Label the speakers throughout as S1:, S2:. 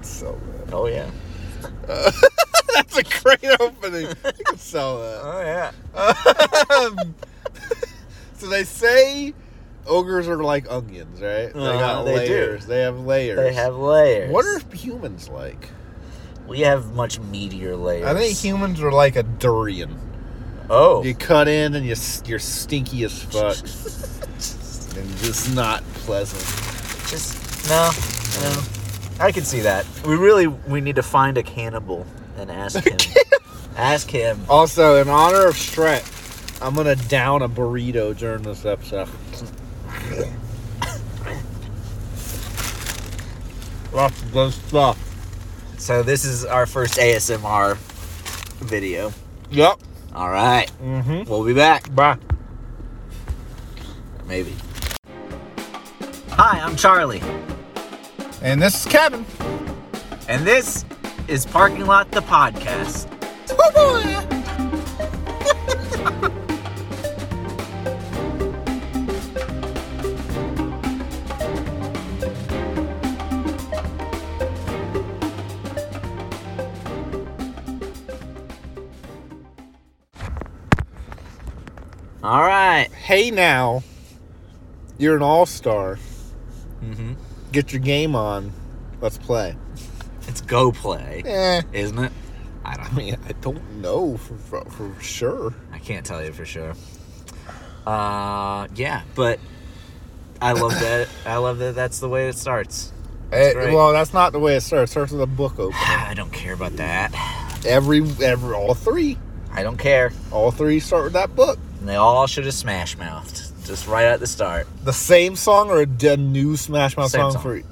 S1: sell that.
S2: Oh yeah.
S1: That's a great opening. I can sell that.
S2: Oh yeah.
S1: So they say ogres are like onions, right? They
S2: Uh-huh,
S1: got
S2: they do.
S1: layers. They have layers.
S2: They have layers.
S1: What are humans like?
S2: we have much meteor layers?
S1: I think humans are like a durian.
S2: Oh.
S1: You cut in and you s- you're stinky as fuck, and just not pleasant.
S2: Just no, no. I can see that. We really we need to find a cannibal and ask him. ask him.
S1: Also, in honor of Shrek, I'm gonna down a burrito during this episode. Lots of good stuff.
S2: So this is our first ASMR video.
S1: Yep.
S2: All right,
S1: Mm-hmm.
S2: we'll be back.
S1: Bye.
S2: Maybe. Hi, I'm Charlie,
S1: And this is Kevin.
S2: and this is Parking Lot the podcast. All right.
S1: Hey now, you're an all star.
S2: Mm-hmm.
S1: Get your game on. Let's play.
S2: It's go play,
S1: Eh.
S2: isn't it? I don't.
S1: I mean, I don't know for, for, for sure.
S2: I can't tell you for sure. Uh, yeah, but I love that. I love that. That's the way it starts.
S1: Eh,
S2: great.
S1: well, that's not the way it starts. It starts with a book open.
S2: I don't care about that.
S1: Every, every, all three,
S2: I don't care.
S1: all three start with that book.
S2: And they all should have smash mouthed just right at the start.
S1: The same song or a d- new Smash Mouth
S2: Same
S1: song,
S2: song.
S1: for each?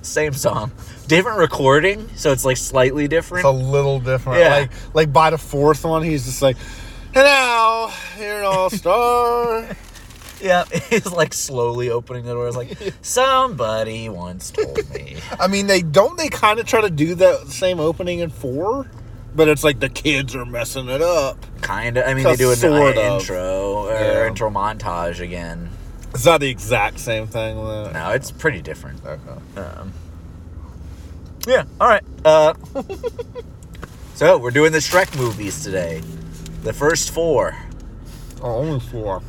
S2: Same song, different recording, so it's like slightly different.
S1: It's a little different.
S2: Yeah.
S1: Like, like by the fourth one, he's just like, "And now you're an all star."
S2: yeah, it's like slowly opening the door. It's like somebody once told me.
S1: I mean, they don't. They kind of try to do that same opening in four, but it's like the kids are messing it up.
S2: Kinda. I mean, they do an
S1: Sort of.
S2: intro or
S1: Yeah.
S2: intro montage again.
S1: It's not the exact same thing. Though.
S2: No, it's pretty different.
S1: Okay.
S2: Um, yeah. All right. Uh, so we're doing the Shrek movies today. The first four,
S1: Oh, only four.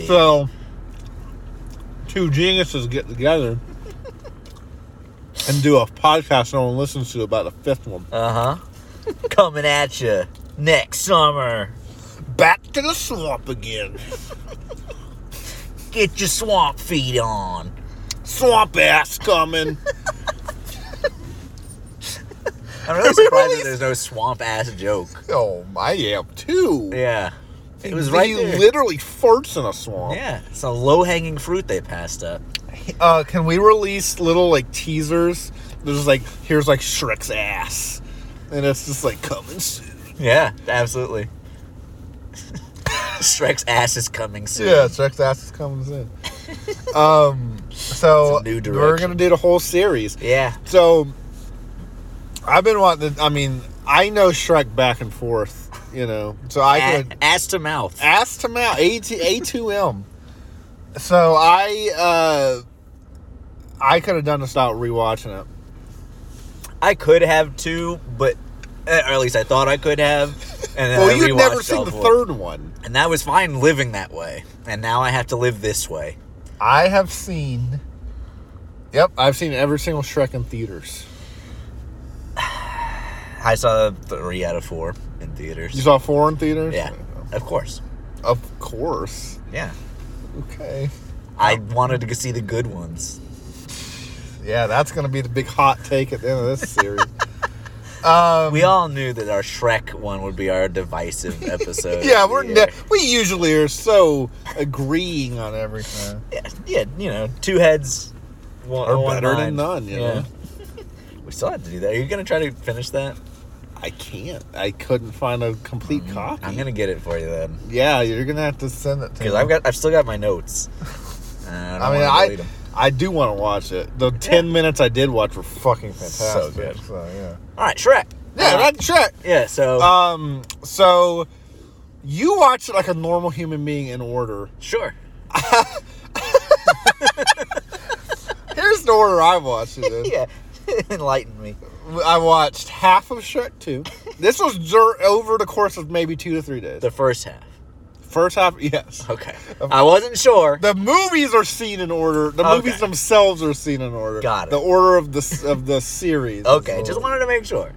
S1: And so, two geniuses get together and do a podcast no one listens to about the fifth one.
S2: Uh huh. Coming at you next summer.
S1: Back to the swamp again.
S2: Get your swamp feet on.
S1: Swamp ass coming.
S2: I'm really surprised
S1: really-
S2: that there's no swamp ass joke.
S1: oh, I am too.
S2: Yeah. It was
S1: He
S2: right there.
S1: literally farts in a swamp.
S2: Yeah. It's a low hanging fruit they passed up.
S1: Uh, can we release little like teasers? There's like here's like Shrek's ass, and it's just like coming soon.
S2: Yeah, absolutely. Shrek's ass is coming soon.
S1: Shrek's ass is coming soon. um, so
S2: It's a new
S1: we're
S2: direction.
S1: gonna do the whole series.
S2: Yeah.
S1: So I've been wanting. To, I mean, I know Shrek back and forth. You know, so I
S2: A-
S1: could
S2: ass to mouth.
S1: ask him out. A to A two M. So I uh, I could have done this without rewatching it.
S2: I could have two, but eh, or at least I thought I could have. And then
S1: Well,
S2: I
S1: you've never
S2: rewatched
S1: seen
S2: all
S1: the
S2: four.
S1: third one.
S2: and that was fine living that way. And now I have to live this way.
S1: I have seen. Yep, I've seen every single Shrek in theaters.
S2: I saw three out of four in theaters.
S1: You saw four in theaters.
S2: yeah, of course.
S1: of course.
S2: Yeah,
S1: Okay.
S2: I wanted to see the good ones.
S1: Yeah, that's gonna be the big hot take at the end of this series. um,
S2: We all knew that our Shrek one would be our divisive episode.
S1: yeah,
S2: of
S1: we're
S2: the year.
S1: ne- we usually are so agreeing on everything.
S2: yeah, yeah, you know, two heads, one
S1: Or
S2: one
S1: better than
S2: mind.
S1: none, you know?
S2: we still have to do that. Are you gonna try to finish that?
S1: I can't. I couldn't find a complete copy.
S2: Mm-hmm. I'm gonna get it for you then.
S1: Yeah, you're gonna have to send it to
S2: because
S1: me.
S2: I've got I've still got my notes. Uh, I,
S1: I
S2: mean,
S1: mean,
S2: I
S1: I I do want to watch it. The ten minutes I did watch were fucking fantastic.
S2: So good.
S1: So yeah.
S2: all right, Shrek.
S1: Yeah,
S2: Uh,
S1: that's Shrek.
S2: yeah. So
S1: Um, so you watch it like a normal human being in order.
S2: sure.
S1: Here's the order I watched it in.
S2: Yeah, Enlighten me.
S1: I watched half of Shrek 2. This was dur- over the course of maybe two to three days.
S2: The first half.
S1: First half, yes.
S2: Okay. I wasn't sure.
S1: The movies are seen in order. The
S2: Okay.
S1: movies themselves are seen in order.
S2: Got it.
S1: The order of the of the series. is
S2: Okay,
S1: in
S2: just
S1: order.
S2: wanted to make sure.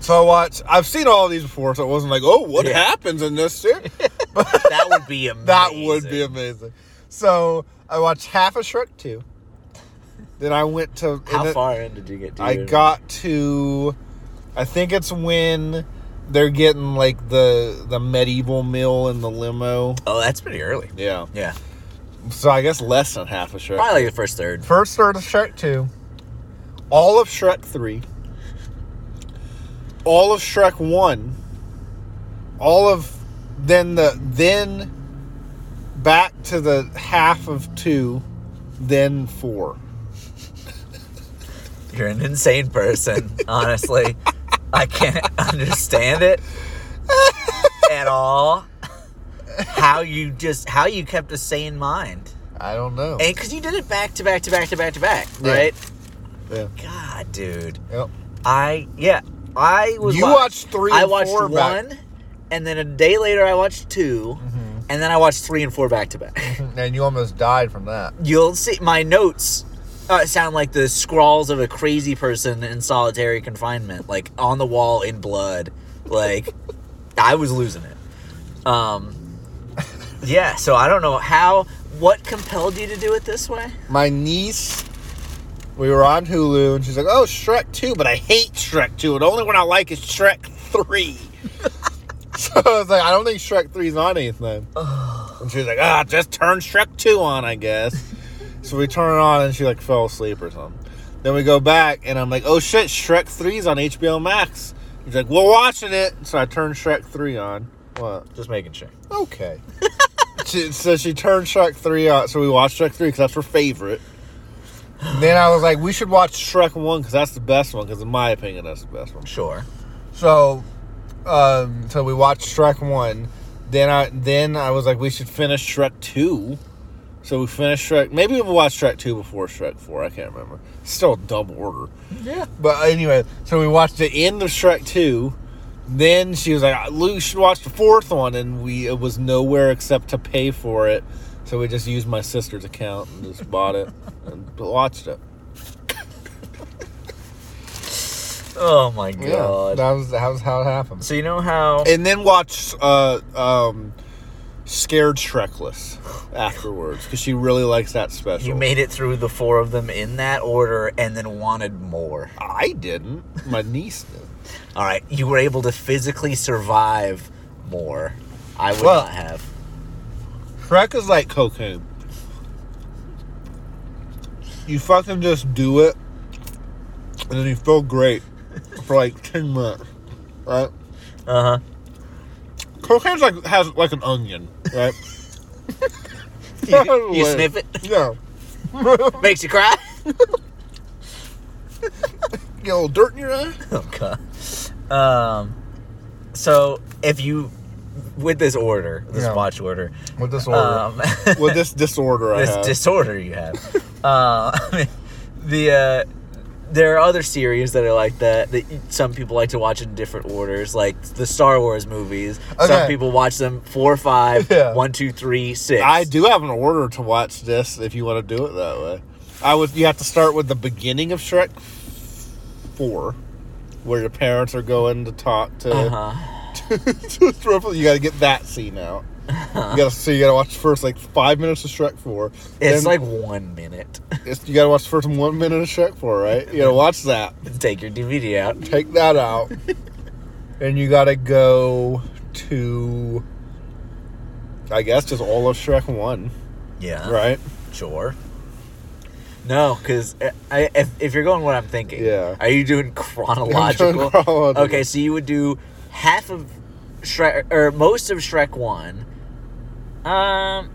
S1: So I watched. I've seen all these before, so it wasn't like, oh, what
S2: Yeah.
S1: happens in this series?
S2: That would be amazing.
S1: that would be amazing. So I watched half of Shrek two. Then I went to. and
S2: How
S1: then
S2: far in did you get to?
S1: I
S2: your-
S1: got to. I think it's when they're getting like the the medieval mill in the limo.
S2: Oh, that's pretty early.
S1: Yeah.
S2: Yeah.
S1: So I guess less than half of Shrek.
S2: Probably the first third.
S1: First third of Shrek 2, all of Shrek 3, all of Shrek 1, all of then the then back to the half of 2, then 4.
S2: You're an insane person, honestly. I can't understand it at all. How you just how you kept a sane mind.
S1: I don't know.
S2: And cuz you did it back to back to back to back to back,
S1: Yeah.
S2: right?
S1: Yeah.
S2: God, dude.
S1: Yep.
S2: I yeah, I was
S1: You
S2: watch-
S1: watched three
S2: I
S1: and
S2: watched
S1: four back- Mm-hmm.
S2: one and then a day later I watched 2 and then I watched 3 and 4 back to back.
S1: And you almost died from that.
S2: You'll see my notes uh, sound like the scrawls of a crazy person in solitary confinement, like on the wall in blood. Like I was losing it. Um, yeah, so I don't know how what compelled you to do it this way.
S1: My niece, we were on Hulu, and she's like, "Oh, Shrek 2, but I hate Shrek 2. The only one I like is Shrek 3." so I was like, "I don't think Shrek 3's on anything." and she's like, "Ah, just turn Shrek 2 on, I guess." so we turn it on, and she like fell asleep or something. Then we go back, and I'm like, "Oh shit, Shrek 3's on HBO Max." He's like, "We're watching it," so I turned Shrek 3 on. What?
S2: Just making sure.
S1: Okay. she, so she turned Shrek 3 out, so we watched Shrek 3 because that's her favorite. And then I was like, we should watch Shrek 1 because that's the best one, because in my opinion, that's the best one.
S2: Sure.
S1: So, um, so we watched Shrek 1. Then I then I was like, we should finish Shrek 2. So we finished Shrek. Maybe we watched Shrek 2 before Shrek 4. I can't remember. Still a double order.
S2: Yeah.
S1: But anyway, so we watched the end of Shrek 2. Then she was like, Lou, you should watch the fourth one. And we it was nowhere except to pay for it. So we just used my sister's account and just bought it and watched it.
S2: Oh my god.
S1: that was, that was how it happened.
S2: So you know how
S1: And then watched uh, um, Scared Shrekless afterwards because she really likes that special.
S2: you made it through the four of them in that order and then wanted more.
S1: I didn't. My niece did.
S2: All right, you were able to physically survive more. I would
S1: Well-
S2: not have.
S1: Shrek is like cocaine. You fucking just do it, and then you feel great for like ten months, right?
S2: Uh huh.
S1: Cocaine's like has like an onion, right?
S2: You, you sniff it,
S1: Yeah,
S2: makes you cry.
S1: get a little dirt in your eye.
S2: Oh god. Um. So if you, with this order, this
S1: Yeah.
S2: watch order,
S1: With this
S2: um,
S1: with this disorder, I
S2: this
S1: have.
S2: disorder you have, uh, the uh, there are other series that are like that that some people like to watch in different orders, like the Star Wars movies.
S1: Okay.
S2: Some people watch them four, five,
S1: Yeah.
S2: one, two, three, six.
S1: I do have an order to watch this if you want to do it that way. I would. You have to start with the beginning of Shrek Four, where your parents are going to talk to.
S2: Uh-huh.
S1: to Triple, you got to get that scene out. You got to so you got to watch the first like five minutes of Shrek Four. then
S2: It's like one minute.
S1: it's- you got to watch the first one minute of Shrek Four, right? You got to watch that.
S2: Take your DVD out.
S1: Take that out, and you got to go to, I guess, just all of Shrek One,
S2: Yeah.
S1: right?
S2: Sure. No, because I, if, if you're going what I'm thinking,
S1: Yeah.
S2: Are you doing
S1: I'm
S2: chronological?
S1: doing chronological.
S2: Okay, so you would do half of Shrek or most of Shrek One. Um.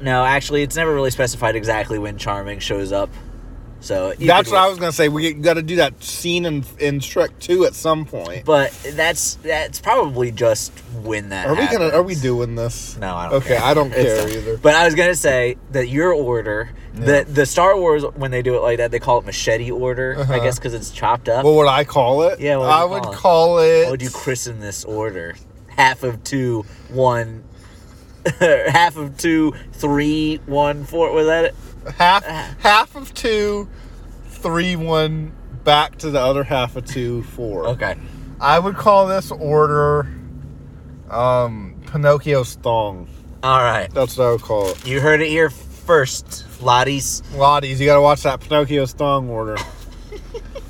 S2: No, actually, it's never really specified exactly when Charming shows up. So either
S1: That's what
S2: way-
S1: I was gonna say. We got to do that scene in in Shrek Two at some point.
S2: But that's that's probably just when that.
S1: Are we gonna?
S2: happens.
S1: Are we doing this?
S2: No, I don't.
S1: Okay,
S2: care.
S1: I don't
S2: It's
S1: care
S2: not-
S1: either.
S2: But I was gonna say that your order, the the Star Wars when they do it like that, they call it machete order.
S1: Uh-huh.
S2: I guess because it's chopped up.
S1: What would I call it?
S2: Yeah, what would
S1: I
S2: you
S1: would
S2: call it?
S1: call it.
S2: How would you christen this order? Half of two, one. half of two, three, one, four. Was that it?
S1: half
S2: uh-huh.
S1: half of two, three one back to the other half of two four.
S2: Okay.
S1: I would call this order, um, Pinocchio's thong.
S2: All right.
S1: That's what I would call it.
S2: You heard it here first, Lottie's.
S1: Lotties, you gotta watch that Pinocchio's thong order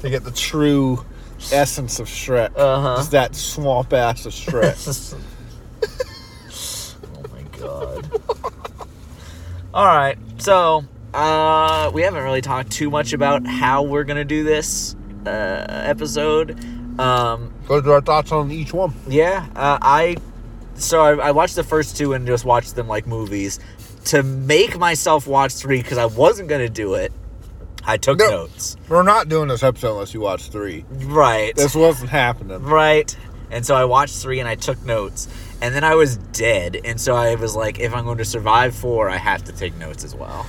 S1: to get the true essence of Shrek.
S2: Uh-huh.
S1: Just that swamp ass of Shrek.
S2: oh my god. All right. So, uh, we haven't really talked too much about how we're going to do this uh, episode. Um,
S1: Those are our thoughts on each one.
S2: yeah, uh, I so I, I watched the first two and just watched them like movies to make myself watch 3 cuz I wasn't going to do it. I took
S1: No.
S2: notes.
S1: We're not doing this episode unless you watch three.
S2: Right.
S1: This wasn't happening.
S2: Right. And so I watched three and I took notes. And then I was dead. And so I was like, if I'm going to survive four, I have to take notes as well.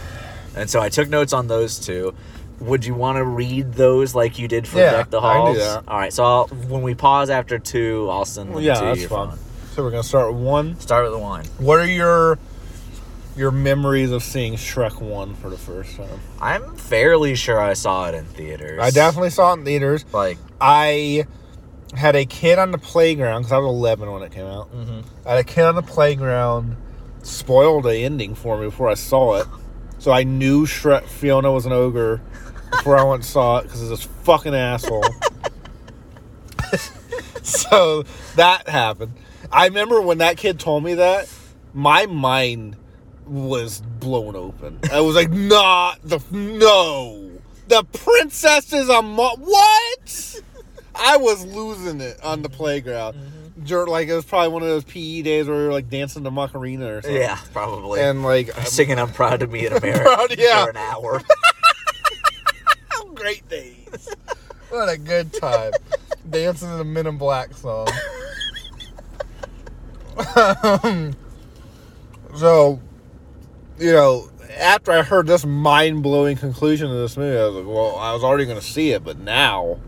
S2: And so I took notes on those two. Would you want to read those like you did for
S1: Yeah,
S2: Deck the
S1: I can do
S2: Halls?
S1: that.
S2: All right. So I'll, when we pause after two, I'll send them
S1: yeah,
S2: to
S1: that's
S2: your
S1: fun.
S2: phone.
S1: So we're gonna start with one.
S2: Start with the one.
S1: What are your your memories of seeing Shrek one for the first time?
S2: I'm fairly sure I saw it in theaters.
S1: I definitely saw it in theaters.
S2: like.
S1: I had a kid on the playground because I was 11 when it came out.
S2: mhm.
S1: I had a kid on the playground spoiled the ending for me before I saw it. So I knew Shrek Fiona was an ogre before I went and saw it because of this fucking asshole. so that happened. I remember when that kid told me that, my mind was blown open. I was like, not the no. The princess is a mo- what? I was losing it on the playground. Dur- like it was probably one of those PE days where we were like dancing to Macarena or something.
S2: Yeah, probably.
S1: And like
S2: Singing "I'm Proud to Be an American"
S1: Proud, yeah.
S2: for an hour.
S1: great days. what a good time. Dancing to the Men in Black song. Um, so, you know, after I heard this mind blowing conclusion of this movie, I was like, well, I was already going to see it, but now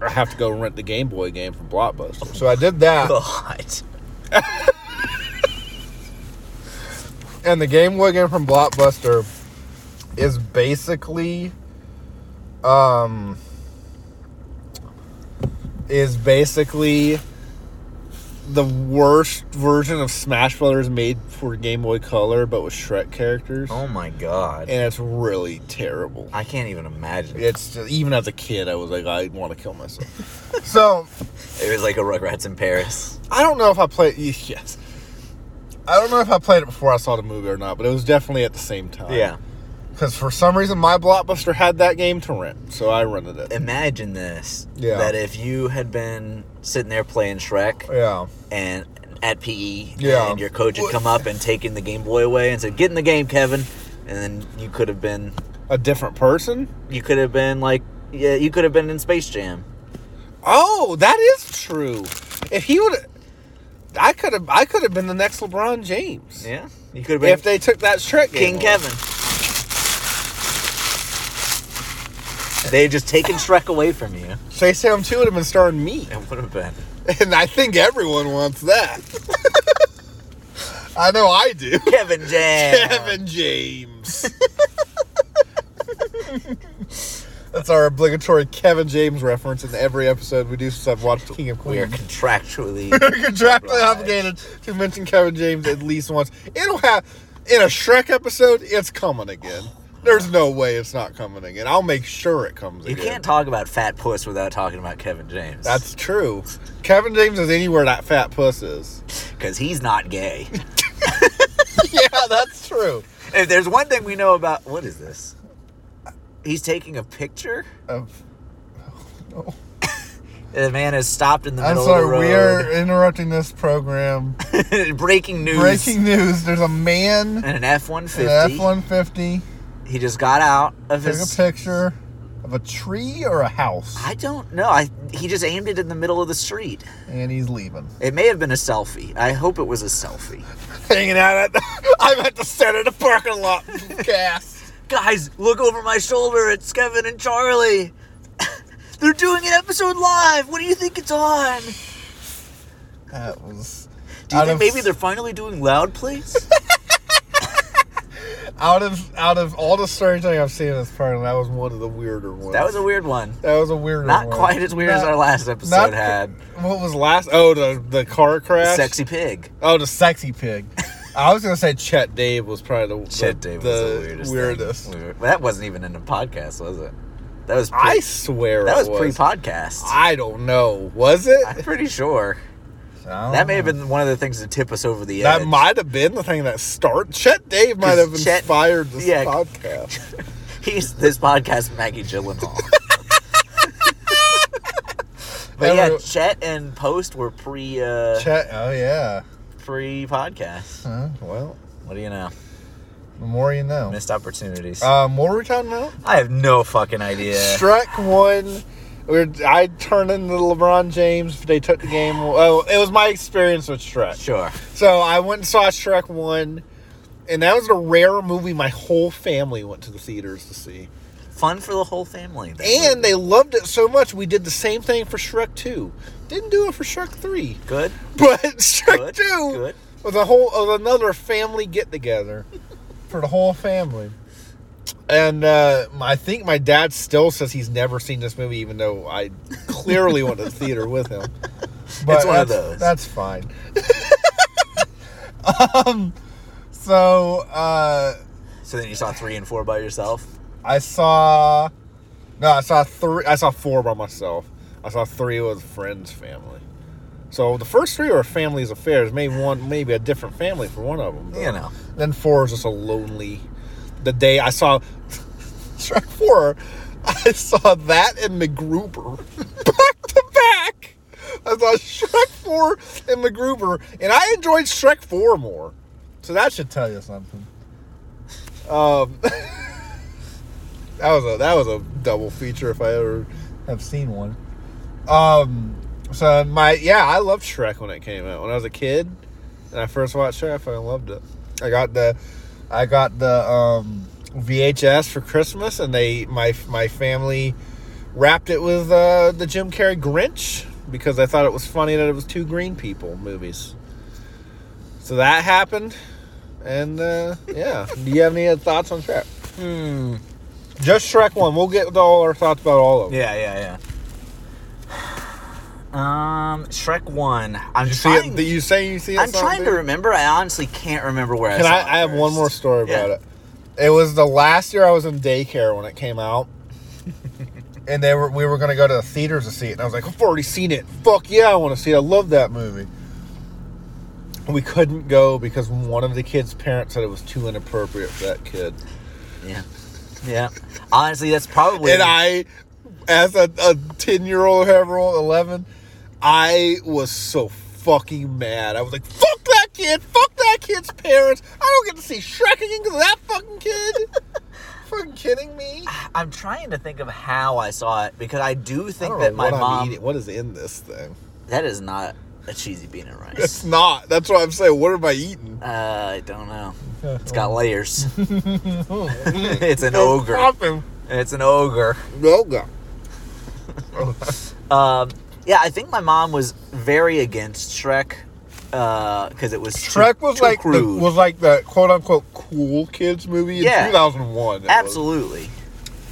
S1: I have to go rent the Game Boy game from Blockbuster. So I did that,
S2: God.
S1: and the Game Boy game from Blockbuster is basically. Um, is basically the worst version of Smash Brothers made for Game Boy Color, but with Shrek characters,
S2: Oh my god.
S1: and it's really terrible.
S2: I can't even imagine.
S1: It's just, even as a kid, I was like, I want to kill myself. so
S2: It was like a Rugrats in Paris.
S1: I don't know if I played. Yes, I don't know if I played it before I saw the movie or not, but it was definitely at the same time.
S2: Yeah.
S1: because for some reason my Blockbuster had that game to rent, so I rented it.
S2: Imagine this.
S1: Yeah.
S2: That if you had been sitting there playing Shrek
S1: Yeah,
S2: and at PE,
S1: Yeah.
S2: and your coach had
S1: What-
S2: come up and taken the Game Boy away and said, "Get in the game, Kevin," and then you could have been,
S1: a different person.
S2: you could have been like, yeah, you could have been in Space Jam.
S1: Oh, that is true. If he would, I could have. I could have been the next LeBron James.
S2: Yeah. You could have been
S1: If they took that Shrek game
S2: King
S1: away.
S2: Kevin. They had just taken Shrek away from you.
S1: Space Jam Two would have been starring me,
S2: It would have been.
S1: and I think everyone wants that. I know I do.
S2: Kevin Jam.
S1: Kevin James. That's our obligatory Kevin James reference in every episode we do since I've watched King of
S2: We are
S1: Queens.
S2: contractually
S1: We're contractually
S2: Right.
S1: obligated to mention Kevin James at least once. It'll have in a Shrek episode. It's coming again. There's no way it's not coming again. I'll make sure it comes
S2: You
S1: again.
S2: can't talk about Fat Puss without talking about Kevin James.
S1: That's true. Kevin James is anywhere that fat puss is.
S2: because he's not gay.
S1: yeah, that's true.
S2: if there's one thing we know about, what is this? He's taking a picture.
S1: Of-
S2: The man has stopped in the
S1: I'm
S2: middle
S1: sorry. We
S2: of
S1: are interrupting this program.
S2: the road. Breaking news.
S1: Breaking news: There's a man
S2: And an F one
S1: in an
S2: fifty.
S1: F-150
S2: He just got out of
S1: Took a
S2: his.
S1: picture of a tree or a house,
S2: I don't know. I he just aimed it in the middle of the street.
S1: and he's leaving.
S2: It may have been a selfie. I hope it was a selfie.
S1: Hanging out at the, I'm at the center of the parking lot. Gas.
S2: Guys, look over my shoulder. It's Kevin and Charlie. They're doing an episode live. What do you think it's on?
S1: That was.
S2: Do you
S1: out
S2: think
S1: of-
S2: maybe they're finally doing Loud Place?
S1: out of out of all the strange things I've seen in this program, that was one of the weirder ones.
S2: that was a weird one.
S1: that was a weirder.
S2: Not
S1: one.
S2: quite as weird as
S1: Uh, Not-
S2: our last episode
S1: not-
S2: had.
S1: What was last? Oh, the the car crash.
S2: Sexy pig.
S1: Oh, the sexy pig. I was gonna say Chet Dave was probably the
S2: Shit,
S1: the,
S2: Dave
S1: the
S2: was the weirdest.
S1: weirdest.
S2: thing. Weird. That wasn't even in a podcast, was it? That was. Pre-
S1: I swear
S2: that
S1: it
S2: was pre-podcast.
S1: I don't know. Was it?
S2: I'm pretty sure. That may have been one of the things that tip us over the edge.
S1: That might have been the thing that started. Chet Dave might have
S2: 'Cause Chet-
S1: inspired this
S2: yeah.
S1: podcast.
S2: He's this podcast Maggie Gyllenhaal. but yeah,
S1: Every-
S2: Chet and Post were pre uh,
S1: Chet. Oh yeah.
S2: pre podcast.
S1: Huh, well,
S2: What do you know?
S1: the more you know.
S2: Missed opportunities.
S1: Um, what were we talking about?
S2: I have no fucking idea.
S1: Shrek won. We're, I turned into LeBron James. They took the game. Oh, it was my experience with Shrek.
S2: Sure.
S1: So I went and saw Shrek one, and that was a rare movie my whole family went to the theaters to see,
S2: Fun for the whole family. that
S1: and
S2: movie.
S1: they loved it so much. We did the same thing for Shrek two. Didn't do it for Shrek three,
S2: good.
S1: but Shrek
S2: Good.
S1: two
S2: Good.
S1: was a whole was another family get together for the whole family. And uh, I think my dad still says he's never seen this movie, even though I clearly went to the theater with him.
S2: It's one of
S1: that's-
S2: those.
S1: That's fine. um, so uh,
S2: So then you saw three and four by yourself.
S1: I saw no, I saw three. I saw four by myself. I saw three with a friend's family. So the first three are family's affairs. Maybe one, maybe a different family for one of them. though.
S2: You know.
S1: Then four is just a lonely. The day I saw Shrek four, I saw that and MacGruber back to back. I saw Shrek four and MacGruber, and I enjoyed Shrek four more. So that should tell you something. Um, that was a that was a double feature if I ever have seen one. Um, so my yeah, I loved Shrek when it came out when I was a kid, and I first watched Shrek. I fucking loved it. I got the I got the um, VHS for Christmas, and they my my family wrapped it with uh, the Jim Carrey Grinch because I thought it was funny that it was two green people movies. So that happened, and uh, yeah. Do you have any other thoughts on Shrek?
S2: Hmm.
S1: Just Shrek one. We'll get all our thoughts about all of them.
S2: Yeah, yeah, yeah. Um, Shrek one. I'm
S1: You see
S2: trying.
S1: it? You say you see it?
S2: I'm
S1: somewhere,
S2: trying
S1: dude?
S2: to remember. I honestly can't remember where
S1: Can
S2: I saw.
S1: I,
S2: it
S1: I have one
S2: first.
S1: more story
S2: Yeah.
S1: about it. It was the last year I was in daycare when it came out. and they were we were gonna go to the theaters to see it. And I was like, I've already seen it. Fuck yeah, I wanna see it. I love that movie. We couldn't go because one of the kids' parents said it was too inappropriate for that kid.
S2: Yeah, yeah. Honestly, that's probably.
S1: And I, as a, a 10 year old, however old, 11, I was so fucking mad. I was like, fuck that kid, fuck that kid's parents. I don't get to see Shrek again because of that fucking kid. fucking kidding me?
S2: I'm trying to think of how I saw it because I do
S1: I
S2: think
S1: don't
S2: that
S1: know
S2: my
S1: what I'm
S2: mom.
S1: eating. What is in this thing?
S2: That is not a cheesy bean and
S1: It's
S2: rice.
S1: not. That's what I'm saying. What am I eating?
S2: uh, I don't know. It's got layers. it's an
S1: No
S2: ogre.
S1: problem.
S2: It's an ogre.
S1: Ogre.
S2: Um, yeah, I think my mom was very against Shrek because it was too-
S1: Shrek was
S2: too
S1: like the,
S2: crude.
S1: was like the quote unquote cool kids movie in
S2: Yeah.
S1: 2001. it was.
S2: Absolutely.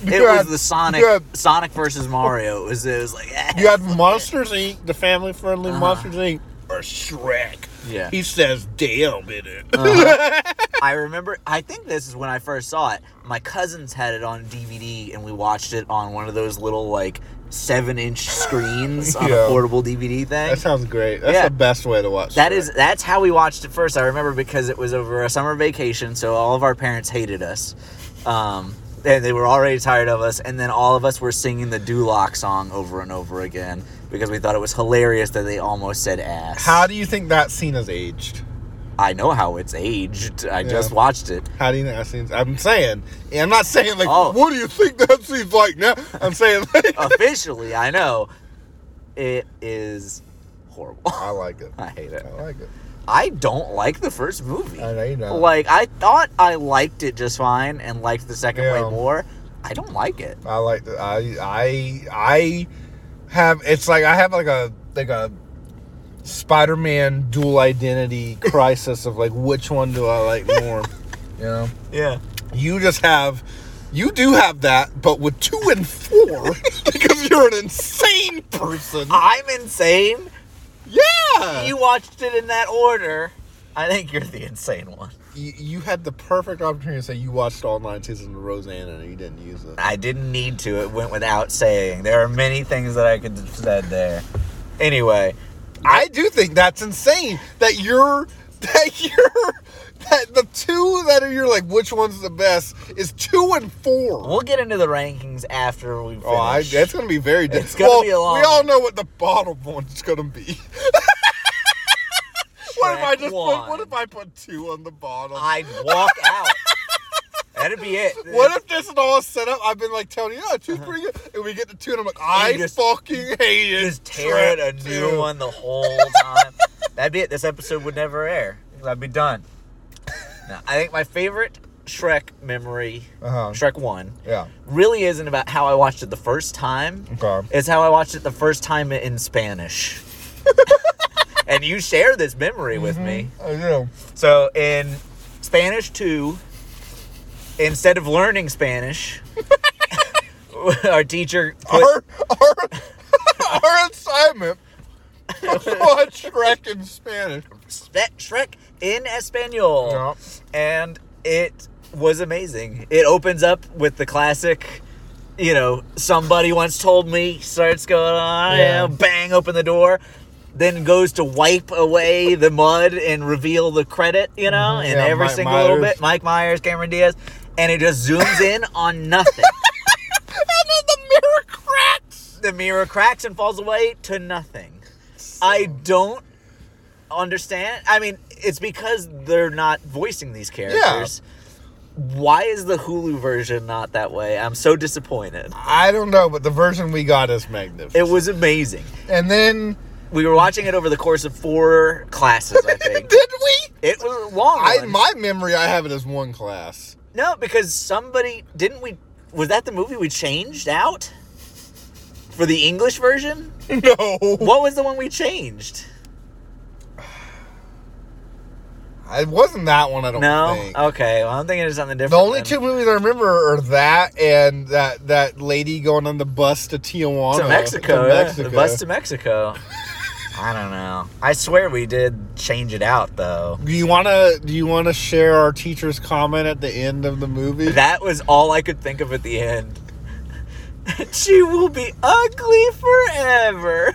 S2: It
S1: You
S2: was
S1: had-
S2: the Sonic
S1: you had-
S2: Sonic versus Mario. It was, it was like eh.
S1: You had Monsters Inc., the family friendly
S2: Uh-huh.
S1: Monsters Inc., or Shrek.
S2: yeah. Uh-huh.
S1: He says damn in it.
S2: I remember. I think this is when I first saw it. My cousins had it on DVD, and we watched it on one of those little like seven-inch screens on
S1: Yeah.
S2: a portable DVD thing.
S1: that sounds great. That's
S2: Yeah.
S1: the best way to watch
S2: That is that's how we watched it first. I remember because it was over a summer vacation, so all of our parents hated us. Um, and they were already tired of us, and then all of us were singing the Duloc song over and over again because we thought it was hilarious that they almost said ass.
S1: How do you think that scene is aged?
S2: I know how it's aged. I just
S1: Yeah.
S2: watched it.
S1: How do you know that seems? I'm saying, and I'm not saying like,
S2: Oh.
S1: what do you think that seems like now? I'm saying, like,
S2: Officially, I know it is horrible.
S1: I like it.
S2: I hate it.
S1: I like it.
S2: I don't like the first movie.
S1: I uh, know you don't.
S2: Like I thought I liked it just fine and liked the second
S1: Yeah.
S2: way more. I don't like it.
S1: I like the I I I have it's like I have like a like a Spider-Man dual identity crisis of like which one do I like more? You know,
S2: Yeah.
S1: you just have you do have that, but with two and four because you're an insane person.
S2: I'm insane.
S1: Yeah, you,
S2: You watched it in that order. I think you're the insane one.
S1: you had the perfect opportunity to say you watched all nine seasons of Roseanne and you didn't use it.
S2: I didn't need to. It went without saying. There are many things that I could have said there. Anyway,
S1: I do think that's insane that you're that you're that the two that are you're like which one's the best is two and four.
S2: we'll get into the rankings after we finish.
S1: Oh, I, that's gonna be very.
S2: It's gonna
S1: well,
S2: be a long
S1: We all know what the bottom one's gonna be. what if I
S2: Shrek
S1: just
S2: one.
S1: put, what if I put two on the bottom?
S2: I'd walk out. That'd be it.
S1: what if this is all set up? I've been like telling you, yeah, two's pretty good, and we get to two, and I'm like, I
S2: Uh-huh. just-
S1: fucking hate it.
S2: just tear it a
S1: Shrek
S2: new
S1: two.
S2: one the whole time? That'd be it. This episode would never air. I'd be done. Now, I think my favorite Shrek memory,
S1: Uh-huh.
S2: Shrek One,
S1: Yeah.
S2: really isn't about how I watched it the first time.
S1: Okay.
S2: It's how I watched it the first time in Spanish. and you share this memory with me.
S1: I do.
S2: So in Spanish 2, instead of learning Spanish, our teacher put,
S1: our our our assignment was to watch Shrek in Spanish.
S2: Spe- Shrek in Espanol.
S1: Yeah.
S2: And it was amazing. It opens up with the classic, you know, somebody once told me, starts going on,
S1: Yeah.
S2: you know, bang, open the door. Then goes to wipe away the mud and reveal the credit, you know, and
S1: Mm-hmm. Yeah,
S2: every
S1: Mike
S2: single little
S1: Myers.
S2: bit. Mike Myers, Cameron Diaz, and it just zooms in on nothing.
S1: And then the mirror cracks.
S2: the mirror cracks and falls away to nothing. I don't understand. I mean, it's because they're not voicing these characters. Why is the Hulu version not that way? I'm so disappointed.
S1: I don't know, but the version we got is
S2: It
S1: magnificent.
S2: was amazing.
S1: and then
S2: We were watching it over the course of four classes, I think.
S1: did we?
S2: it was a long.
S1: I
S2: one.
S1: my memory, I have it as one class.
S2: no, because somebody didn't we was that the movie we changed out? For the English version?
S1: No,
S2: What was the one we changed?
S1: it wasn't that one. I don't
S2: No? Oh.
S1: think.
S2: Okay. Well, I'm thinking of something different.
S1: the only
S2: then.
S1: two movies I remember are that and that that lady going on the bus to Tijuana
S2: to Mexico.
S1: Oh, To
S2: yeah.
S1: Mexico.
S2: The bus to Mexico. I don't know. I swear we did change it out though.
S1: do you wanna do you wanna share our teacher's comment at the end of the movie?
S2: That was all I could think of at the end. she will be ugly forever.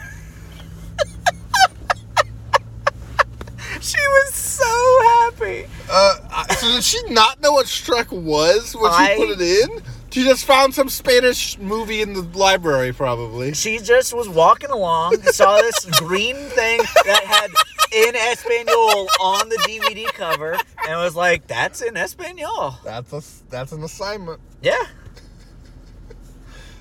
S2: she was so happy.
S1: Uh, I- so did she not know what Shrek was when she
S2: I-
S1: put it in? She just found some Spanish movie in the library, probably.
S2: She just was walking along, saw this green thing that had in Espanol on the DVD cover, and was like, "That's in Espanol."
S1: That's a that's an assignment.
S2: Yeah,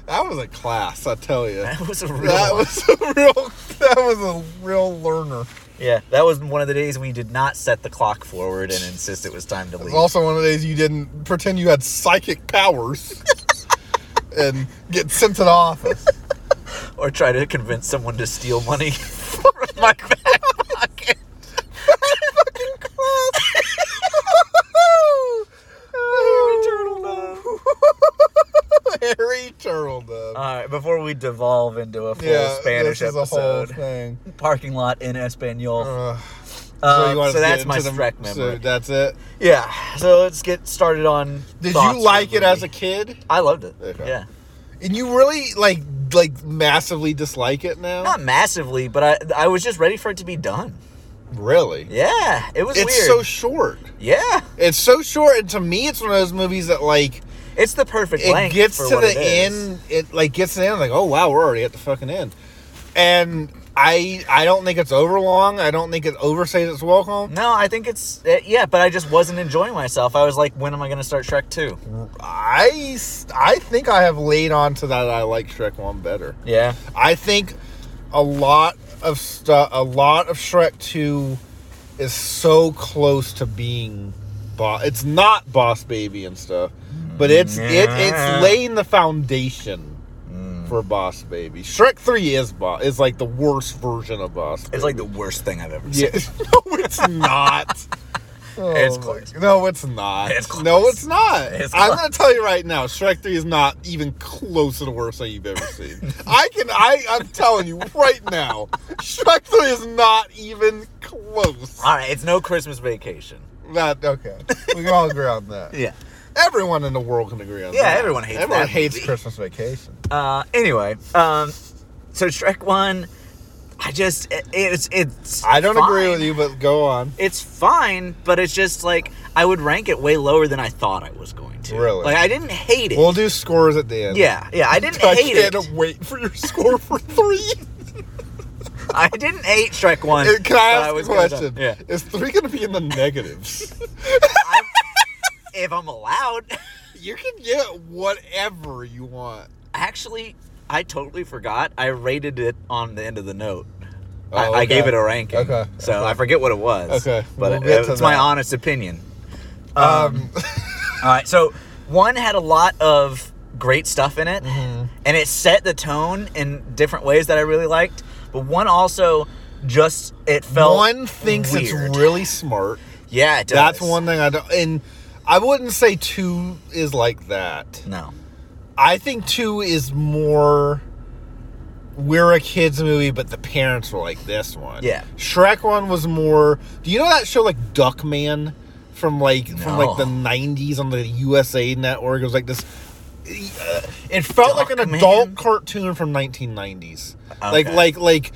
S1: That was a class, I tell you.
S2: that was a real.
S1: That
S2: one.
S1: was a real that was a real learner.
S2: Yeah, that was one of the days we did not set the clock forward and insist it was time to
S1: It was
S2: leave.
S1: also one of the days you didn't pretend you had psychic powers and get sent to the office.
S2: Or try to convince someone to steal money from my back pocket. Oh,
S1: Harry Turtledove.
S2: All right, before we devolve into a Uh, full Spanish
S1: this is a whole
S2: episode,
S1: thing.
S2: parking lot in Espanol.
S1: Ugh.
S2: Um,
S1: you
S2: so,
S1: wanted to get
S2: that's my
S1: into the-
S2: Shrek
S1: So
S2: memory.
S1: that's it.
S2: yeah, so let's get started on.
S1: Did
S2: thoughts
S1: you like
S2: for
S1: it
S2: the
S1: as a
S2: movie.
S1: kid?
S2: I loved it.
S1: Okay.
S2: Yeah,
S1: And you really like like massively dislike it now?
S2: not massively, but I I was just ready for it to be done.
S1: really.
S2: Yeah, it was
S1: It's
S2: weird.
S1: so short.
S2: yeah,
S1: It's so short, and to me, it's one of those movies that like
S2: it's the perfect
S1: it
S2: length.
S1: gets
S2: for
S1: to
S2: what
S1: the
S2: it is.
S1: end. It like gets to the end, like oh wow, we're already at the fucking end, and I I don't think it's over long. I don't think it overstays its welcome.
S2: No, I think it's eh, yeah, but I just wasn't enjoying myself. I was like, when am I gonna start Shrek Two?
S1: I s- I think I have laid on to that. I like Shrek One better.
S2: Yeah,
S1: I think a lot of stuff, a lot of Shrek Two, is so close to being boss. It's not Boss Baby and stuff, but it's it
S2: Yeah.
S1: it's laying the foundation for Boss Baby. Shrek Three is boss is like the worst version of Boss. Baby.
S2: it's like the worst thing I've ever seen.
S1: yeah, no, it's not. Oh
S2: It's
S1: my-
S2: close.
S1: No, it's not.
S2: It's close.
S1: No, it's not.
S2: It's
S1: I'm
S2: close.
S1: gonna tell you right now, Shrek Three is not even close to the worst thing you've ever seen. I can, I, I'm telling you right now, Shrek Three is not even close.
S2: All right, it's no Christmas vacation.
S1: That okay? We can all agree on that.
S2: Yeah.
S1: Everyone in the world can agree on
S2: Yeah,
S1: that.
S2: everyone hates
S1: Everyone
S2: that
S1: hates
S2: movie.
S1: Christmas Vacation.
S2: Uh, anyway, um, so Shrek One, I just it, it's it's.
S1: I don't agree
S2: fine.
S1: with you, but go on.
S2: It's fine, but it's just like I would rank it way lower than I thought I was going to.
S1: Really?
S2: Like I didn't hate it.
S1: We'll do scores at the end.
S2: yeah, yeah, I didn't
S1: I
S2: hate
S1: can't
S2: it.
S1: wait for your score for three.
S2: I didn't hate Shrek One.
S1: Uh, Can I
S2: but
S1: ask a
S2: was gonna-
S1: question?
S2: Yeah.
S1: Is three going to be in the negatives?
S2: I'm- if I'm allowed.
S1: you can get whatever you want.
S2: Actually, I totally forgot. I rated it on the end of the note.
S1: Oh,
S2: I, I gave
S1: okay.
S2: it a ranking.
S1: Okay,
S2: So
S1: okay.
S2: I forget what it was.
S1: Okay,
S2: But
S1: we'll get
S2: it,
S1: to
S2: it's my
S1: that.
S2: honest opinion.
S1: Um,
S2: All right. So one had a lot of great stuff in it,
S1: Mm-hmm.
S2: and it set the tone in different ways that I really liked. But one also just it felt
S1: one thinks
S2: weird.
S1: it's really smart.
S2: yeah. It does.
S1: That's one thing I don't. And I wouldn't say two is like that.
S2: No.
S1: I think two is more. We're a kids movie, but the parents were like this one.
S2: Yeah.
S1: Shrek one was more. Do you know that show like Duckman from like from like the
S2: No.
S1: '90s on the USA Network? It was like this. uh, it felt like an
S2: Duckman?
S1: adult cartoon from 1990s. Like
S2: Okay.
S1: like like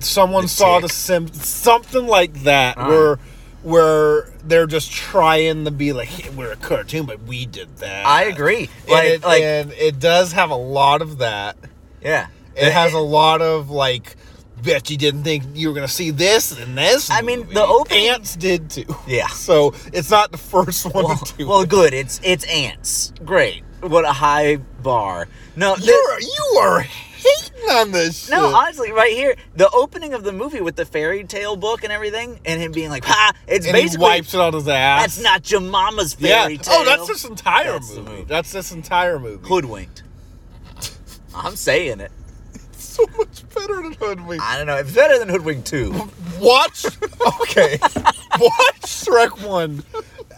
S1: someone
S2: The
S1: saw
S2: Tick.
S1: the sim something like that
S2: Ah.
S1: where where they're just trying to be like "Hey, we're a cartoon, but we did that.
S2: I agree.
S1: And
S2: Like
S1: it,
S2: like
S1: and it does have a lot of that.
S2: yeah.
S1: It has
S2: e-
S1: a lot of like. Bet you didn't think you were gonna see this and this.
S2: I mean,
S1: movie."
S2: the opening-
S1: ants did too.
S2: Yeah.
S1: So it's not the first one
S2: well,
S1: to do.
S2: well,
S1: it.
S2: good. It's it's ants. Great. What a high bar. No, the-
S1: you're you are hating on this.
S2: no.
S1: shit.
S2: Honestly, right here, the opening of the movie with the fairy tale book and everything, and him being like, "Ha!" It's
S1: and he
S2: basically
S1: wipes it on his ass.
S2: that's not your mama's fairy tale.
S1: Oh, that's this entire
S2: That's the
S1: movie.
S2: movie.
S1: That's this entire movie.
S2: hoodwinked. I'm saying it.
S1: so much better than Hoodwink.
S2: I don't know. It's better than Hoodwinked Two.
S1: Watch. Okay. watch Shrek 1. And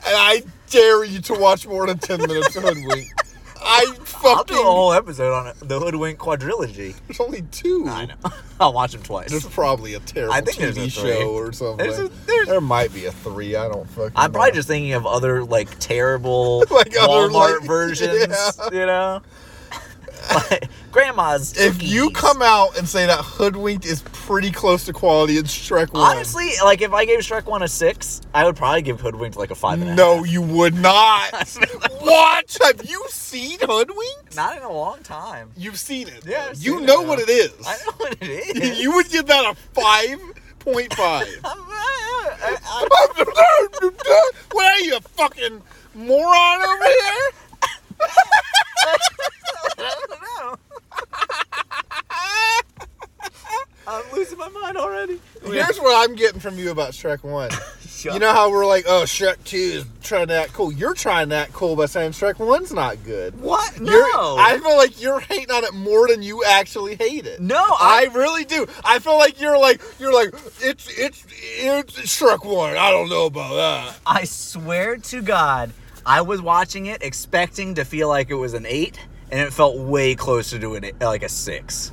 S1: I dare you to watch more than 10 minutes of Hoodwink. I
S2: I'll
S1: fucking.
S2: do a whole episode on it, the Hoodwink quadrilogy.
S1: There's only two.
S2: I know. I'll watch them twice.
S1: There's probably a terrible
S2: I think there's
S1: TV
S2: a three.
S1: show or something.
S2: There's a- there's-
S1: There might be a three. I don't fucking.
S2: I'm probably
S1: know.
S2: just thinking of other like terrible
S1: Like other,
S2: Walmart
S1: like-
S2: versions,
S1: yeah.
S2: you know. like, grandma's.
S1: If you
S2: cookies.
S1: come out and say that Hoodwinked is pretty close to quality in Shrek 1.
S2: honestly, like if I gave Shrek one a six, I would probably give Hoodwinked like a five and a half.
S1: No, you would not. what? Have you seen Hoodwinked?
S2: not in a long time.
S1: You've seen it.
S2: Yeah, I've
S1: you
S2: seen it
S1: know
S2: now.
S1: what it is.
S2: I know what it is.
S1: you would give that a five point five.
S2: I'm- uh, I- I-
S1: what are you, a fucking moron over here?
S2: I don't know. I'm losing my mind already.
S1: Here's what I'm getting from you about Shrek One.
S2: Shut
S1: You know how we're like, oh, Shrek Two is trying to act cool. You're trying to act cool by saying Shrek One's not good.
S2: what? No,
S1: You're, I feel like you're hating on it more than you actually hate it.
S2: no, I,
S1: I really do. I feel like you're like you're like it's it's it's Shrek One. I don't know about that.
S2: I swear to God, I was watching it expecting to feel like it was an eight, and it felt way closer to an eight, like a six.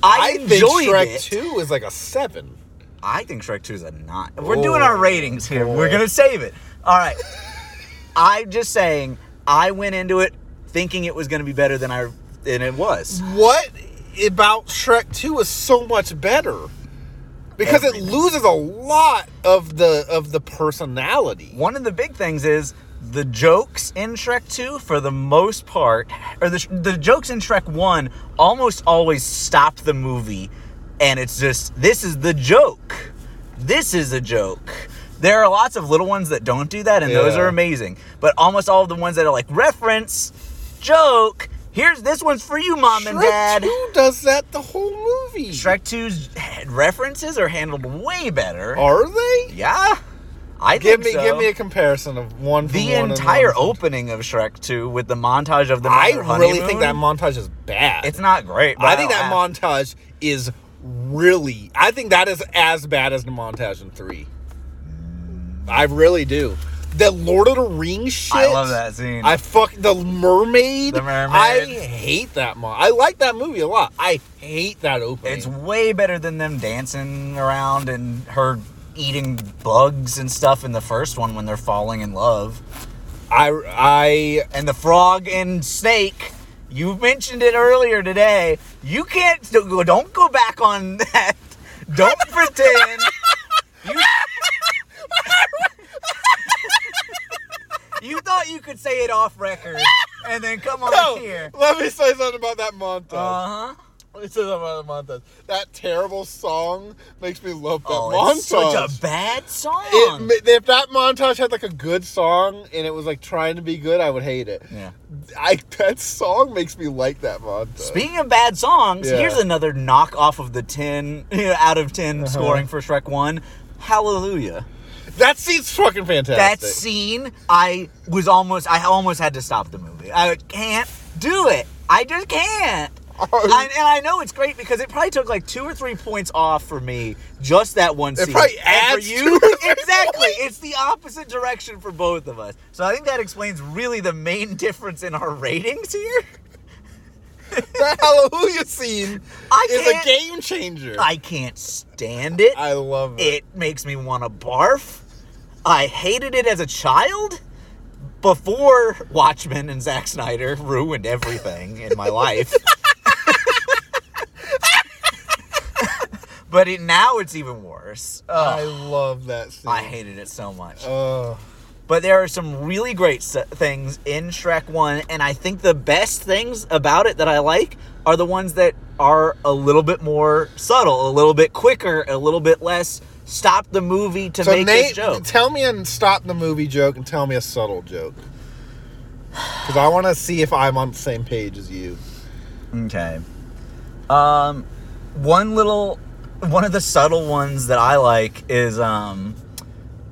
S2: I,
S1: I
S2: enjoyed
S1: think Shrek
S2: it.
S1: Two is like a seven.
S2: I think Shrek Two is a nine. We're doing
S1: Oh,
S2: our ratings here. We're
S1: boy.
S2: gonna save it. All right. I'm just saying. I went into it thinking it was gonna be better than I than it was.
S1: What about Shrek Two is so much better? Because it
S2: Everything.
S1: loses a lot of the of the personality.
S2: One of the big things is the jokes in Shrek 2 for the most part or the the jokes in Shrek 1 almost always stop the movie and it's just this is the joke. This is a joke. There are lots of little ones that don't do that, and those
S1: Yeah.
S2: are amazing. But almost all of the ones that are like reference, joke. Here's this one's for you, mom and
S1: Shrek
S2: dad.
S1: 2 does that the whole movie.
S2: Shrek 2's references are handled way better.
S1: Are they?
S2: yeah, I
S1: Give
S2: think
S1: me
S2: so.
S1: give me a comparison of one. From
S2: the
S1: one and
S2: entire
S1: one from-
S2: opening of Shrek 2 with the montage of the
S1: I
S2: honeymoon,
S1: really think that montage is bad.
S2: it's not great. but
S1: I think
S2: don't
S1: that
S2: have-
S1: montage is really. I think that is as bad as the montage in three. I really do. The Lord of the Rings shit.
S2: I love that scene.
S1: I fuck the mermaid.
S2: The mermaid.
S1: I hate that mo I like that movie a lot. I hate that opening.
S2: It's way better than them dancing around and her eating bugs and stuff in the first one when they're falling in love.
S1: I I
S2: And the frog and snake, you mentioned it earlier today. You can't don't go- don't go back on that. Don't pretend. You, you thought you could say it off record and then come on
S1: No,
S2: here.
S1: let me say something about that montage.
S2: Oh, Uh huh.
S1: let me say something about that montage. That terrible song makes me love that
S2: Oh,
S1: montage.
S2: it's such a bad song.
S1: It ma- if that montage had like a good song and it was like trying to be good, I would hate it.
S2: yeah.
S1: I that song makes me like that montage.
S2: Speaking of bad songs,
S1: Yeah.
S2: here's another knock off of the 10 out of 10
S1: Uh-huh.
S2: scoring for Shrek 1. Hallelujah.
S1: that scene's fucking fantastic.
S2: That scene, I was almost I almost had to stop the movie. I can't do it. I just can't.
S1: Oh.
S2: I, and I know it's great because it probably took like two or three points off for me just that one scene.
S1: probably
S2: And for
S1: adds
S2: you,
S1: two or three
S2: exactly. It's the opposite direction for both of us. So I think that explains really the main difference in our ratings here.
S1: that Hallelujah scene
S2: I
S1: is
S2: can't-
S1: a game changer.
S2: I can't stand it.
S1: I love it.
S2: It makes me want to barf. I hated it as a child. Before Watchmen and Zack Snyder ruined everything in my life. but it, now it's even worse.
S1: I
S2: Ugh,
S1: love that scene.
S2: I hated it so much.
S1: Oh,
S2: But there are some really great s- things in Shrek 1, and I think the best things about it that I like are the ones that are a little bit more subtle, a little bit quicker, a little bit less stop the movie to
S1: so
S2: make
S1: Nate,
S2: this joke.
S1: tell me and stop the movie joke and tell me a subtle joke. Because I want to see if I'm on the same page as you.
S2: Okay. Um, one little, one of the subtle ones that I like is um,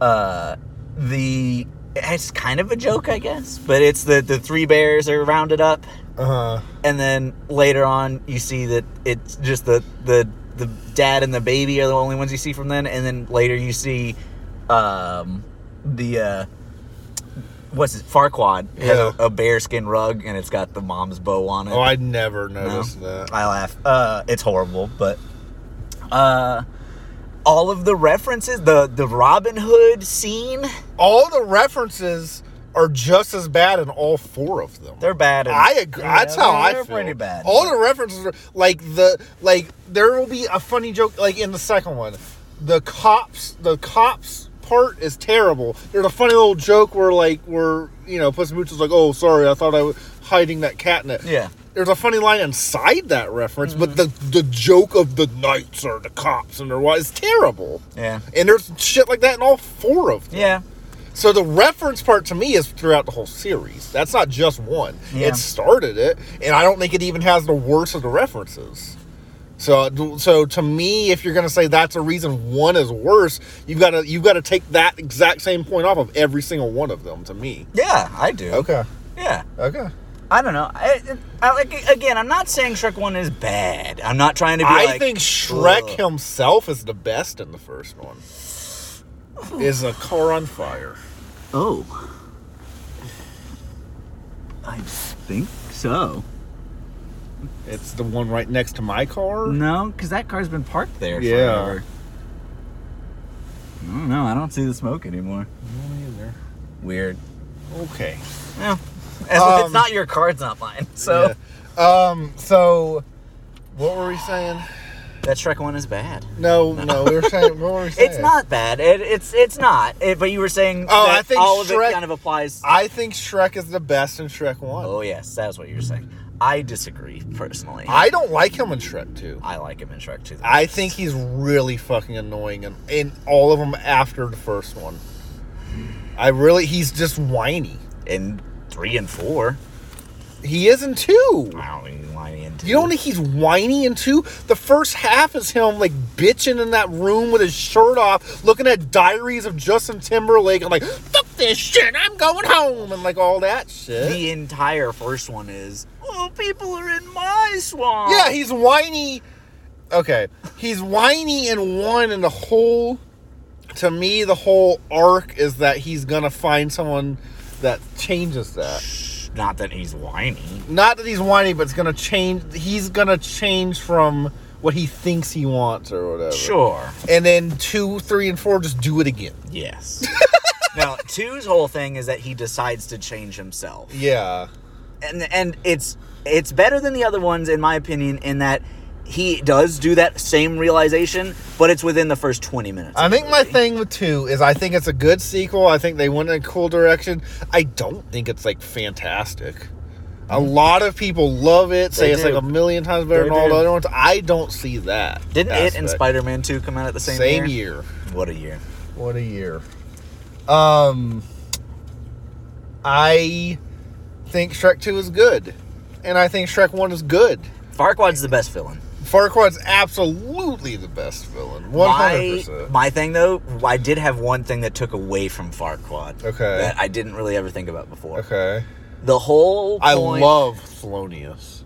S2: uh, the. It's kind of a joke, I guess, but it's the the three bears are rounded up,
S1: Uh huh.
S2: and then later on you see that it's just the the the dad and the baby are the only ones you see from then, and then later you see, um, the. Uh, What's it? Farquad has
S1: Yeah.
S2: a, a bearskin rug and it's got the mom's bow on it.
S1: Oh, I never noticed that.
S2: I laugh. Uh, it's horrible, but uh, all of the references, the the Robin Hood scene,
S1: all the references are just as bad in all four of them.
S2: they're bad. and-
S1: I agree.
S2: Yeah,
S1: That's how
S2: they're-
S1: I
S2: they're
S1: feel.
S2: Pretty bad.
S1: All the references are like the like there will be a funny joke like in the second one. The cops, the cops part is terrible. There's a funny little joke where like where you know Puss in Boots is like, oh sorry, I thought I was hiding that catnip.
S2: Yeah. Mm-hmm.
S1: There's a funny line inside that reference, but the the joke of the knights or the cops and their what is terrible.
S2: yeah,
S1: And there's shit like that in all four of them.
S2: yeah.
S1: So the reference part to me is throughout the whole series. That's not just one.
S2: Yeah.
S1: It started it, and I don't think it even has the worst of the references. So, uh, so to me, if you're gonna say that's a reason one is worse, you've got to you've got to take that exact same point off of every single one of them. To me,
S2: Yeah, I do.
S1: okay,
S2: Yeah.
S1: okay.
S2: I don't know. I, I, like again, I'm not saying Shrek One is bad. I'm not trying to be
S1: I
S2: like,
S1: think Shrek
S2: ugh.
S1: himself is the best in the first one. Is a car on fire?
S2: Oh. I think so.
S1: It's the one right next to my car.
S2: No, because that car's been parked there
S1: Yeah.
S2: forever. I don't know. I don't see the smoke anymore.
S1: No,
S2: Weird.
S1: either. Okay.
S2: Yeah. As if
S1: Um,
S2: it's not your car, it's not mine. So
S1: Yeah. um, so what were we saying?
S2: that Shrek one is bad.
S1: No, no, we were saying what were we saying?
S2: It's not bad. It, it's it's not. It, but you were saying
S1: Oh,
S2: that
S1: I think
S2: all of it
S1: Shrek-
S2: kind of applies.
S1: I think Shrek is the best in Shrek One.
S2: oh yes, that's what you were saying. I disagree personally. I,
S1: I don't like him in Shrek 2.
S2: like him in Shrek 2.
S1: I think he's really fucking annoying in, in all of them after the first one. I really, he's just whiny.
S2: in 3 and 4.
S1: He is in two.
S2: I don't think he's lying in 2.
S1: You don't think he's whiny in two? The first half is him like bitching in that room with his shirt off, looking at diaries of Justin Timberlake. I'm like, fuck this shit, I'm going home, and like all that shit.
S2: the entire first one is, oh, people are in my swamp.
S1: Yeah, he's whiny. Okay, he's whiny and one, and the whole. To me, the whole arc is that he's gonna find someone that changes that.
S2: Not that he's whiny.
S1: Not that he's whiny, but it's gonna change. He's gonna change from what he thinks he wants or whatever.
S2: Sure.
S1: And then two, three, and four just do it again.
S2: Yes. now, two's whole thing is that he decides to change himself,
S1: Yeah.
S2: and and it's it's better than the other ones in my opinion in that he does do that same realization, but it's within the first twenty minutes.
S1: I think my thing with two is I think it's a good sequel. I think they went in a cool direction. I don't think it's like fantastic. A lot of people love it, say
S2: Mm. They
S1: it's like
S2: do.
S1: a million times better
S2: They
S1: than all the
S2: do.
S1: other ones. I don't see that.
S2: Didn't it and
S1: aspect.
S2: Spider Man Two come out at the same,
S1: same
S2: year?
S1: year?
S2: What a year!
S1: What a year. Um I think Shrek 2 is good. And I think Shrek 1 is good.
S2: Farquaad's the best villain.
S1: Farquaad's absolutely the best villain. 100%.
S2: My, my thing though, I did have one thing that took away from Farquaad.
S1: Okay.
S2: That I didn't really ever think about before.
S1: okay.
S2: The whole
S1: I
S2: point-
S1: love Thelonious.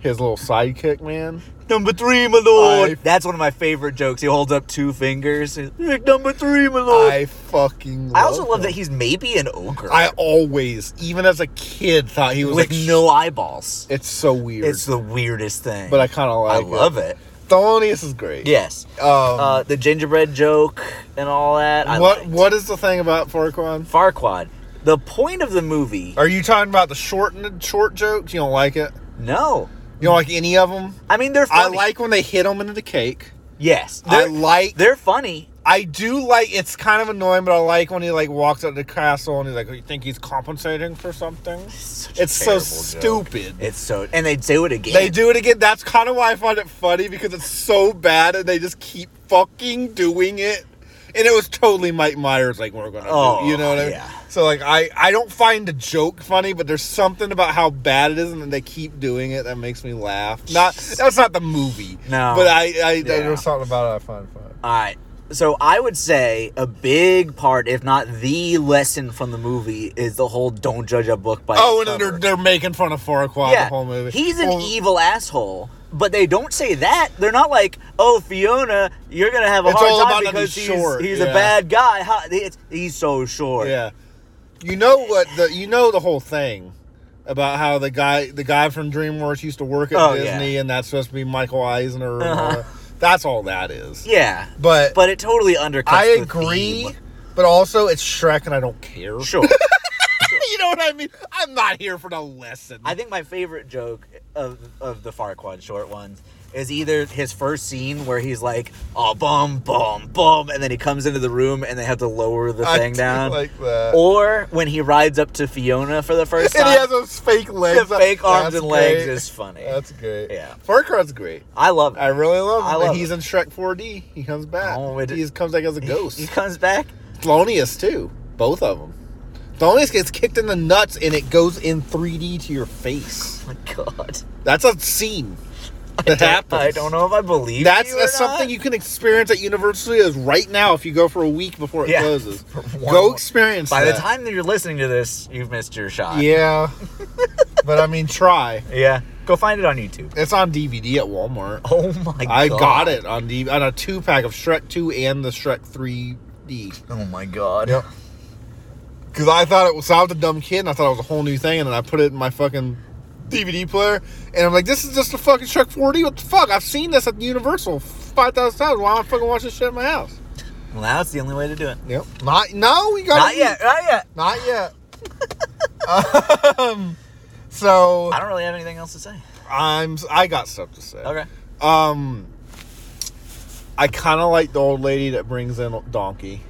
S1: His little sidekick, man.
S2: number three, my lord.
S1: I-
S2: That's one of my favorite jokes. He holds up two fingers. He's, "Pick number three, my lord. Oh. I,
S1: I fucking. Love
S2: also love
S1: him.
S2: that he's maybe an ogre
S1: I always, even as a kid, thought he was
S2: with
S1: like
S2: no eyeballs.
S1: It's so weird.
S2: It's the weirdest thing.
S1: but I kind of
S2: I
S1: like.
S2: love it.
S1: Thelonious is great.
S2: Yes.
S1: Um,
S2: Uh, the gingerbread joke and all that. I
S1: what
S2: liked.
S1: What is the thing about Farquaad?
S2: Farquaad. The point of the movie.
S1: Are you talking about the shortened short jokes? You don't like it.
S2: No.
S1: You don't like any of them.
S2: I mean, they're
S1: I
S2: funny.
S1: like when they hit him into the cake.
S2: Yes.
S1: I
S2: They're,
S1: like
S2: they're funny.
S1: I do like it's kind of annoying, but I like when he like walks up to the castle and he's like, "You think he's compensating for something?"
S2: such a
S1: It's so
S2: terrible joke.
S1: stupid.
S2: It's so. And they do it again.
S1: They do it again. That's kind of why I find it funny because it's so bad, and they just keep fucking doing it. And it was totally Mike Myers, like we're gonna,
S2: Oh,
S1: do, you know what I mean?
S2: yeah.
S1: So like, I I don't find the joke funny, but there's something about how bad it is, and then they keep doing it that makes me laugh. Not that's not the movie,
S2: No.
S1: But I, I
S2: Yeah.
S1: there's something about it I find funny.
S2: All right. So I would say a big part, if not the lesson from the movie, is the whole "don't judge a book by."
S1: Oh,
S2: its
S1: and then they're,
S2: cover.
S1: they're making fun of Farquaad
S2: yeah,
S1: the whole movie.
S2: he's an
S1: Well,
S2: evil asshole. But they don't say that. They're not like, "Oh, Fiona, you're gonna have a
S1: It's all
S2: hard time
S1: about that
S2: because
S1: he's
S2: he's,
S1: short,
S2: he's
S1: yeah.
S2: a bad guy." How, it's, he's so short.
S1: Yeah, you know what? The you know the whole thing about how the guy the guy from DreamWorks used to work at
S2: Oh, yeah. Uh-huh.
S1: Disney, and that's supposed to be Michael Eisner. and all that. That's all that is.
S2: Yeah,
S1: But,
S2: but it totally undercuts.
S1: I
S2: the
S1: agree.
S2: theme.
S1: But also, it's Shrek, and I don't care.
S2: Sure.
S1: you know what I mean? I'm not here for the lesson.
S2: I think my favorite joke of of the Farquaad short ones is either his first scene where he's like, "Oh, bum, bum, bum," and then he comes into the room and they have to lower the
S1: I
S2: thing
S1: do
S2: down,
S1: like that.
S2: or when he rides up to Fiona for the first
S1: and he has
S2: time.
S1: those fake
S2: The
S1: legs.
S2: fake arms
S1: That's
S2: and legs
S1: great.
S2: is funny.
S1: That's great.
S2: Yeah.
S1: Farquaad's great.
S2: I love
S1: I
S2: it.
S1: really love him.
S2: I
S1: and
S2: love
S1: he's in Shrek 4D. He comes back.
S2: Oh, it-
S1: he comes back as a
S2: He
S1: ghost.
S2: comes back.
S1: Thelonious, too. Both of them. Thelonious gets kicked in the nuts and it goes in 3D to your face.
S2: Oh my God,
S1: That's a scene that
S2: I don't-
S1: happens.
S2: I don't know if I believe
S1: That's,
S2: you or
S1: that's something
S2: not.
S1: you can experience at Universal Studios right now if you go for a week before it
S2: Yeah.
S1: closes.
S2: one
S1: Go
S2: more-
S1: experience
S2: By the
S1: that.
S2: time that you're listening to this, you've missed your shot.
S1: Yeah. but I mean, try.
S2: yeah. Go find it on YouTube.
S1: It's on DVD at Walmart.
S2: Oh my God.
S1: I got it on DVD, on a two pack of Shrek 2 and the Shrek 3D.
S2: Oh my God.
S1: Yep. Because I thought it was, so I was a dumb kid and I thought it was a whole new thing, and then I put it in my fucking DVD player, and I'm like, this is just a fucking Shrek 4D. What the fuck? I've seen this at Universal 5,000 times. Why am I fucking watching this shit in my house?
S2: Well, that's the only way to do it.
S1: Yep. Not, no, we got
S2: Not yet. Not yet.
S1: Not yet. um, so
S2: I don't really have anything else to say.
S1: I'm, I got stuff to say.
S2: Okay.
S1: Um, I kind of like the old lady that brings in Donkey.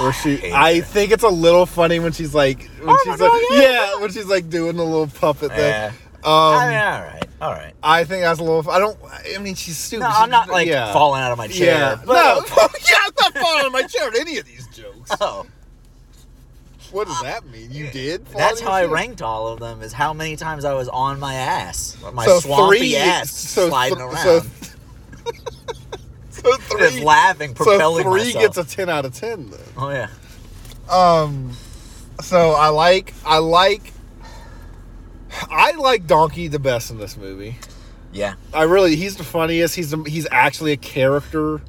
S1: Where she,
S2: hate
S1: I
S2: her.
S1: think it's a little funny when she's like, when
S2: Oh my
S1: she's
S2: God,
S1: like,
S2: yeah.
S1: yeah, when she's like doing the little puppet thing.
S2: Yeah. I
S1: Um,
S2: mean, all right, all right.
S1: I think that's a little. I don't. I mean, she's stupid.
S2: No,
S1: She's-
S2: I'm not like
S1: yeah.
S2: falling out of my chair.
S1: Yeah.
S2: but-
S1: no. yeah, I'm not falling out of my chair at any of these jokes.
S2: Oh,
S1: What does that mean? You did. fall
S2: that's
S1: out of
S2: how
S1: your
S2: I
S1: chair?
S2: ranked all of them. Is how many times I was on my ass, my
S1: So
S2: swampy
S1: three-
S2: ass,
S1: so
S2: sliding
S1: th- so
S2: around,
S1: So
S2: just
S1: three.
S2: laughing,
S1: So
S2: propelling
S1: three
S2: myself.
S1: gets a ten out of ten then.
S2: oh yeah,
S1: Um, so I like I like I like Donkey the best in this movie.
S2: yeah.
S1: I really he's the funniest. He's the, he's actually a character.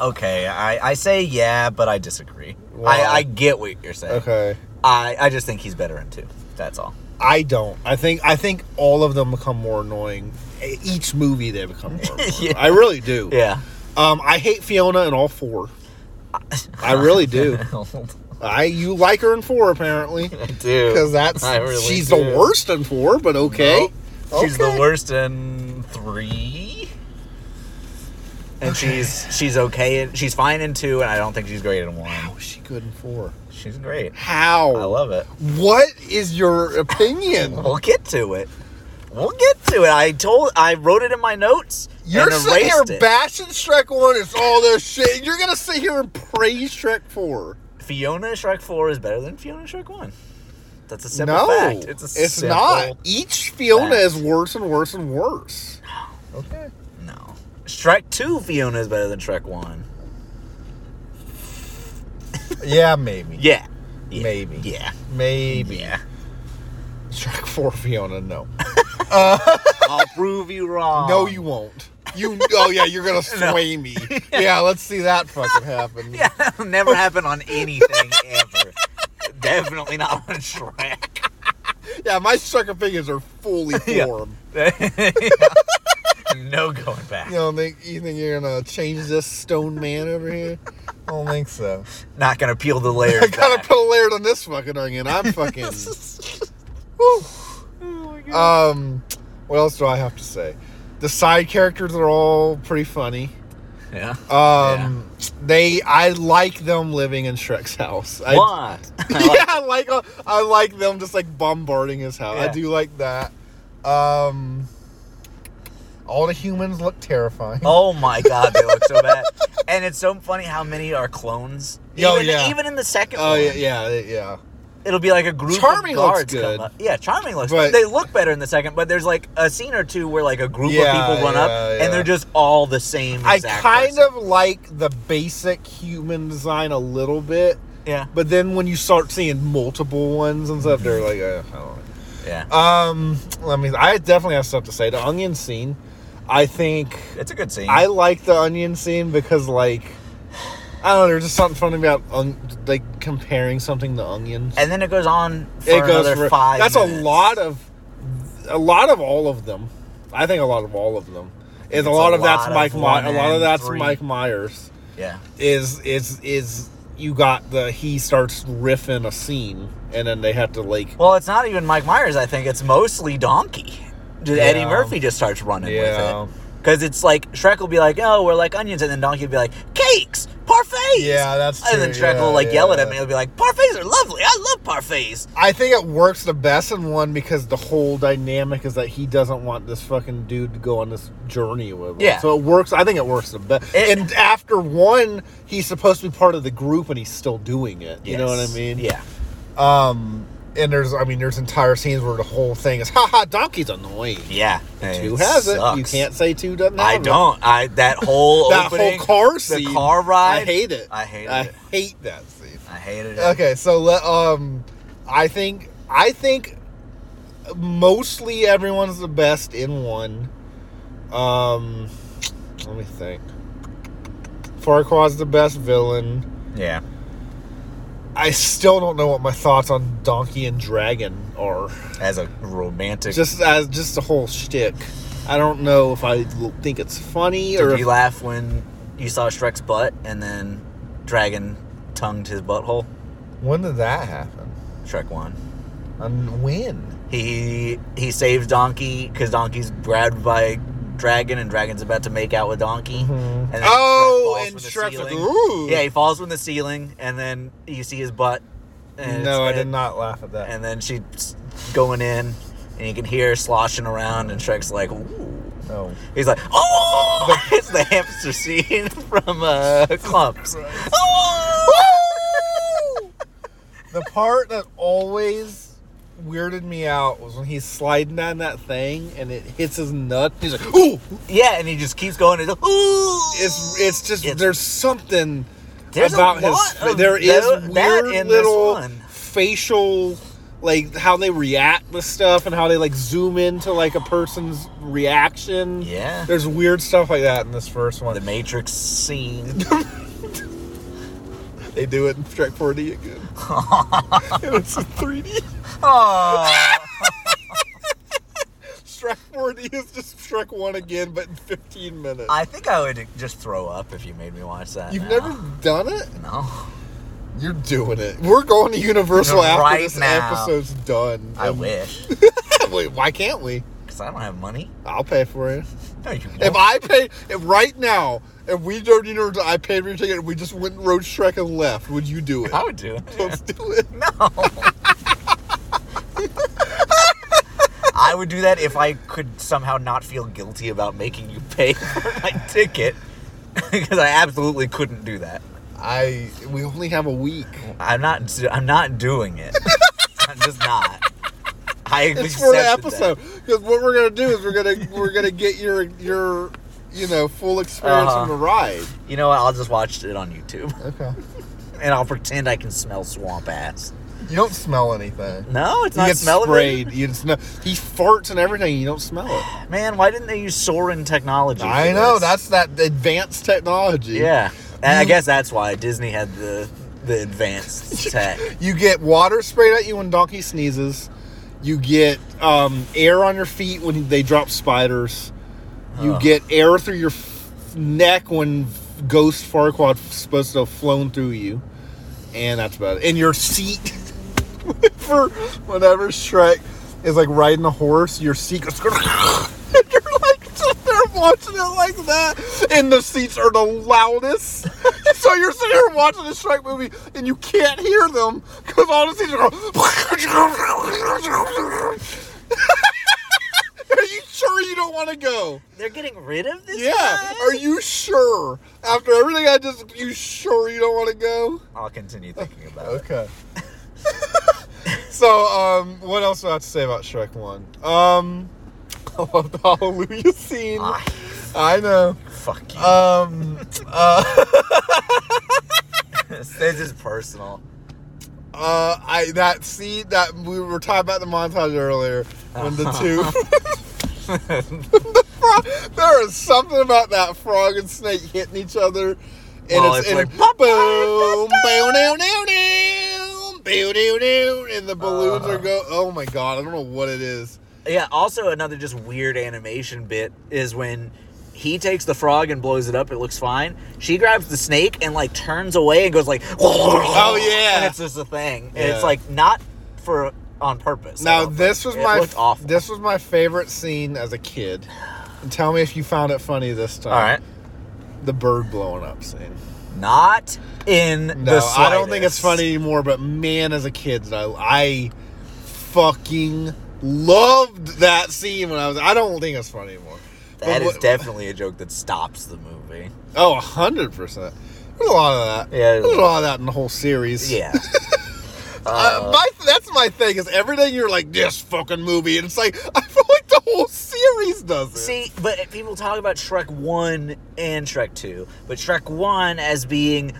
S2: Okay, I, I say yeah, but I disagree.
S1: Why?
S2: I, I get what you're saying.
S1: Okay,
S2: I, I just think he's better in two. That's all.
S1: I don't. I think I think all of them become more annoying. E- Each movie they become more. Annoying.
S2: Yeah.
S1: I really do.
S2: Yeah.
S1: Um, I hate Fiona in all four. I really do. I you like her in four apparently
S2: I do.
S1: because that's
S2: I really
S1: she's
S2: do.
S1: the worst in four. But okay,
S2: She's the
S1: Okay.
S2: worst in three. And she's she's okay. In, she's fine in two, and I don't think she's great in
S1: How
S2: one.
S1: is she good in four?
S2: She's great.
S1: How?
S2: I love it.
S1: What is your opinion?
S2: We'll get to it. We'll get to it. I told. I wrote it in my notes.
S1: You're
S2: and
S1: sitting here
S2: erased it.
S1: bashing Shrek 1, it's all this shit, and you're gonna sit here and praise Shrek 4.
S2: Fiona Shrek Four is better than Fiona Shrek One. That's a simple
S1: no,
S2: fact. It's a
S1: it's,
S2: simple-
S1: not. Each Fiona
S2: fact.
S1: is worse and worse and worse.
S2: Okay. No. Shrek Two Fiona is better than Shrek One.
S1: Yeah, maybe.
S2: Yeah. Yeah.
S1: Maybe.
S2: Yeah.
S1: Maybe.
S2: Yeah.
S1: Shrek 4 Fiona, no.
S2: I'll prove you wrong.
S1: No, you won't. You, oh yeah, you're gonna sway me. Yeah, let's see that fucking happen.
S2: Yeah, that'll never happen on anything ever. Definitely not on Shrek.
S1: Yeah, my Shrek fingers are fully
S2: Yeah.
S1: formed.
S2: no going back.
S1: You don't think you think you're gonna change this stone man over here? I don't think so.
S2: Not gonna peel the layers.
S1: I gotta
S2: back.
S1: put a layer on this fucking onion. I'm fucking. Whew.
S2: Oh
S1: Um, what else do I have to say? The side characters are all pretty funny.
S2: yeah.
S1: Um, they I like them living in Shrek's house. I,
S2: Why?
S1: yeah, I like I like them just like bombarding his house. I
S2: Yeah.
S1: do like that. Um, all the humans look terrifying.
S2: Oh my god, they look so bad. And it's so funny how many are clones.
S1: Oh,
S2: even,
S1: yeah.
S2: even in the second
S1: Oh
S2: one,
S1: yeah, yeah, yeah.
S2: it'll be like a group
S1: Charming
S2: of
S1: looks
S2: guards
S1: good.
S2: come up. Yeah, Charming looks
S1: But-
S2: They look better in the second, but there's like a scene or two where like a group
S1: Yeah,
S2: of people run
S1: yeah,
S2: up
S1: yeah.
S2: and they're just all the same
S1: I
S2: exact
S1: kind
S2: person.
S1: of like the basic human design a little bit,
S2: Yeah.
S1: but then when you start seeing multiple ones and stuff, they're like, uh, I don't know.
S2: Yeah.
S1: Um, I mean, I definitely have stuff to say. The onion scene, I think
S2: It's a good scene.
S1: I like the onion scene because, like, I don't know, there's just something funny about on like comparing something to onions.
S2: and then it goes on for
S1: it goes
S2: another
S1: for
S2: five.
S1: That's a
S2: minutes.
S1: lot of, a lot of all of them. I think a lot of all of them. Is
S2: it's
S1: a lot
S2: a
S1: of that's
S2: lot of
S1: Mike. My-
S2: one
S1: a lot of
S2: and
S1: that's
S2: three.
S1: Mike Myers.
S2: Yeah,
S1: is is is you got the he starts riffing a scene and then they have to like
S2: Well, it's not even Mike Myers. I think it's mostly Donkey. Just Eddie
S1: Yeah.
S2: Murphy just starts running
S1: Yeah.
S2: with it because it's like Shrek will be like, "Oh, we're like onions," and then Donkey will be like, "Cakes, parfaits."
S1: Yeah, that's
S2: And then
S1: true.
S2: Shrek
S1: Yeah,
S2: will like yell at
S1: yeah.
S2: him, and he'll be like, "Parfaits are lovely. I love parfaits."
S1: I think it works the best in one because the whole dynamic is that he doesn't want this fucking dude to go on this journey with him.
S2: Yeah.
S1: So it works I think it works the best.
S2: It-
S1: And after one, he's supposed to be part of the group and he's still doing it. You know what I
S2: Yes.
S1: mean?
S2: Yeah.
S1: Um and there's I mean there's entire scenes where the whole thing is ha ha donkey's annoying.
S2: Yeah.
S1: Two has it. You
S2: sucks.
S1: can't say two doesn't have
S2: I
S1: it.
S2: don't. I that whole
S1: that
S2: opening,
S1: whole car
S2: the
S1: scene,
S2: car ride.
S1: I hate Uh, it.
S2: I hated
S1: I
S2: it.
S1: hate that scene.
S2: I hated it.
S1: Okay, so let um, I think I think mostly everyone's the best in one. Um, let me think. Farquaad's the best villain.
S2: Yeah.
S1: I still don't know what my thoughts on Donkey and Dragon are.
S2: As a romantic,
S1: Just as just the whole shtick. I don't know if I l- think it's funny or
S2: Did
S1: if
S2: you laugh when you saw Shrek's butt and then Dragon tongued his butthole?
S1: when did that happen?
S2: Shrek won.
S1: And when?
S2: He he saves Donkey because Donkey's grabbed by Dragon and Dragon's about to make out with Donkey. And then Shrek
S1: Mm-hmm. Oh,
S2: falls
S1: and
S2: from the
S1: Shrek's like,
S2: ceiling.
S1: "Ooh."
S2: Yeah, he falls from the ceiling and then you see his butt. And
S1: no, I
S2: it's-
S1: did not laugh at that.
S2: And then she's going in and you can hear her sloshing around, and Shrek's like, ooh.
S1: Oh.
S2: He's like, oh! it's the hamster scene from uh, Clumps. Oh!
S1: The part that always weirded me out was when he's sliding down that thing and it hits his nut. He's like, ooh!
S2: yeah, and he just keeps going. And, ooh!
S1: It's it's just
S2: It's-
S1: there's something
S2: There's a
S1: about his.
S2: lot of
S1: There is
S2: tho- that
S1: weird
S2: in this
S1: little
S2: one.
S1: facial, like how they react with stuff and how they like zoom into like a person's reaction.
S2: Yeah.
S1: there's weird stuff like that in this first
S2: the
S1: one.
S2: Matrix scene.
S1: They do it in Trek 4D again. and it's in 3D.
S2: Aw.
S1: Shrek 4D is just Shrek 1 again, but in 15 minutes.
S2: I think I would just throw up if you made me watch that.
S1: You've
S2: now.
S1: never done it?
S2: No.
S1: You're doing it. We're going to Universal after
S2: Right
S1: this
S2: now.
S1: episode's done.
S2: I
S1: Um,
S2: wish.
S1: Wait, why can't we?
S2: Because I don't have money.
S1: I'll pay for it.
S2: No, you won't.
S1: If I paid, if right now, if we don't need to, I paid for your ticket and we just went and rode Shrek and left, would you do it?
S2: I would do it.
S1: Let's do it.
S2: No. I would do that if I could somehow not feel guilty about making you pay for my ticket. Because I absolutely couldn't do that.
S1: I, we only have a week.
S2: I'm not. do- I'm not doing it. I'm just not. I
S1: It's for an
S2: accepted that.
S1: episode. Because what we're gonna do is we're gonna we're gonna get your your you know full experience
S2: Uh-huh.
S1: on the ride.
S2: You know what? I'll just watch it on YouTube,
S1: Okay.
S2: and I'll pretend I can smell swamp ass.
S1: You don't smell anything.
S2: No, it's
S1: You
S2: not
S1: get
S2: smelling.
S1: sprayed. You just know he farts and everything. You don't smell it.
S2: Man, why didn't they use Soren technology? for
S1: I know.
S2: this?
S1: That's that advanced technology.
S2: yeah. And I guess that's why Disney had the the advanced tech.
S1: You get water sprayed at you when Donkey sneezes. You get um, air on your feet when they drop spiders. You
S2: Ugh.
S1: get air through your f- neck when Ghost Farquaad's supposed to have flown through you. And that's about it. And your seat, for whenever Shrek is like riding a horse, your seat goes. and you're like sitting there watching it like that. And the seats are the loudest. so you're sitting here watching the Shrek movie and you can't hear them because all the seats are going. Are you sure you don't want to go?
S2: They're getting rid of this.
S1: Yeah.
S2: guy?
S1: Are you sure? After everything I just, you sure you don't want to go?
S2: I'll continue thinking about it.
S1: Okay. so, um, what else do I have to say about Shrek One? Um, I love the Hallelujah scene.
S2: Ah,
S1: I know.
S2: fuck you.
S1: Um, uh,
S2: this is personal.
S1: uh, I that scene that we were talking about the montage earlier when the two. there is something about that frog and snake hitting each other, and
S2: Well,
S1: it's,
S2: it's
S1: and boom,
S2: like,
S1: boom, down, down, down, boom, down, down, and the balloons are
S2: Uh.
S1: go. Oh my god, I don't know what it is.
S2: yeah. Also, another just weird animation bit is when he takes the frog and blows it up. It looks fine. She grabs the snake and like turns away and goes like, oh
S1: yeah.
S2: and it's just a thing. And
S1: Yeah.
S2: it's like not for on purpose. I
S1: Now
S2: don't
S1: this was
S2: think.
S1: my
S2: it looked awful.
S1: this was my favorite scene as a kid. And tell me if you found it funny this time.
S2: All right.
S1: the bird blowing up scene.
S2: Not in
S1: No,
S2: the
S1: I don't think it's
S2: slightest.
S1: funny anymore. But man, as a kid, I, I fucking loved that scene when I was. I don't think it's funny anymore.
S2: That
S1: But
S2: is
S1: what-
S2: definitely a joke that stops the movie.
S1: Oh, a hundred percent. There's a lot of that.
S2: Yeah,
S1: there's a lot of that in the whole series.
S2: Yeah.
S1: Uh, my that's my thing is everything you're like this fucking movie, and it's like I feel like the whole series does it.
S2: See, but people talk about Shrek 1 and Shrek 2, but Shrek 1 as being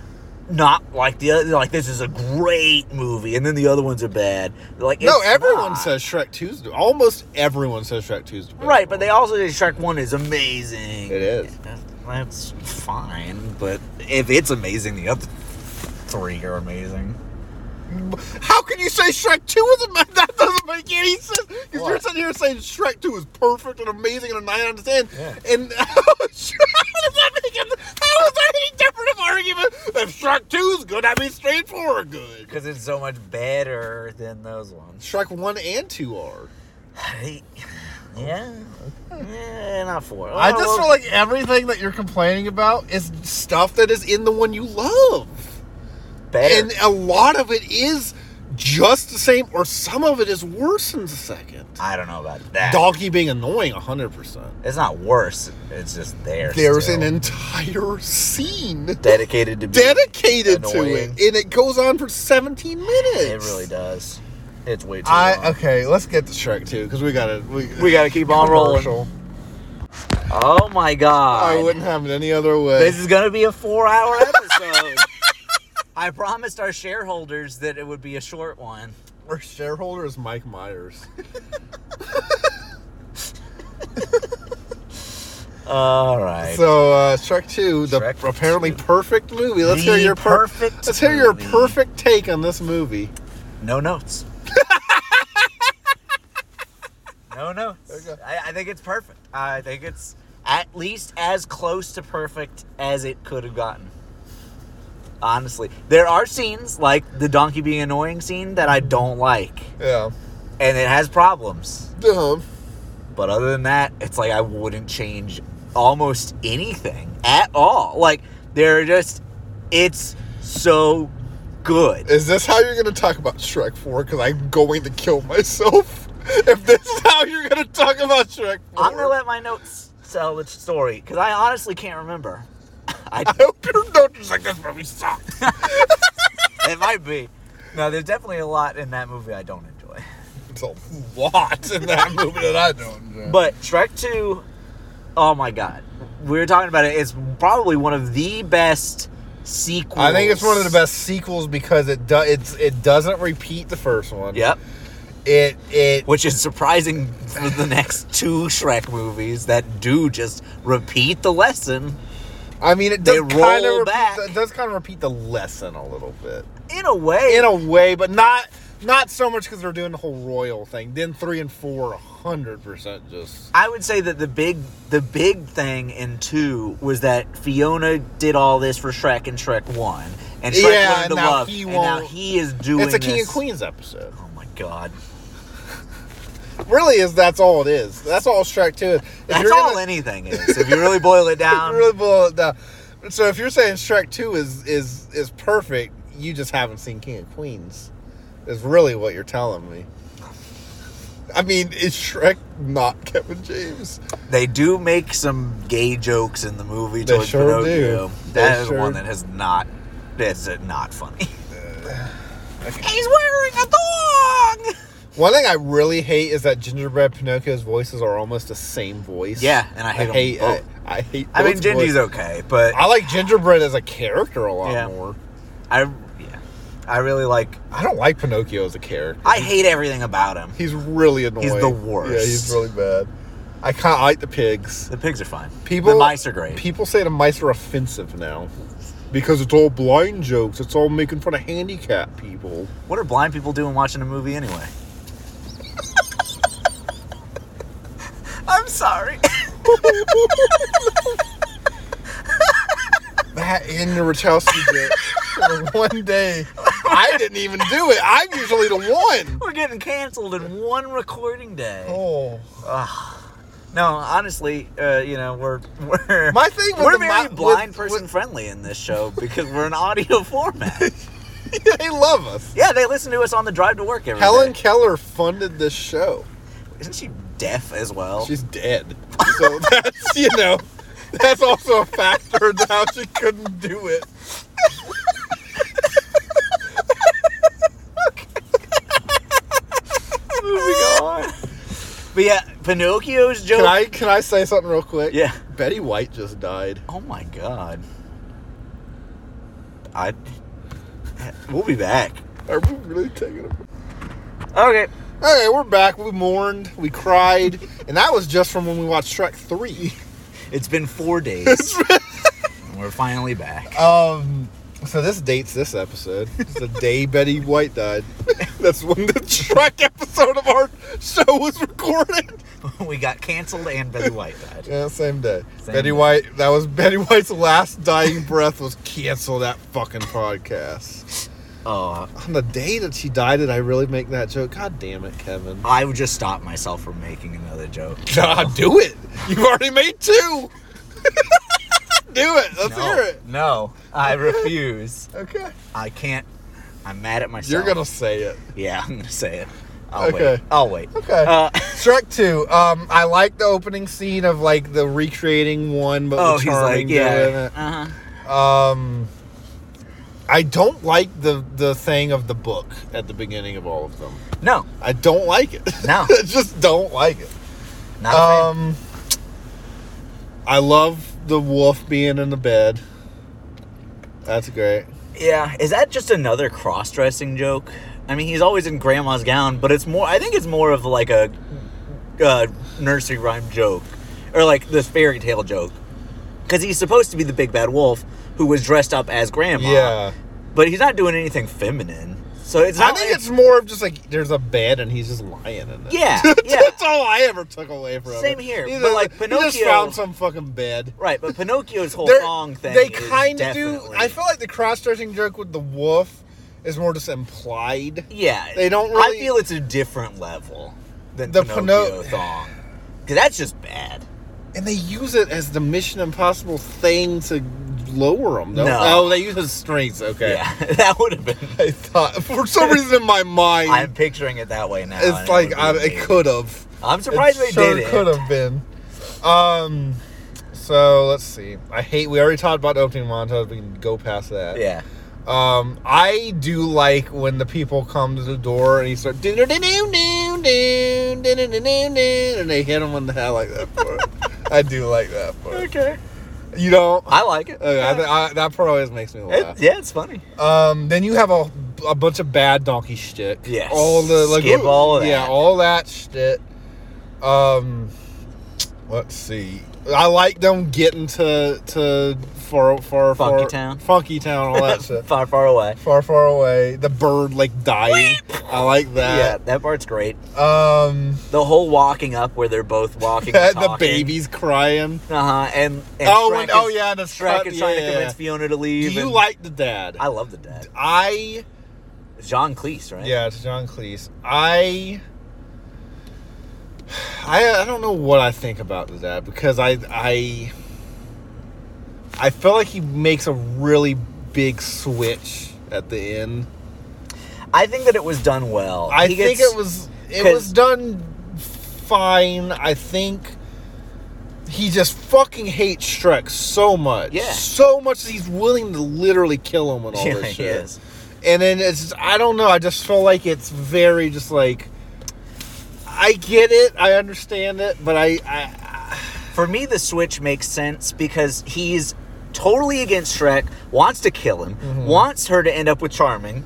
S2: not like the other, like this is a great movie, and then the other ones are bad. Like
S1: no,
S2: it's
S1: everyone
S2: not.
S1: says Shrek Tuesday. Almost everyone says Shrek Tuesday.
S2: right, but they also say Shrek 1 is amazing.
S1: It is.
S2: That's fine, but if it's amazing, the other three are amazing.
S1: How can you say Shrek Two is amazing? That doesn't make any sense. Because you're
S2: What?
S1: sitting here saying Shrek Two is perfect and amazing and a nine out of ten.
S2: Yeah.
S1: And how does that make any, how is that any different of argument? If Shrek Two is good, that means straightforward good.
S2: Because it's so much better than those ones.
S1: Shrek one and two are.
S2: yeah. Yeah, not four.
S1: I just
S2: Well,
S1: feel like everything that you're complaining about is stuff that is in the one you love,
S2: better.
S1: and a lot of it is just the same, or some of it is worse than the second.
S2: I don't know about that.
S1: Donkey being annoying, hundred percent.
S2: It's not worse. It's just there.
S1: There's an
S2: still.
S1: entire scene
S2: dedicated to being
S1: dedicated to it,
S2: annoying.
S1: and it goes on for 17 minutes.
S2: It really does. It's way too.
S1: I
S2: long.
S1: okay. Let's get to Shrek too, because we got to we,
S2: We gotta keep on rolling.
S1: commercial.
S2: Oh my god!
S1: I wouldn't have it any other way.
S2: This is gonna be a four-hour episode. I promised our shareholders that it would be a short one.
S1: Our shareholder is Mike Myers.
S2: All right.
S1: So uh, Shrek Two, the
S2: Shrek
S1: apparently
S2: 2.
S1: perfect movie. Let's
S2: The
S1: hear your per-
S2: perfect
S1: Let's hear your
S2: movie.
S1: perfect take on this movie.
S2: No notes. no notes.
S1: Okay.
S2: I, I think it's perfect. I think it's at least as close to perfect as it could have gotten. Honestly, there are scenes like the donkey being annoying scene that I don't like,
S1: Yeah.
S2: and it has problems.
S1: Uh-huh.
S2: But other than that, it's like I wouldn't change almost anything at all. Like they're just, it's so good.
S1: Is this how you're going to talk about Shrek 4? Because I'm going to kill myself. If this is how you're going to talk about Shrek 4.
S2: I'm gonna let my notes tell the story because I honestly can't remember. I
S1: I hope your notes is like, this movie sucks.
S2: it might be. No, there's definitely a lot in that movie I don't enjoy.
S1: it's a lot in that movie that I don't know.
S2: But Shrek 2, oh my god, we were talking about it. It's probably one of the best sequels.
S1: I think it's one of the best sequels because it do, it's it doesn't repeat the first one.
S2: Yep.
S1: It it
S2: Which is surprising for the next two Shrek movies that do just repeat the lesson
S1: I mean it
S2: They
S1: does kind
S2: roll
S1: of
S2: back.
S1: it does kind of repeat the lesson a little bit.
S2: in a way.
S1: in a way, but not not so much because they're doing the whole royal thing. Then three and four, a hundred percent just.
S2: I would say that the big the big thing in two was that Fiona did all this for Shrek in Shrek one, and
S1: Yeah,
S2: Shrek learned
S1: and
S2: to
S1: now
S2: love,
S1: he
S2: and now
S1: won't-
S2: he is doing.
S1: It's a king
S2: this-
S1: and queens episode.
S2: Oh my god,
S1: Really, is that's all it is. That's all Shrek Two is. If
S2: that's
S1: you're
S2: all
S1: gonna-
S2: anything is. If you really boil it down,
S1: really boil it down. So if you're saying Shrek Two is is is perfect, you just haven't seen King and Queens. Is really what you're telling me. I mean, is Shrek not Kevin James?
S2: they do make some gay jokes in the movie
S1: They
S2: towards
S1: sure do.
S2: Pinocchio.
S1: They
S2: That is
S1: sure-
S2: one that has not. That's not funny. He's wearing a thong.
S1: One thing I really hate is that Gingerbread Pinocchio's voices are almost the same voice.
S2: Yeah, and I hate 'em
S1: hate. I,
S2: both.
S1: I hate.
S2: I mean,
S1: both
S2: Gingy's
S1: voices.
S2: okay, but
S1: I like Gingerbread as a character a lot
S2: Yeah.
S1: more.
S2: I yeah, I really like.
S1: I don't like Pinocchio as a character.
S2: I hate everything about him.
S1: He's really annoying.
S2: the worst.
S1: Yeah, he's really bad. I kind of like the pigs.
S2: The pigs are fine.
S1: People,
S2: the mice are great.
S1: People say the mice are offensive now because it's all blind jokes. It's all making fun of handicapped people.
S2: what are blind people doing watching a movie anyway? I'm sorry.
S1: That and the Wachowski bit. The one day, I didn't even do it. I'm usually the one.
S2: We're getting canceled in one recording day.
S1: Oh.
S2: No, honestly, uh, you know we're we're
S1: My thing with
S2: we're
S1: the mi-
S2: very
S1: with-
S2: blind
S1: with-
S2: person friendly in this show because we're an audio format.
S1: they love us.
S2: yeah, they listen to us on the drive to work every day.
S1: Helen Keller funded this show.
S2: isn't she deaf as well?
S1: She's dead. So that's, you know, that's also a factor in how she couldn't do it.
S2: moving on. But yeah, Pinocchio's joke.
S1: Can I can I say something real quick?
S2: Yeah.
S1: Betty White just died.
S2: Oh my god. I. We'll be back.
S1: Are we really taking it?
S2: Okay.
S1: Alright, we're back. We mourned, we cried, and that was just from when we watched Shrek 3.
S2: It's been four days. and we're finally back.
S1: Um so this dates this episode. It's the day Betty White died. That's when the Shrek episode of our show was recorded.
S2: we got canceled and Betty White died.
S1: Yeah, same day.
S2: Same
S1: Betty
S2: day.
S1: White. That was Betty White's last dying breath was cancel that fucking podcast.
S2: Oh,
S1: On the day that she died, did I really make that joke? God damn it, Kevin.
S2: I would just stop myself from making another joke.
S1: God, do it. You've already made two. do it. Let's
S2: no,
S1: hear it.
S2: No, I refuse.
S1: Okay.
S2: I can't. I'm mad at myself.
S1: You're gonna say it.
S2: Yeah, I'm gonna say it. I'll wait.
S1: Okay.
S2: I'll wait.
S1: Okay.
S2: Uh,
S1: Shrek Two. Um, I like the opening scene of like the recreating one, but
S2: oh,
S1: with
S2: he's
S1: Charming
S2: like,
S1: doing
S2: yeah.
S1: it.
S2: Uh-huh.
S1: Um, I don't like the the thing of the book at the beginning of all of them.
S2: No,
S1: I don't like it.
S2: No.
S1: I just don't like it.
S2: not a fan.
S1: Um, I love the wolf being in the bed. That's great.
S2: Yeah, is that just another cross-dressing joke? I mean, he's always in grandma's gown, but it's more. I think it's more of like a uh, nursery rhyme joke, or like this fairy tale joke, because he's supposed to be the big bad wolf who was dressed up as grandma.
S1: Yeah.
S2: but he's not doing anything feminine, so it's
S1: I
S2: not.
S1: think
S2: like-
S1: it's more of just like there's a bed and he's just lying in it.
S2: Yeah, yeah.
S1: That's all I ever took away from it.
S2: Same here,
S1: He
S2: but,
S1: just-
S2: like,
S1: he just
S2: Pinocchio-
S1: found some fucking bed.
S2: right. But Pinocchio's whole
S1: They're-
S2: song thing.
S1: They
S2: is
S1: kind of do.
S2: definitely-
S1: I feel like the cross-dressing joke with the wolf is more just implied.
S2: Yeah,
S1: They don't
S2: I
S1: really-
S2: feel it's a different level than the
S1: The
S2: Pinocchio
S1: Pinoc-
S2: thong, because that's just bad.
S1: And they use it as the Mission Impossible thing to lower them.
S2: No.
S1: Oh, they use his strengths. Okay.
S2: Yeah, that would have been.
S1: I thought for some reason in my mind
S2: I'm picturing it that way now. and
S1: it's
S2: it
S1: like
S2: would be
S1: I, it
S2: amazing.
S1: could have.
S2: I'm surprised they
S1: sure
S2: did it.
S1: Could have been. Um. So let's see. I hate. We already talked about the opening montage. We can go past that.
S2: Yeah.
S1: Um. I do like when the people come to the door and he starts do do do do do do do do do do and they hit him on the head like that. Part. I do like that part.
S2: Okay.
S1: You know.
S2: I like it.
S1: Okay, I,
S2: yeah.
S1: th- I, that part always makes me
S2: It-
S1: laugh.
S2: yeah, it's funny.
S1: Um, then you have a, a bunch of bad donkey shtick.
S2: Yes.
S1: All the like
S2: Skip all of
S1: Yeah,
S2: that.
S1: all that shit. Um let's see. I like them getting to to far far
S2: Funky
S1: far,
S2: Town.
S1: Funky Town, all that shit.
S2: Far, far away.
S1: Far far away. The bird like dying. I like
S2: yeah,
S1: that.
S2: that part's great.
S1: Um
S2: The whole walking up where they're both walking. and
S1: the baby's crying.
S2: Uh huh. And, and
S1: Oh,
S2: Shrek
S1: and- oh,
S2: is-
S1: yeah, the
S2: Shrek
S1: Shrek-
S2: is trying
S1: yeah,
S2: to
S1: yeah,
S2: convince
S1: yeah.
S2: Fiona to
S1: Do
S2: leave.
S1: you
S2: and-
S1: like the dad?
S2: I love the dad.
S1: I
S2: John Cleese, right?
S1: Yeah, it's John Cleese. I, I, I don't know what I think about the dad because I, I, I feel like he makes a really big switch at the end.
S2: I think that it was done well.
S1: I
S2: He
S1: think
S2: gets-
S1: it was it
S2: 'cause-
S1: was done fine. I think he just fucking hates Shrek so much,
S2: Yeah.
S1: so much that he's willing to literally kill him and all
S2: Yeah,
S1: this
S2: he
S1: shit.
S2: is.
S1: And then it's just, I don't know. I just feel like it's very just like I get it, I understand it, but I, I
S2: For me, the switch makes sense because he's totally against Shrek, wants to kill him,
S1: Mm-hmm.
S2: wants her to end up with Charming,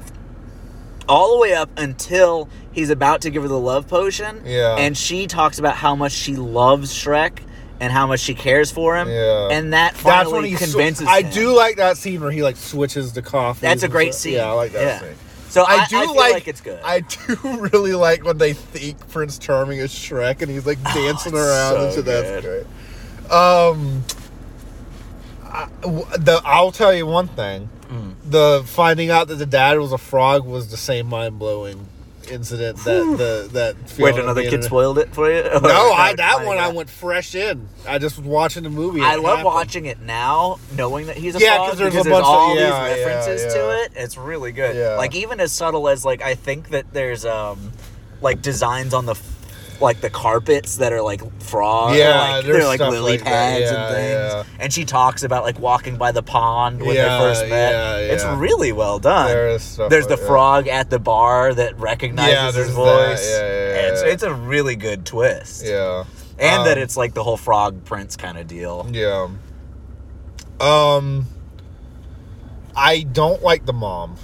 S2: all the way up until he's about to give her the love potion.
S1: Yeah.
S2: And she talks about how much she loves Shrek and how much she cares for him.
S1: Yeah.
S2: And that
S1: that's
S2: finally
S1: when he sw-
S2: convinces
S1: I
S2: him.
S1: do like that scene where he like switches the coffee.
S2: That's a great scene.
S1: Yeah, I like that
S2: Yeah.
S1: scene.
S2: So I,
S1: I do
S2: feel
S1: like,
S2: like, it's good.
S1: I do really like when they think Prince Charming is Shrek and he's like dancing
S2: Oh, it's
S1: around
S2: so
S1: and shit. That's
S2: good.
S1: great. Um, I, w- the I'll tell you one thing:
S2: Mm.
S1: the finding out that the dad was a frog was the same mind blowing incident that the that
S2: Wait,
S1: Fiona
S2: another
S1: being
S2: kid
S1: in it.
S2: spoiled it for you? Or-
S1: No, I that
S2: I
S1: one I
S2: got-
S1: went fresh in. I just was watching the movie.
S2: I
S1: It
S2: love
S1: happened.
S2: watching it now, knowing that he's a
S1: Yeah,
S2: frog
S1: 'cause there's
S2: because
S1: a
S2: there's
S1: bunch of-
S2: all
S1: yeah, yeah,
S2: these references
S1: yeah.
S2: to it. It's really good.
S1: Yeah.
S2: Like even as subtle as like I think that there's um like designs on the f- like the carpets that are like frog.
S1: Yeah,
S2: like,
S1: there's
S2: they're like
S1: stuff
S2: lily
S1: like that.
S2: pads
S1: Yeah,
S2: and things.
S1: yeah.
S2: And she talks about like walking by the pond when
S1: Yeah,
S2: they first met.
S1: yeah,
S2: It's
S1: yeah.
S2: really well done.
S1: There is stuff
S2: There's
S1: like
S2: the
S1: that.
S2: frog at the bar that recognizes
S1: Yeah,
S2: his
S1: there's that.
S2: voice.
S1: Yeah, yeah, yeah,
S2: it's,
S1: yeah.
S2: it's a really good twist.
S1: Yeah,
S2: And that
S1: Um,
S2: it's like the whole frog prince kind of deal.
S1: Yeah. Um, I don't like the mom.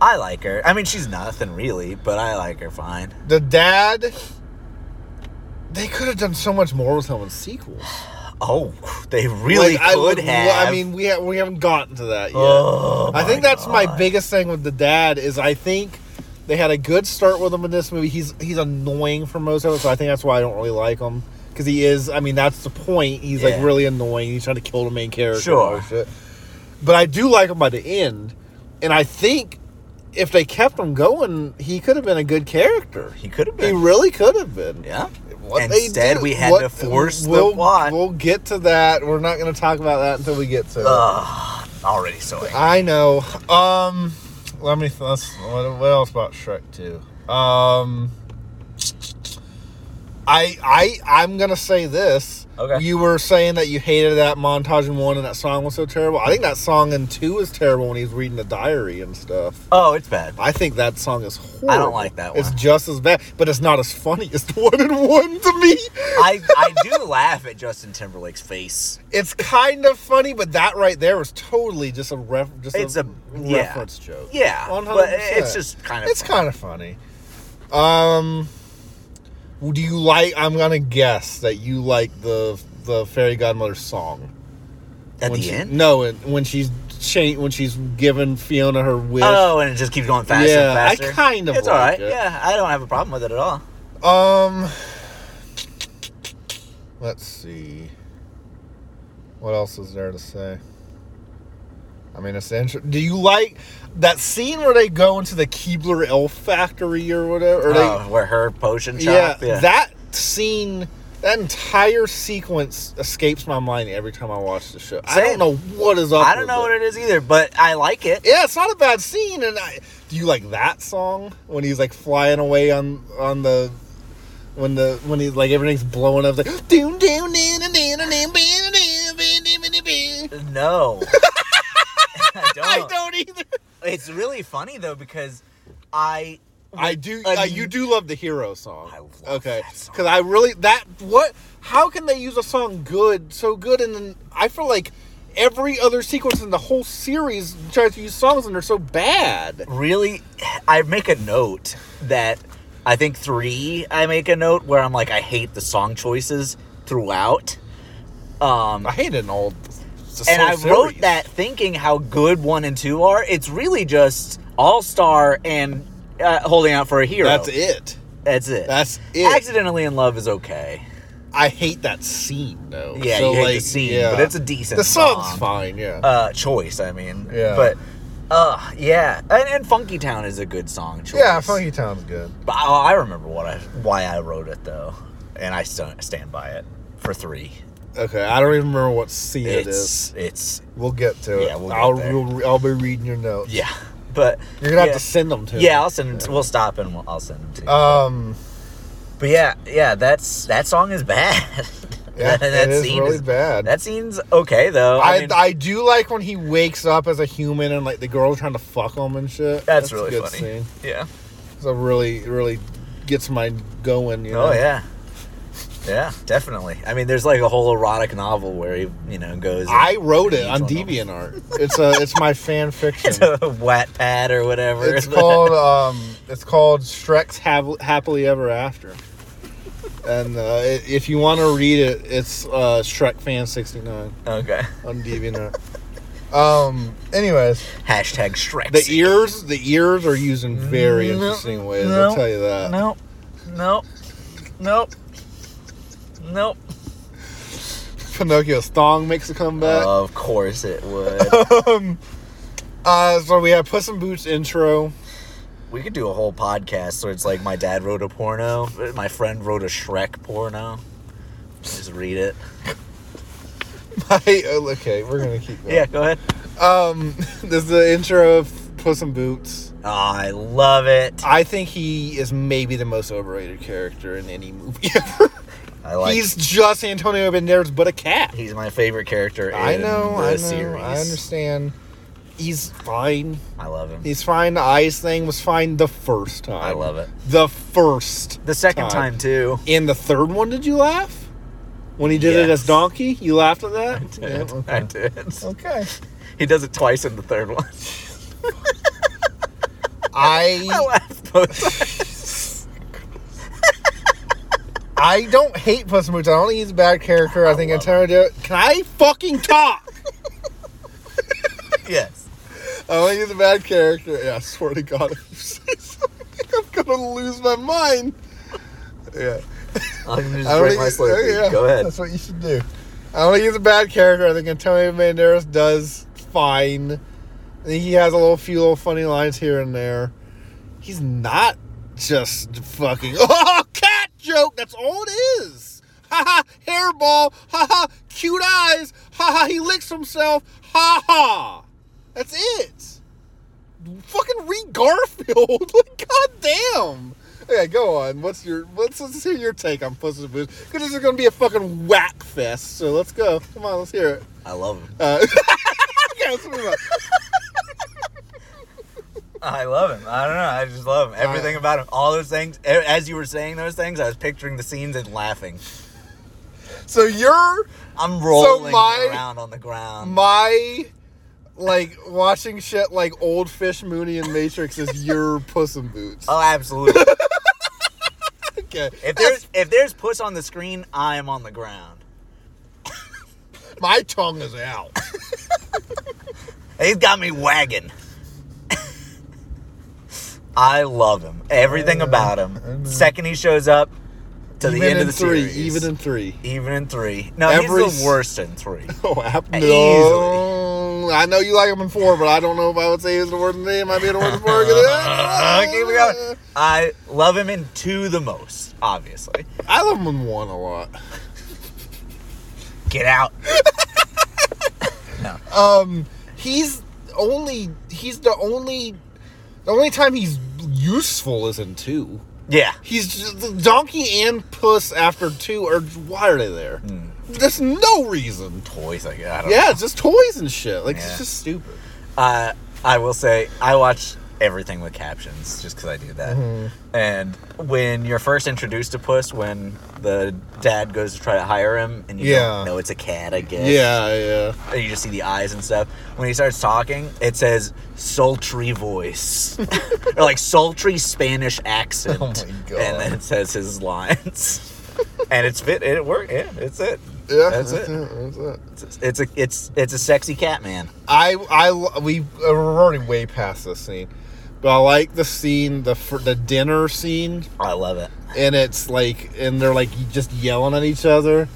S2: I like her. I mean, she's nothing really, but I like her fine.
S1: The dad. They could have done so much more with him in sequels.
S2: Oh, they really
S1: Like, I
S2: could
S1: would-
S2: have.
S1: I mean, we ha- we haven't gotten to that yet.
S2: Oh,
S1: I think
S2: my
S1: that's my
S2: God.
S1: biggest thing with the dad is I think they had a good start with him in this movie. He's he's annoying for most of it, so I think that's why I don't really like him because he is. I mean, that's the point. He's
S2: Yeah.
S1: like really annoying. He's trying to kill the main character. and
S2: Sure.
S1: all that shit. But I do like him by the end, and I think if they kept him going, he could have been a good character.
S2: He could have
S1: He
S2: been.
S1: really could have been.
S2: yeah.
S1: What they
S2: Instead,
S1: did-
S2: we had
S1: what-
S2: to force
S1: we'll,
S2: the plot.
S1: We'll get to that. We're not going to talk about that until we get to it.
S2: Ugh, already so angry.
S1: I know. Um, let me. Let's, what, what else about Shrek Two? Um, I I I'm gonna say this.
S2: Okay.
S1: You were saying that you hated that montage in one, and that song was so terrible. I think that song in two is terrible when he's reading the diary and stuff.
S2: Oh, it's bad.
S1: I think that song is horrible.
S2: I don't like that
S1: It's
S2: one.
S1: just as bad, but it's not as funny as the one in one to me.
S2: I, I do laugh at Justin Timberlake's face.
S1: It's kind of funny, but that right there was totally just a ref, just
S2: It's
S1: a,
S2: a- yeah.
S1: reference joke.
S2: Yeah, but it's just kind of.
S1: it's kind of funny. Um, do you like? I'm gonna guess that you like the the fairy godmother song
S2: at
S1: when
S2: the
S1: she-
S2: end.
S1: No, and when she's cha- when she's giving Fiona her wish.
S2: Oh, and it just keeps going faster
S1: Yeah, I
S2: and faster.
S1: kind of
S2: It's
S1: like
S2: all right.
S1: it.
S2: Yeah, I don't have a problem with it at all.
S1: Um, let's see. What else is there to say? I mean, it's interesting. Do you like that scene where they go into the Keebler Elf Factory or whatever? Or they,
S2: Oh, where her potion
S1: yeah,
S2: shop. Yeah,
S1: that scene, that entire sequence escapes my mind every time I watch the show. I don't
S2: Same.
S1: know what is up.
S2: I don't know what it is either, but I like it.
S1: Yeah, it's not a bad scene. And I, do you like that song when he's like flying away on on the when the when he's like everything's blowing up? It's like doom doom doo, doo, doo, doo, doo, doo, doo, doo, doo, doo, doo, doo, doo."
S2: No, I don't.
S1: I don't either.
S2: It's really funny though because I
S1: I do.
S2: Uh,
S1: Uh, you do love the hero song.
S2: I love
S1: okay,
S2: that song.
S1: because I really that what? How can they use a song good so good? And then I feel like every other sequence in the whole series tries to use songs and they're so bad.
S2: really I make a note that I think three I make a note where I'm like I hate the song choices throughout. Um
S1: I hate it in all. the
S2: and
S1: whole
S2: I wrote
S1: series.
S2: that thinking how good one and two are. It's really just All Star and uh, holding out for a hero.
S1: That's it.
S2: That's it.
S1: That's it.
S2: Accidentally in love is okay.
S1: I hate that scene though.
S2: Yeah,
S1: So,
S2: you hate the
S1: like,
S2: scene,
S1: yeah.
S2: but it's a decent.
S1: the song's
S2: song.
S1: fine. Yeah,
S2: uh, choice. I mean,
S1: Yeah.
S2: But uh, yeah, and, and Funky Town is a good song choice.
S1: yeah, Funky Town's good.
S2: But oh, I, I remember what I why I wrote it though, and I st- stand by it for three.
S1: Okay, I don't even remember what scene it's,
S2: it's it's
S1: We'll get to it.
S2: Yeah, we'll get
S1: I'll
S2: there.
S1: we'll, I'll be reading your notes.
S2: yeah, but
S1: You're gonna have
S2: yeah.
S1: to send them to.
S2: Yeah, I'll send. Them to, we'll stop and we'll, I'll send them to. you.
S1: Um.
S2: but yeah, yeah, that's that song is bad.
S1: Yeah, it is really
S2: is-
S1: bad.
S2: That scene's okay though.
S1: I,
S2: I,
S1: I,
S2: mean,
S1: do like when he wakes up as a human and like the girl trying to fuck him and shit.
S2: that's, really
S1: a good
S2: funny.
S1: Scene.
S2: Yeah.
S1: So really, really gets my going. You know?
S2: Oh yeah. Yeah, definitely. I mean, there's like a whole erotic novel where he, you know, goes. and-
S1: I wrote it on
S2: Don't know.
S1: DeviantArt. It's a it's my fan fiction.
S2: it's a wet pad or whatever.
S1: It's called um, it's called Shrek's Hav- Happily Ever After. And uh, i- if you want to read it, it's uh, Shrek Fan sixty nine
S2: okay.
S1: on DeviantArt. um. Anyways,
S2: Hashtag Shrek.
S1: the ears the ears are used in very interesting ways. I'll
S2: Mm, no,
S1: tell you that.
S2: Nope. Nope. Nope. Nope.
S1: Pinocchio's thong makes a comeback.
S2: of course it would.
S1: Uh, so we have Puss in Boots intro.
S2: we could do a whole podcast where it's like my dad wrote a porno, my friend wrote a Shrek porno. Just read it.
S1: My- oh, okay, we're gonna keep going.
S2: Yeah, go ahead.
S1: Um, this is the intro of Puss in Boots.
S2: Oh, I love it.
S1: I think he is maybe the most overrated character in any movie ever.
S2: I like. He's,
S1: He's just Antonio Banderas, but a cat.
S2: my favorite character in
S1: I know,
S2: the
S1: I know,
S2: series.
S1: I understand. He's fine.
S2: I love him.
S1: He's fine. The eyes thing was fine the first time.
S2: I love it.
S1: The first.
S2: The second
S1: time.
S2: time too.
S1: And the third one, did you laugh? When he did it as
S2: Yes.
S1: Donkey, you laughed at that.
S2: Dude,
S1: Yeah,
S2: I did.
S1: okay.
S2: He does it twice in the third one. I
S1: I
S2: laughed both times.
S1: I don't hate Puss in Boots. I don't think he's a bad character. I, think
S2: love
S1: Antonio. Can I fucking talk?
S2: Yes.
S1: I don't think he's a bad character. Yeah, I swear to God, if you say something, I'm gonna lose my mind. Yeah,
S2: I'm gonna
S1: I
S2: just
S1: don't
S2: break
S1: think
S2: my
S1: he's-
S2: slurpee.
S1: oh, yeah,
S2: Go ahead.
S1: That's what you should do. I don't think he's a bad character. I think Antonio Banderas does fine. I think he has a little few little funny lines here and there. He's not just fucking oh cat joke. That's all it is. Ha ha hairball. Ha ha cute eyes. Ha ha he licks himself. Ha ha. That's it fucking read Garfield. like, goddamn. Yeah, go on. What's your let's let's hear your take on Puss in Boots because this is gonna be a fucking whack fest. So let's go. Come on, let's hear it.
S2: I love him.
S1: Uh, okay, let's move on.
S2: I love him. I don't know. I just love him. Everything about him. All those things. e- As you were saying those things, I was picturing the scenes and laughing.
S1: So your
S2: I'm rolling
S1: my-
S2: around on the ground.
S1: my like watching shit like old fish Mooney and Matrix is your Puss in Boots.
S2: oh, absolutely.
S1: Okay,
S2: if there's if there's puss on the screen, I am on the ground.
S1: my tongue is out.
S2: He's got me wagging. I love him. Everything about him. Second he shows up to the
S1: Even in
S2: end of the
S1: three,
S2: series.
S1: even in three.
S2: Even in three. No,
S1: Every
S2: he's
S1: s-
S2: the worst in three.
S1: Oh, app-
S2: Easily.
S1: no. I know you like him in four, but I don't know if I would say he's the worst in three. It might be the worst in four. Ah.
S2: Uh, keep it going. I love him in two the most, obviously.
S1: I love him in one a lot.
S2: Get out.
S1: Um, he's only he's the only the only time he's useful is in two.
S2: Yeah.
S1: He's just, donkey and puss after two. Or why are they there?
S2: Hmm.
S1: There's no reason.
S2: Toys, I guess. I don't
S1: Yeah, it's just toys and shit. Like
S2: Yeah.
S1: it's just stupid.
S2: uh, I will say I watch everything with captions just because I do that.
S1: Mm-hmm.
S2: And when you're first introduced to Puss, when the dad goes to try to hire him, and you
S1: Yeah.
S2: don't know it's a cat, I guess.
S1: Yeah, yeah.
S2: And you just see the eyes and stuff. When he starts talking, it says sultry voice or like sultry Spanish accent.
S1: Oh my God.
S2: And then it says his lines. and it's fit. It worked. Yeah, it's it.
S1: Yeah,
S2: That's it.
S1: That's it.
S2: It's, it's a it's it's a sexy cat man.
S1: I I we uh, we're already way past this scene, but I like the scene the fir- the dinner scene,
S2: I love it.
S1: and it's like and they're like just yelling at each other,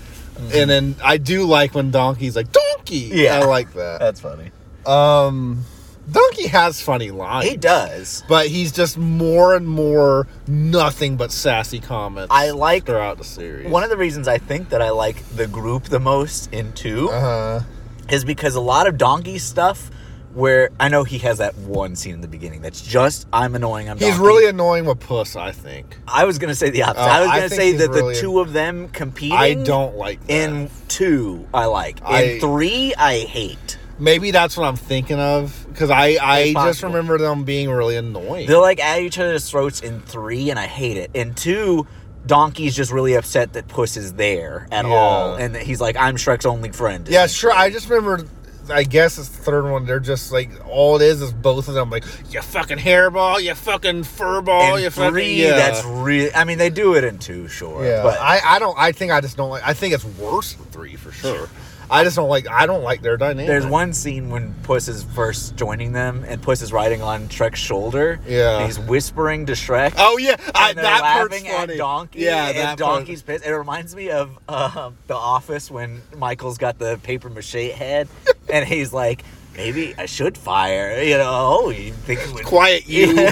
S1: and then I do like when Donkey's like Donkey.
S2: Mm-hmm. Yeah.
S1: I like that.
S2: That's funny.
S1: Um, Donkey has funny lines.
S2: He does.
S1: But he's just more and more nothing but sassy comments.
S2: I like-
S1: throughout the series.
S2: One of the reasons I think that I like the group the most in 2
S1: uh,
S2: is because a lot of donkey stuff where I know he has that one scene in the beginning that's just I'm annoying, I'm
S1: he's
S2: donkey."
S1: really annoying with Puss. I think.
S2: I was gonna say the opposite.
S1: Oh,
S2: I was
S1: I
S2: gonna
S1: think
S2: say
S1: he's
S2: that
S1: really-
S2: the two of them competing
S1: I don't like that.
S2: in two I like. In
S1: I-
S2: three I hate.
S1: Maybe that's what I'm thinking of because I I
S2: It's
S1: just
S2: possible.
S1: remember them being really annoying.
S2: They're like at each other's throats in three and I hate it. In two Donkey's just really upset that Puss is there at
S1: Yeah.
S2: all, and that he's like, "I'm Shrek's only friend."
S1: yeah, sure. I just remember. I guess it's the third one. They're just like all it is is both of them like you fucking hairball, you fucking furball,
S2: in
S1: you fucking
S2: three,
S1: Oh, yeah.
S2: that's really. I mean, they do it in two, sure.
S1: yeah.
S2: But I,
S1: I I don't. I think I just don't like. I think it's worse than three for sure. I just don't like. I don't like their dynamic.
S2: there's one scene when Puss is first joining them, and Puss is riding on Shrek's shoulder.
S1: Yeah.
S2: And he's whispering to Shrek.
S1: Oh yeah, I,
S2: and they're
S1: that part's
S2: laughing
S1: funny.
S2: at Donkey.
S1: yeah,
S2: and
S1: that part-
S2: Donkey's pissed. It reminds me of uh, The Office when Michael's got the paper mache head, and he's like, "Maybe I should fire." You know? Oh, you think it would
S1: Quiet you.
S2: Yeah.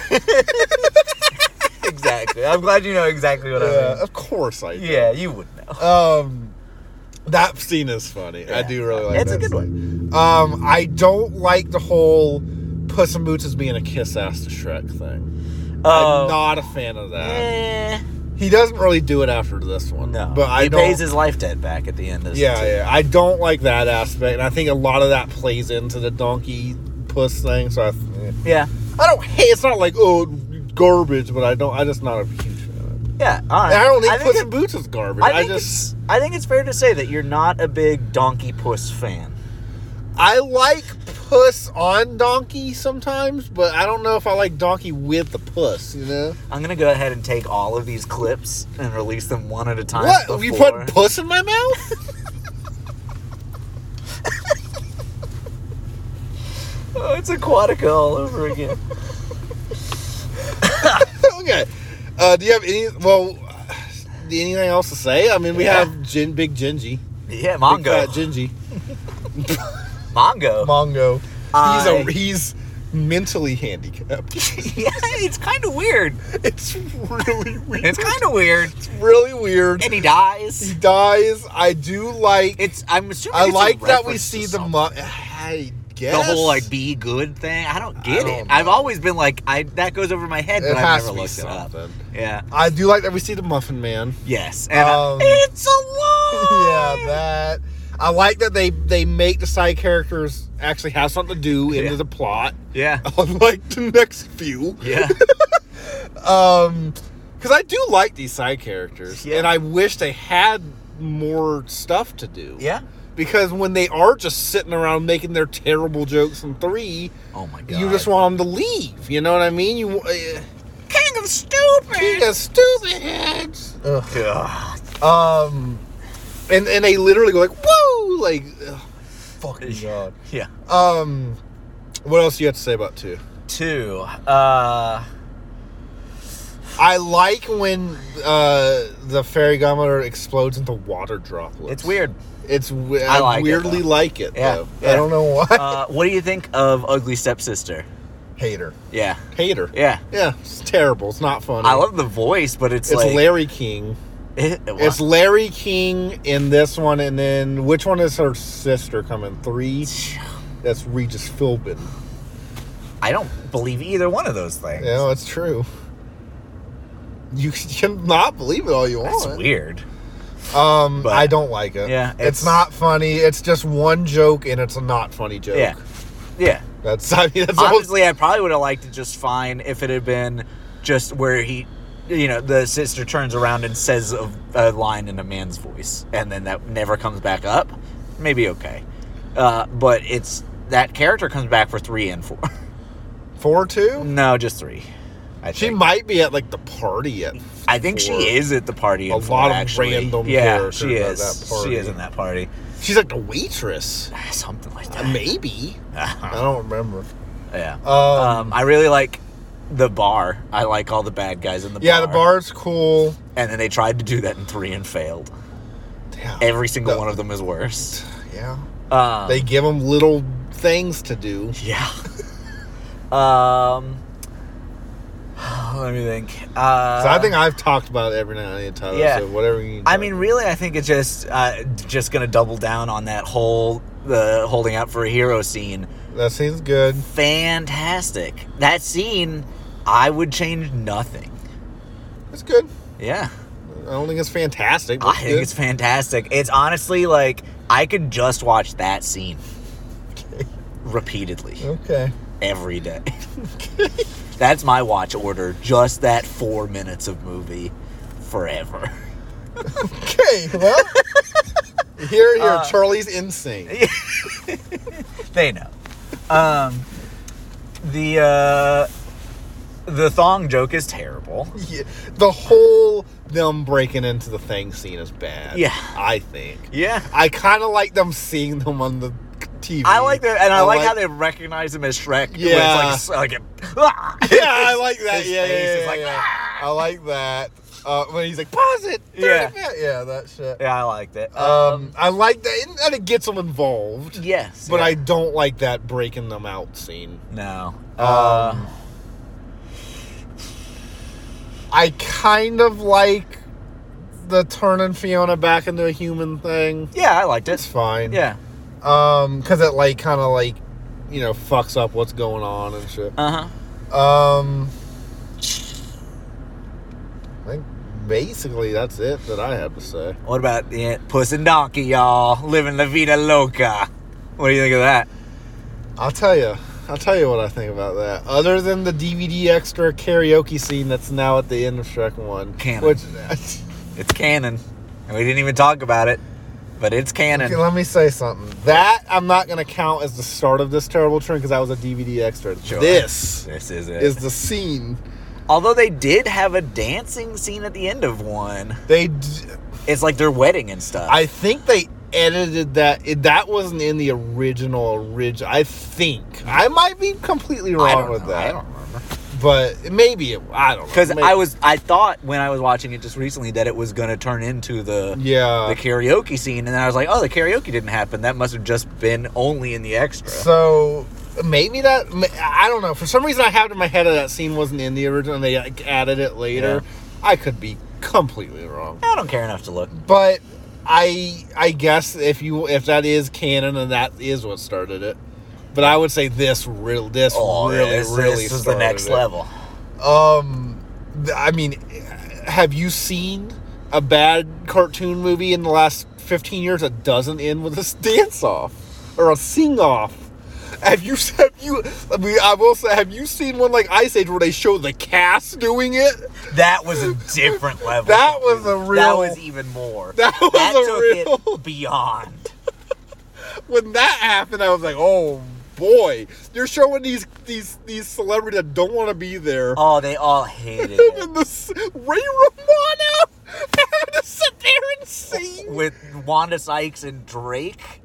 S2: exactly? I'm glad you know exactly what I
S1: Yeah,
S2: mean.
S1: of course I do.
S2: Yeah, you would know.
S1: Um, that scene is funny. I
S2: Yeah.
S1: do really like.
S2: It's a
S1: that
S2: good
S1: scene. Um, I don't like the whole Puss in Boots is being a kiss ass to Shrek thing.
S2: Oh.
S1: I'm not a fan of that.
S2: Um, Eh.
S1: He doesn't really do it after this one.
S2: No,
S1: but I
S2: he
S1: don't.
S2: pays his life debt back at the end. Of
S1: yeah,
S2: season
S1: yeah. I don't like that aspect, and I think a lot of that plays into the donkey puss thing. So I,
S2: two. yeah,
S1: I don't hate. It's not like oh garbage, but I don't. I just not a huge fan. of it.
S2: yeah. All right.
S1: And I don't think
S2: think
S1: Puss in
S2: it-
S1: Boots is garbage.
S2: I
S1: I,
S2: think
S1: just
S2: it's, I think it's fair to say that you're not a big Donkey Puss fan.
S1: I like puss on donkey sometimes, but I don't know if I like donkey with the puss. You know
S2: I'm gonna go ahead and take all of these clips and release them one at a time.
S1: what?
S2: Before.
S1: You put puss in my mouth?
S2: oh, it's Aquatica all over again.
S1: okay. Uh, do you have any? Well, uh, anything else to say? I mean, we
S2: Yeah.
S1: have Jin, Big Gingy,
S2: yeah,
S1: Big Fat
S2: Mongo.
S1: Gingy,
S2: Mongo.
S1: Mongo.
S2: I-
S1: He's a he's mentally handicapped.
S2: yeah, it's kind of weird.
S1: it's really weird.
S2: It's kind of weird.
S1: It's really weird.
S2: And he
S1: He
S2: dies.
S1: dies. I do like.
S2: It's. I'm assuming.
S1: I
S2: it's a
S1: like that we
S2: reference to
S1: see the
S2: something.
S1: mu- I guess
S2: the whole like be good thing. I don't get
S1: don't
S2: it.
S1: know.
S2: I've always been like, I that goes over my head, but
S1: it
S2: I've
S1: has to
S2: never
S1: be
S2: looked it up.
S1: something.
S2: Yeah.
S1: I do like that we see the Muffin Man.
S2: Yes. And I-
S1: Um,
S2: it's a lie.
S1: yeah, that. I like that they they make the side characters actually have something to do into
S2: Yeah.
S1: the plot,
S2: Yeah.
S1: unlike the next few.
S2: Yeah.
S1: Um, because I do like these side characters,
S2: Yeah.
S1: and I wish they had more stuff to do.
S2: Yeah.
S1: Because when they are just sitting around making their terrible jokes in three,
S2: Oh my god.
S1: you just want them to leave. You know what I mean? You uh,
S2: king of stupid.
S1: king of stupid heads. Ugh.
S2: God.
S1: Um, and and they literally go like, "Whoa!" Like, ugh, fucking god.
S2: Yeah.
S1: Um, what else do you have to say about two?
S2: Two. Uh.
S1: I like when uh the fairy godmother explodes into water droplets.
S2: It's weird.
S1: It's we-
S2: I
S1: I,
S2: like it,
S1: weirdly
S2: though.
S1: like it
S2: Yeah,
S1: though.
S2: yeah.
S1: I don't know why.
S2: Uh, what do you think of Ugly Stepsister?
S1: Hater,
S2: Yeah.
S1: hater.
S2: Yeah.
S1: yeah. It's terrible. It's not funny.
S2: I love the voice, but it's,
S1: It's
S2: like eh,
S1: Larry King.
S2: It- what?
S1: It's Larry King in this one, and then which one is her sister coming? Three. That's Regis Philbin.
S2: I don't believe either one of those things.
S1: Yeah, that's true. You cannot believe it all you want.
S2: That's weird.
S1: Um,
S2: But-
S1: I don't like it.
S2: Yeah,
S1: it's,
S2: it's-
S1: not funny. It's just one joke, and it's a not funny joke.
S2: Yeah. Yeah.
S1: that's I mean that's all.
S2: Honestly, I probably would have liked it just fine if it had been just where he, you know, the sister turns around and says a, a line in a man's voice, and then that never comes back up. Maybe okay, uh, but it's that character comes back for three and four.
S1: four two.
S2: no, just three. I
S1: She
S2: think.
S1: might be at like the party at.
S2: I think
S1: four.
S2: she is at the party.
S1: A
S2: in four,
S1: lot of
S2: actually.
S1: random
S2: Yeah,
S1: characters
S2: she
S1: at
S2: is.
S1: that party.
S2: She is in that party.
S1: She's like the waitress.
S2: Something like
S1: Uh,
S2: that.
S1: Maybe I don't remember.
S2: yeah.
S1: Um,
S2: Um, I really like the bar. I like all the bad guys in the
S1: yeah,
S2: bar.
S1: the bar's cool.
S2: And then they tried to do that in three and failed.
S1: Damn,
S2: Every single
S1: The-
S2: one of them is worse.
S1: Yeah,
S2: Um,
S1: they give them little things to do.
S2: yeah. um, let me think. Uh,
S1: 'Cause I think I've talked about it every now and then.
S2: yeah.
S1: Yeah, so whatever you.
S2: I mean, really, I think it's just uh, just gonna double down on that whole the holding out for a hero scene.
S1: that seems good.
S2: Fantastic. That scene, I would change nothing.
S1: It's good.
S2: Yeah.
S1: I don't think it's fantastic. But
S2: I think it's fantastic. It's honestly like I could just watch that scene repeatedly
S1: good. okay.
S2: every day. That's my watch order. Just that four minutes of movie forever.
S1: Okay, well, here, here,
S2: Uh,
S1: Charlie's insane.
S2: They know. Um, the uh, the thong joke is terrible.
S1: Yeah, the whole them breaking into the thing scene is bad.
S2: Yeah.
S1: I think.
S2: Yeah.
S1: I kind of like them seeing them on the TV.
S2: I like that, and I, like, how they recognize him as Shrek. when
S1: Yeah.
S2: It's like, s- like
S1: Yeah, I like that.
S2: His
S1: yeah, yeah,
S2: face is
S1: yeah,
S2: like, "Ah!"
S1: yeah. I like that. Uh, when he's like, pause it.
S2: Yeah.
S1: Yeah, yeah, that shit.
S2: yeah, I liked it. Uh,
S1: Um, I like that, and- and it gets them involved.
S2: yes,
S1: But
S2: yeah.
S1: I don't like that breaking them out scene.
S2: No. Uh,
S1: I kind of like the turning Fiona back into a human thing.
S2: yeah, I liked
S1: It's
S2: it.
S1: fine.
S2: Yeah.
S1: Um, because it like kind of like, you know, fucks up what's going on and shit.
S2: Uh huh.
S1: Um, I think basically that's it that I have to say.
S2: What about the yeah, Puss and Donkey, y'all? Living La Vida Loca. What do you think of that?
S1: I'll tell you. I'll tell you what I think about that. Other than the DVD extra karaoke scene that's now at the end of Shrek One,
S2: Canon.
S1: which
S2: It's canon. And we didn't even talk about it, but it's canon.
S1: Okay, let me say something. That I'm not going to count as the start of this terrible trend because that was a DVD extra.
S2: Sure.
S1: This
S2: This is it.
S1: is the scene
S2: Although they did have a dancing scene at the end of one.
S1: they. D-
S2: It's like their wedding and stuff.
S1: I think they edited that. It, that wasn't in the original original. I think I might be completely
S2: I
S1: wrong
S2: don't
S1: with
S2: know.
S1: that,
S2: I don't remember.
S1: but maybe it, I don't know.
S2: Because
S1: Maybe-
S2: I was, I thought when I was watching it just recently that it was going to turn into the
S1: yeah.
S2: the karaoke scene, and then I was like, oh, the karaoke didn't happen. That must have just been only in the extra.
S1: So maybe that ma- I don't know. For some reason, I had it in my head that that scene wasn't in the original. and They like, added it later. I could be completely wrong,
S2: I don't care enough to look.
S1: but I I guess if you if that is canon and that is what started it, But I would say this real this
S2: Oh,
S1: really
S2: this,
S1: really
S2: this is the
S1: started
S2: next
S1: it.
S2: level.
S1: Um, th- I mean, have you seen a bad cartoon movie in the last fifteen years that doesn't end with a dance off or a sing off? Have you have you? I mean, I will say, have you seen one like Ice Age where they show the cast doing it?
S2: That was a different level.
S1: That was a real-
S2: That was even more.
S1: That was a
S2: took
S1: real-
S2: it beyond.
S1: when that happened, I was like, oh boy, you're showing these these these celebrities that don't want to be there.
S2: Oh, they all hated it.
S1: and this Ray Romano had to sit there and sing.
S2: With Wanda Sykes and Drake.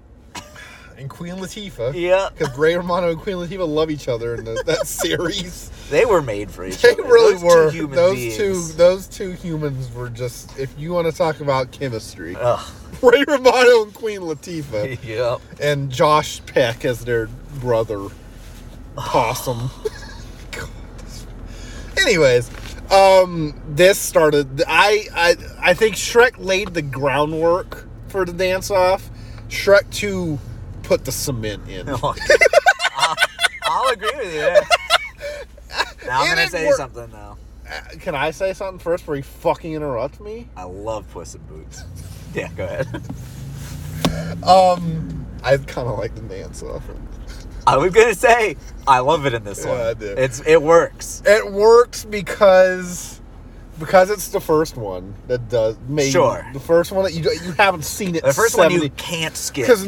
S1: And Queen Latifah,
S2: Yeah.
S1: because Ray Romano and Queen Latifah love each other in the, that series.
S2: They were made for each
S1: They
S2: other.
S1: really
S2: Those
S1: were.
S2: Two human
S1: those
S2: beings.
S1: two, those two humans were just. If you want to talk about chemistry,
S2: Ugh.
S1: Ray Romano and Queen Latifah,
S2: Yep.
S1: and Josh Peck as their brother, possum. God. Anyways, um, this started. I I I think Shrek laid the groundwork for the dance off. Shrek two put the cement in.
S2: I'll, I'll agree with you. there. Now I'm
S1: It
S2: gonna
S1: didn't
S2: say
S1: work.
S2: something though.
S1: Can I say something first before you fucking interrupt me?
S2: I love Puss in Boots. Yeah, go ahead.
S1: Um, I kind of like the dance off.
S2: I was gonna say I love it in this
S1: Yeah,
S2: one.
S1: I do.
S2: It's it works.
S1: It works because because it's the first one that does. Maybe
S2: Sure.
S1: The first one that you you haven't seen it.
S2: The first
S1: 70,
S2: one you can't skip.
S1: because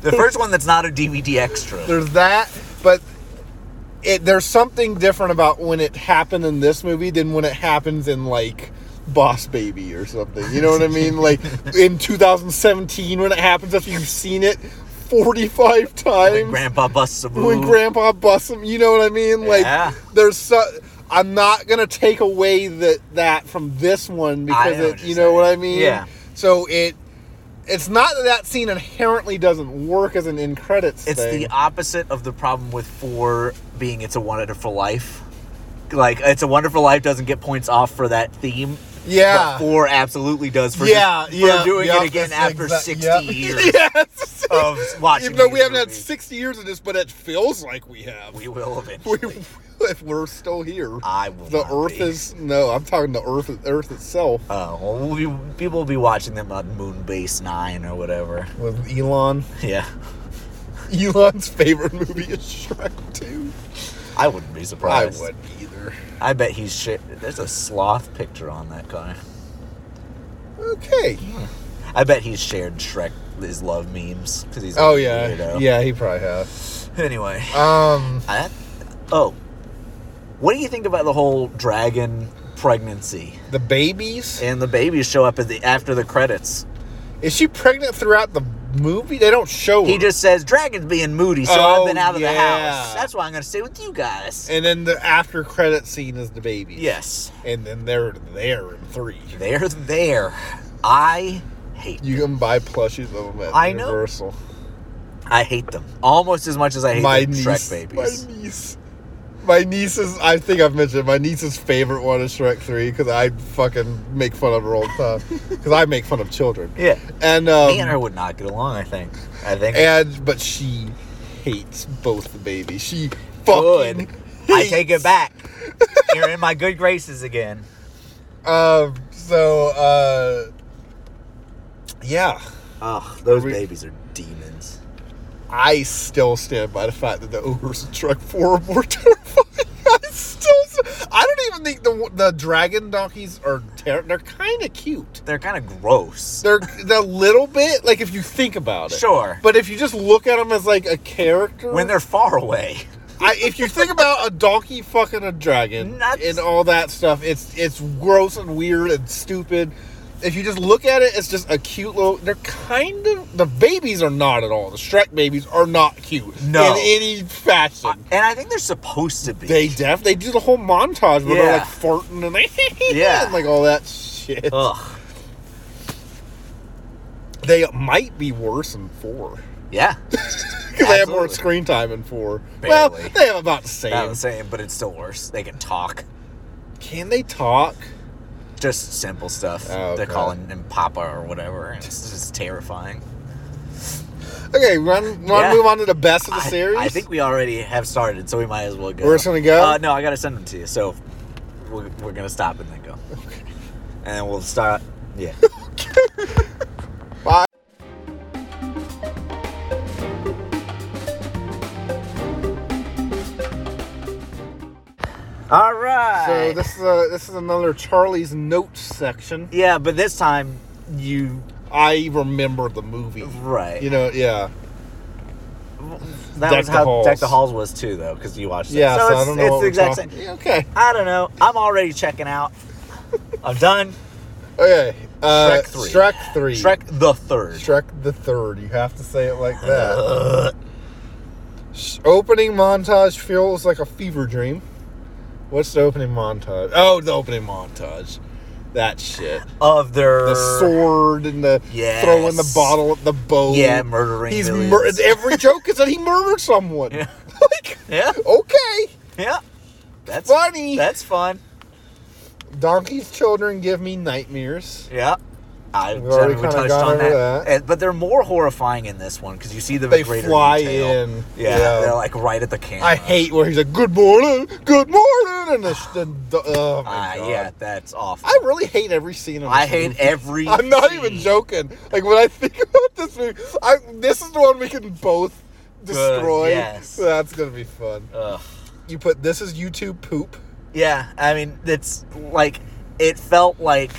S2: The first one that's not a DVD extra.
S1: there's that, but it there's something different about when it happened in this movie than when it happens in like Boss Baby or something. You know what I mean? Like in 2017 when it happens after you've seen it 45 times.
S2: When Grandpa busts a move.
S1: when grandpa busts him you know what i mean like
S2: Mm. Yeah.
S1: there's so i'm not gonna take away that that from this one because
S2: know
S1: it
S2: what
S1: you
S2: you're
S1: know what i
S2: saying.
S1: mean
S2: Yeah.
S1: so it it's not that that scene inherently doesn't work as an in credits
S2: it's
S1: thing.
S2: the opposite of the problem with four being it's a wonderful life. Like it's a wonderful life doesn't get points off for that theme.
S1: yeah
S2: But four absolutely does for
S1: yeah
S2: for
S1: yeah
S2: doing
S1: yeah,
S2: it again
S1: that's
S2: after
S1: exact-
S2: sixty
S1: yeah.
S2: years
S1: yes
S2: of watching.
S1: even though we
S2: these
S1: haven't had
S2: movies.
S1: 60 years of this but it feels like we have
S2: we will eventually.
S1: we, if we're still here
S2: I will.
S1: the
S2: not
S1: earth
S2: be.
S1: is no i'm talking the earth earth itself
S2: Oh, well, we'll be, people will be watching them on Moonbase Nine or whatever.
S1: with elon
S2: Yeah,
S1: Elon's favorite movie is Shrek 2.
S2: I wouldn't be
S1: I
S2: surprised.
S1: wouldn't either.
S2: I bet he's shit. There's a sloth picture on that car.
S1: Okay.
S2: I bet he's shared Shrek his love memes because he's. a
S1: Oh yeah.
S2: weirdo.
S1: Yeah, he probably has.
S2: Anyway,
S1: Um
S2: I, oh, what do you think about the whole dragon pregnancy
S1: the babies?
S2: and the babies show up at the after the credits?
S1: Is she pregnant throughout the movie? They don't show her.
S2: He just says dragon's being moody, so
S1: Oh,
S2: I've been out of the
S1: yeah.
S2: house. That's why I'm gonna stay with you guys.
S1: and then the after credit scene is the babies.
S2: yes,
S1: And then they're there in three.
S2: they're there. I hate.
S1: You can buy plushies of them at
S2: I know.
S1: Universal.
S2: I hate them almost as much as I hate
S1: My
S2: the
S1: niece,
S2: Shrek babies.
S1: My niece. My niece's I think I've mentioned my niece's favorite one is Shrek 3 because I fucking make fun of her all the time. Because I make fun of children.
S2: Yeah,
S1: And um,
S2: me and her would not get along. I think. I think.
S1: And but she hates both the babies. She fucking.
S2: good. I
S1: hates-
S2: take it back. You're in my good graces again.
S1: Um. So. Uh. Yeah.
S2: Ugh, those
S1: We-
S2: babies are demons.
S1: I still stand by the fact that the ogres in Shrek Four are more terrifying. I still. s- I don't even think the the dragon donkeys are. Ter- they're kind of cute.
S2: They're kind of gross.
S1: They're they're a little bit like if you think about it.
S2: Sure.
S1: But if you just look at them as like a character,
S2: when they're far away.
S1: I, if you think about a donkey fucking a dragon
S2: Nuts.
S1: and all that stuff, it's it's gross and weird and stupid. If you just look at it, it's just a cute little. They're kind of the babies are not at all. The Shrek babies are not cute
S2: No.
S1: in any fashion.
S2: And I think they're supposed to be.
S1: they def they do the whole montage where they're
S2: Yeah.
S1: like farting and they
S2: Yeah. Oh.
S1: and like all that shit.
S2: Ugh.
S1: They might be worse than four
S2: Yeah.
S1: because they have more
S2: Absolutely.
S1: screen time in four. Well,
S2: Barely.
S1: they have about the same.
S2: Not the same, but it's still worse. They can talk.
S1: Can they talk?
S2: Just simple stuff.
S1: Oh,
S2: They're
S1: okay.
S2: calling him Papa or whatever. and It's just terrifying.
S1: Okay, run, run.
S2: Yeah.
S1: Move on to the best of the
S2: I-
S1: series.
S2: I, think we already have started, so we might as well go.
S1: We're just gonna go?
S2: Uh, no, I gotta send them to you. So we're, we're gonna stop and then go. Okay. And we'll start. Yeah.
S1: Bye.
S2: All right.
S1: So this is a, this is another Charlie's notes section.
S2: yeah, but this time you
S1: I remember the movie.
S2: right.
S1: You know, yeah.
S2: that
S1: Deck
S2: was
S1: the
S2: how
S1: Halls.
S2: Deck the Halls was too, though, because you watched it.
S1: Yeah, so,
S2: it's,
S1: I don't know
S2: it's
S1: what
S2: the
S1: we're
S2: exact
S1: talking-
S2: same.
S1: Yeah, okay.
S2: I don't know. I'm already checking out. I'm done.
S1: Okay. Uh,
S2: Shrek three.
S1: Shrek 3.
S2: Shrek the third.
S1: Shrek the third. You have to say it like that. S- opening montage feels like a fever dream. What's the opening montage? Oh, the opening montage. That shit.
S2: of their
S1: The sword and the
S2: Yes.
S1: throwing the bottle at the boat.
S2: Yeah, murdering
S1: He's mur-
S2: millions.
S1: every joke is that he murdered someone.
S2: Yeah.
S1: like,
S2: Yeah,
S1: okay,
S2: yeah. That's
S1: funny.
S2: That's fun.
S1: Donkey's children give me nightmares.
S2: Yeah. I
S1: We've already
S2: we
S1: kinda
S2: touched
S1: gone
S2: on
S1: over
S2: that.
S1: that.
S2: And- but they're more horrifying in this one because you see them
S1: They
S2: in greater
S1: fly
S2: detail.
S1: in.
S2: Yeah,
S1: Yeah.
S2: they're like right at the camera.
S1: I hate where he's like, "Good morning, good morning," and the, the, the oh
S2: Ah,
S1: my god.
S2: yeah, that's awful.
S1: I really hate every scene. In
S2: I
S1: this
S2: hate
S1: movie.
S2: every.
S1: I'm not
S2: scene.
S1: even joking. Like when I think about this movie, I, this is the one we can both destroy.
S2: yes.
S1: So that's gonna be fun.
S2: Ugh.
S1: You put this is YouTube poop.
S2: Yeah, I mean, it's like it felt like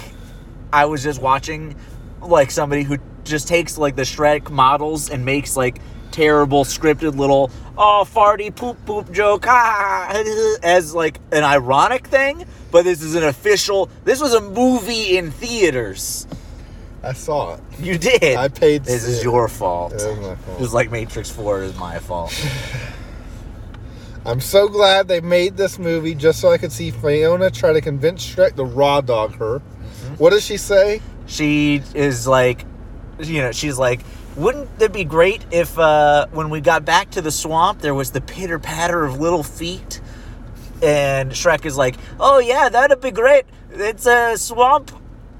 S2: I was just watching like somebody who just takes like the Shrek models and makes like terrible scripted little oh farty poop poop joke ha, ha, ha," as like an ironic thing, but this is an official. This was a movie in theaters.
S1: I saw it.
S2: You did.
S1: I paid
S2: This
S1: to-
S2: is your fault.
S1: It is my fault.
S2: It's like Matrix Four is my fault.
S1: I'm so glad they made this movie just so I could see Fiona try to convince Shrek to raw dog her.
S2: Mm-hmm.
S1: What does she say?
S2: she is like you know she's like wouldn't it be great if uh, when we got back to the swamp there was the pitter patter of little feet and shrek is like oh yeah that'd be great it's a swamp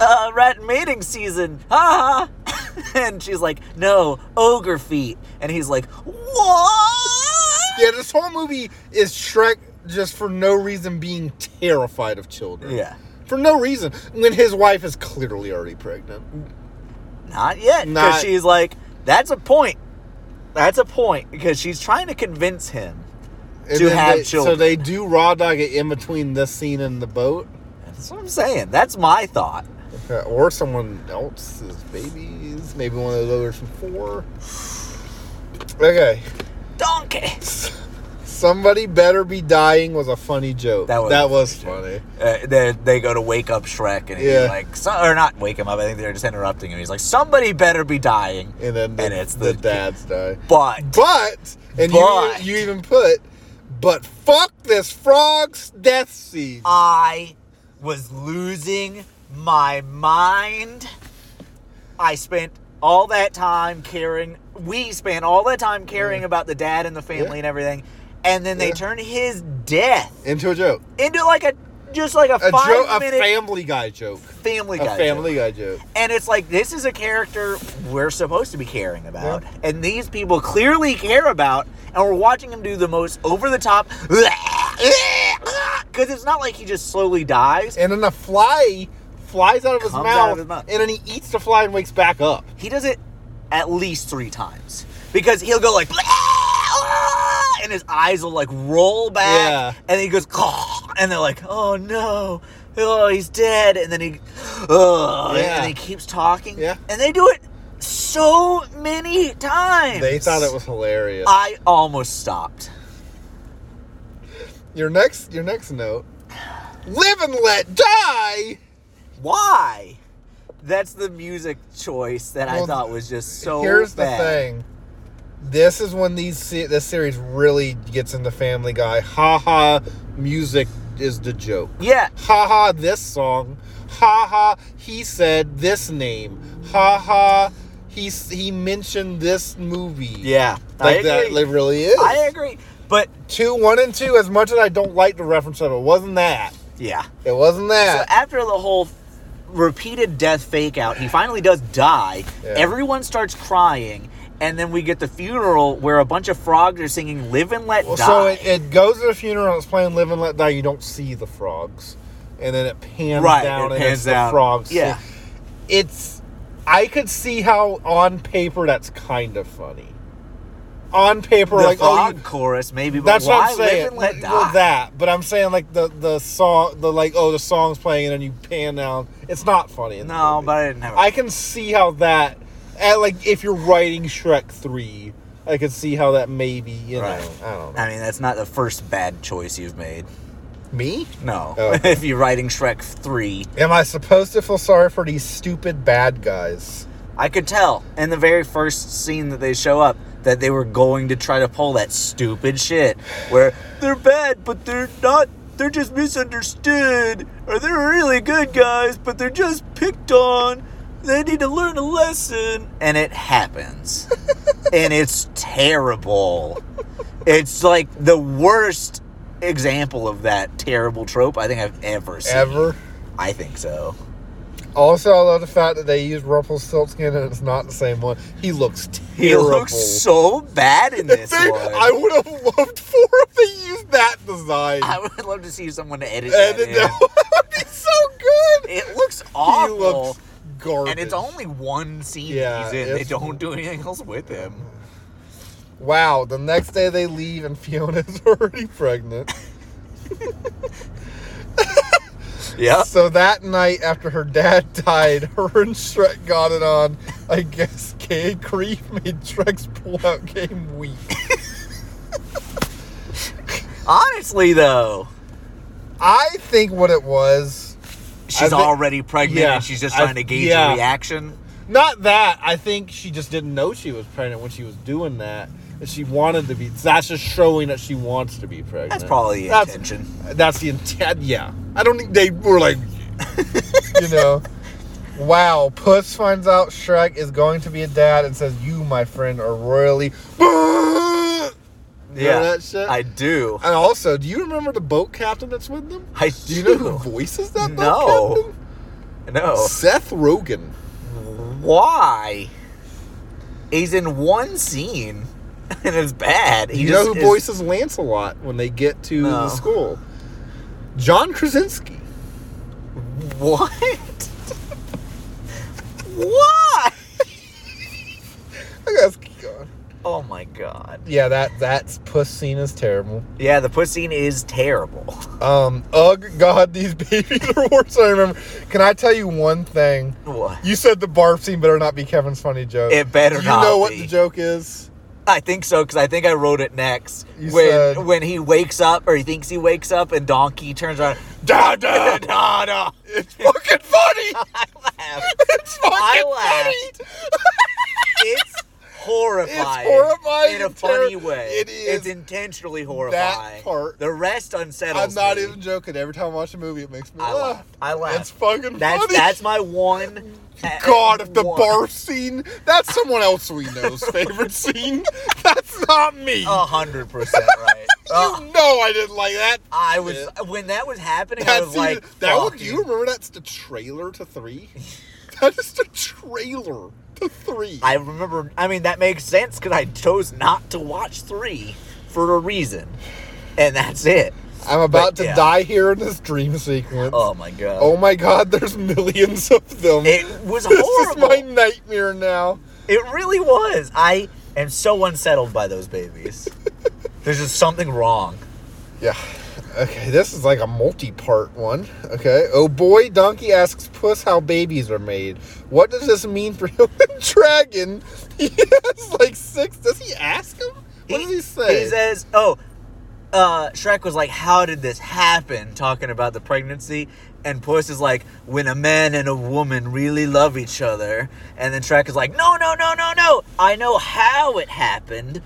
S2: uh, rat mating season ha ha and she's like no ogre feet and he's like what
S1: Yeah, this whole movie is Shrek just for no reason being terrified of children.
S2: yeah
S1: For no reason. When his wife is clearly already pregnant.
S2: Not yet. Because
S1: Not-
S2: she's like, that's a point. That's a point. Because she's trying to convince him
S1: And
S2: to
S1: then
S2: have
S1: they- So
S2: children.
S1: they do raw dog it in between this scene and the boat.
S2: That's what I'm saying. That's my thought.
S1: Okay, Or someone else's babies. Maybe one of those others from four. Okay.
S2: Donkey.
S1: Somebody better be dying was a funny joke.
S2: That
S1: That
S2: was
S1: was,
S2: a
S1: funny.
S2: Uh, they, they go to wake up Shrek and he's
S1: Yeah.
S2: like, so, or not wake him up. I think they're just interrupting him. He's like, somebody better be dying.
S1: And then the,
S2: And it's
S1: the,
S2: the-
S1: dads die.
S2: But
S1: But and
S2: But.
S1: you you even put, but fuck this frog's death scene.
S2: Uh, I was losing my mind. I spent all that time caring. We spent all that time caring about the dad and the family
S1: Yeah.
S2: and everything, and then they
S1: Yeah.
S2: turned his death
S1: Into a joke.
S2: into like a just like a,
S1: A
S2: five
S1: joke a
S2: minute
S1: family guy joke.
S2: family guy.
S1: A family guy joke.
S2: And it's like this is a character we're supposed to be caring about,
S1: Yeah.
S2: and these people clearly care about, and we're watching him do the most over the top. Because it's not like he just slowly dies.
S1: And then the fly flies out of his,
S2: Comes
S1: mouth,
S2: out of his mouth.
S1: and then he eats the fly and wakes back up.
S2: He does it at least three times because he'll go like, "Ah!" and his eyes will like roll back,
S1: Yeah.
S2: and he goes, "Caw!" and they're like, oh no, oh he's dead, and then he, oh,
S1: Yeah.
S2: and he keeps talking,
S1: Yeah.
S2: and they do it so many times.
S1: They thought it was hilarious.
S2: I almost stopped.
S1: your next your next note. Live and let die.
S2: Why? That's the music choice that I
S1: Well,
S2: thought was just so
S1: Here's
S2: bad.
S1: the thing. This is when these se- this series really gets into Family Guy. Ha ha, music is the joke.
S2: Yeah,
S1: Ha ha, this song. Ha ha, he said this name. Ha ha, he s- he mentioned this movie.
S2: yeah,
S1: like
S2: I agree.
S1: that. It really is.
S2: I agree, but
S1: two, one, and two. As much as I don't like the reference of it, it wasn't that.
S2: yeah.
S1: It wasn't
S2: So
S1: that.
S2: after the whole repeated death fake out, he finally does die.
S1: Yeah.
S2: Everyone starts crying, and then we get the funeral where a bunch of frogs are singing "Live and Let
S1: Well,
S2: Die."
S1: so it, it goes to the funeral. It's playing "Live and Let Die." You don't see the frogs, and then it pans
S2: Right,
S1: down
S2: it
S1: and
S2: pans
S1: it's
S2: down.
S1: the frogs.
S2: Yeah.
S1: sing- it's. I could see how on paper that's kind of funny. On paper,
S2: the
S1: like oh,
S2: frog
S1: you-
S2: chorus, maybe, but
S1: that's
S2: why
S1: what I'm saying.
S2: "Live and Let Die"?
S1: Well, that, but I'm saying like the the song, the like oh, the song's playing, and then you pan down. It's not funny. in the
S2: no,
S1: movie.
S2: but I didn't have.
S1: I can see how that, at, like, if you're writing Shrek 3, I could see how that maybe, you
S2: Right.
S1: know, I don't know.
S2: I mean, that's not the first bad choice you've made.
S1: Me?
S2: No,
S1: Oh.
S2: if you're writing Shrek three,
S1: Am I supposed to feel sorry for these stupid bad guys?
S2: I could tell in the very first scene that they show up that they were going to try to pull that stupid shit where they're bad, but they're not. They're just misunderstood, or they're really good guys, but they're just picked on. They need to learn a lesson, and it happens, and it's terrible. It's like the worst example of that terrible trope I think I've ever seen.
S1: Ever?
S2: I think so.
S1: Also, I love the fact that they use Rumpelstiltskin and it's not the same one. He looks terrible.
S2: He looks so bad in
S1: They-
S2: this one.
S1: I would have loved for if they used that design.
S2: I would love to see someone to edit that.
S1: and
S2: in.
S1: it, that would be so good.
S2: It looks
S1: he
S2: awful,
S1: looks garbage.
S2: and it's only one scene
S1: Yeah,
S2: he's in. They
S1: it's-
S2: don't do anything else with him.
S1: Wow, the next day they leave and Fiona's already pregnant.
S2: Yeah,
S1: So that night after her dad died, her and Shrek got it on. I guess Gay Creep made Shrek's pullout game weak.
S2: honestly though,
S1: I think what it was
S2: she's
S1: thi-
S2: already pregnant,
S1: yeah,
S2: and she's just
S1: I-
S2: trying to gauge
S1: yeah.
S2: the reaction.
S1: not that, I think she just didn't know she was pregnant when she was doing that. And she wanted to be that's just showing that she wants to be pregnant.
S2: That's probably the
S1: That's-
S2: intention.
S1: That's the intent. Yeah, I don't think they were like, you know. Wow, Puss finds out Shrek is going to be a dad and says, "You, my friend, are royally." Yeah,
S2: Yeah,
S1: that shit.
S2: I do.
S1: and also, do you remember the boat captain that's with them?
S2: I
S1: Do you know who voices that
S2: No. Oh.
S1: boat captain?
S2: No.
S1: Seth Rogen.
S2: Why? He's in one scene, and it's bad. He
S1: you
S2: just
S1: know who
S2: is-
S1: voices Lancelot when they get to
S2: No.
S1: the school? John Krasinski.
S2: What? Why?
S1: I guess. God.
S2: Oh my god.
S1: Yeah, that that's puss scene is terrible.
S2: Yeah, the puss scene is terrible.
S1: Um, ugh, God, these babies are worse. than I remember. Can I tell you one thing?
S2: What?
S1: You said the barf scene better not be Kevin's funny joke.
S2: It better
S1: you
S2: not
S1: know what
S2: be.
S1: the joke is?
S2: I think so because I think I wrote it next.
S1: You
S2: when
S1: said-
S2: when he wakes up or he thinks he wakes up and Donkey turns around.
S1: Da da da.
S2: Da da.
S1: It's fucking funny.
S2: I laughed.
S1: It's fucking
S2: I
S1: funny.
S2: It's horrifying.
S1: horrifying
S2: in a
S1: and terri-
S2: funny way.
S1: It is.
S2: It's intentionally horrifying.
S1: part.
S2: The rest unsettles
S1: I'm not
S2: me.
S1: even joking. Every time I watch a movie, it makes me
S2: I
S1: laugh.
S2: laughed. I laughed.
S1: It's fucking
S2: That's
S1: funny.
S2: that's my one. uh,
S1: God, if the
S2: one-
S1: barf scene, that's someone else we know's favorite scene. That's not me.
S2: A hundred percent right. Uh,
S1: you know I didn't like that.
S2: I was
S1: shit.
S2: when that was happening. I
S1: That's
S2: was like,
S1: that
S2: "Fuck
S1: one, you remember that's the trailer to three? that is the trailer to three.
S2: I remember. I mean, that makes sense because I chose not to watch three for a reason, and that's it.
S1: am about
S2: but,
S1: to
S2: yeah.
S1: die here in this dream sequence.
S2: Oh my god!
S1: Oh my god, there's millions of them.
S2: it was
S1: this
S2: horrible.
S1: is my nightmare now.
S2: It really was. I am so unsettled by those babies. There's just something wrong.
S1: Yeah. Okay, this is like a multi-part one. Okay. Oh boy, donkey asks Puss how babies are made. What does this mean for him and Dragon? He has like six. Does he ask him? What does he say?
S2: He says, "Oh, uh, Shrek was like, how did this happen?" Talking about the pregnancy, and Puss is like, "When a man and a woman really love each other," and then Shrek is like, "No, no, no, no, no! I know how it happened.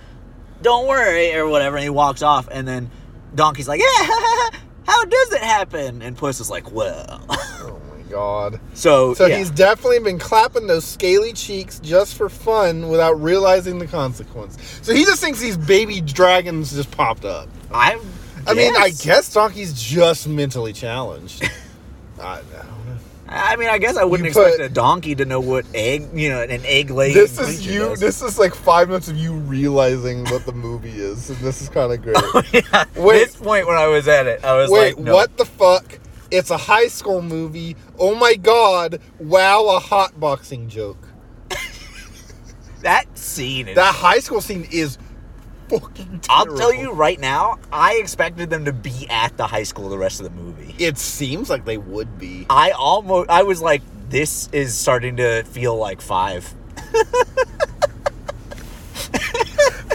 S2: Don't worry," or whatever. And he walks off, and then Donkey's like, "Yeah, how does it happen?" And Puss is like, "Well."
S1: oh my god.
S2: So,
S1: So
S2: yeah.
S1: he's definitely been clapping those scaly cheeks just for fun without realizing the consequence. So he just thinks these baby dragons just popped up.
S2: I.
S1: I mean, I
S2: guess.
S1: guess Donkey's just mentally challenged. I, I don't know.
S2: I mean, I guess I wouldn't
S1: You put-
S2: expect a donkey to know what egg, you know, an egg laying.
S1: This is you. This is like five minutes of you realizing what the movie is, and this is kind of great.
S2: Wait.
S1: Wait.
S2: Oh, This point when I was at it, I was
S1: Wait,
S2: like, no.
S1: what the fuck? It's a high school movie. Oh my god! Wow, a hotboxing joke.
S2: That scene. Is,
S1: That high school scene is fucking.
S2: I'll
S1: terrible.
S2: tell you right now, I expected them to be at the high school the rest of the movie.
S1: It seems like they would be.
S2: I almost, I was like, this is starting to feel like five.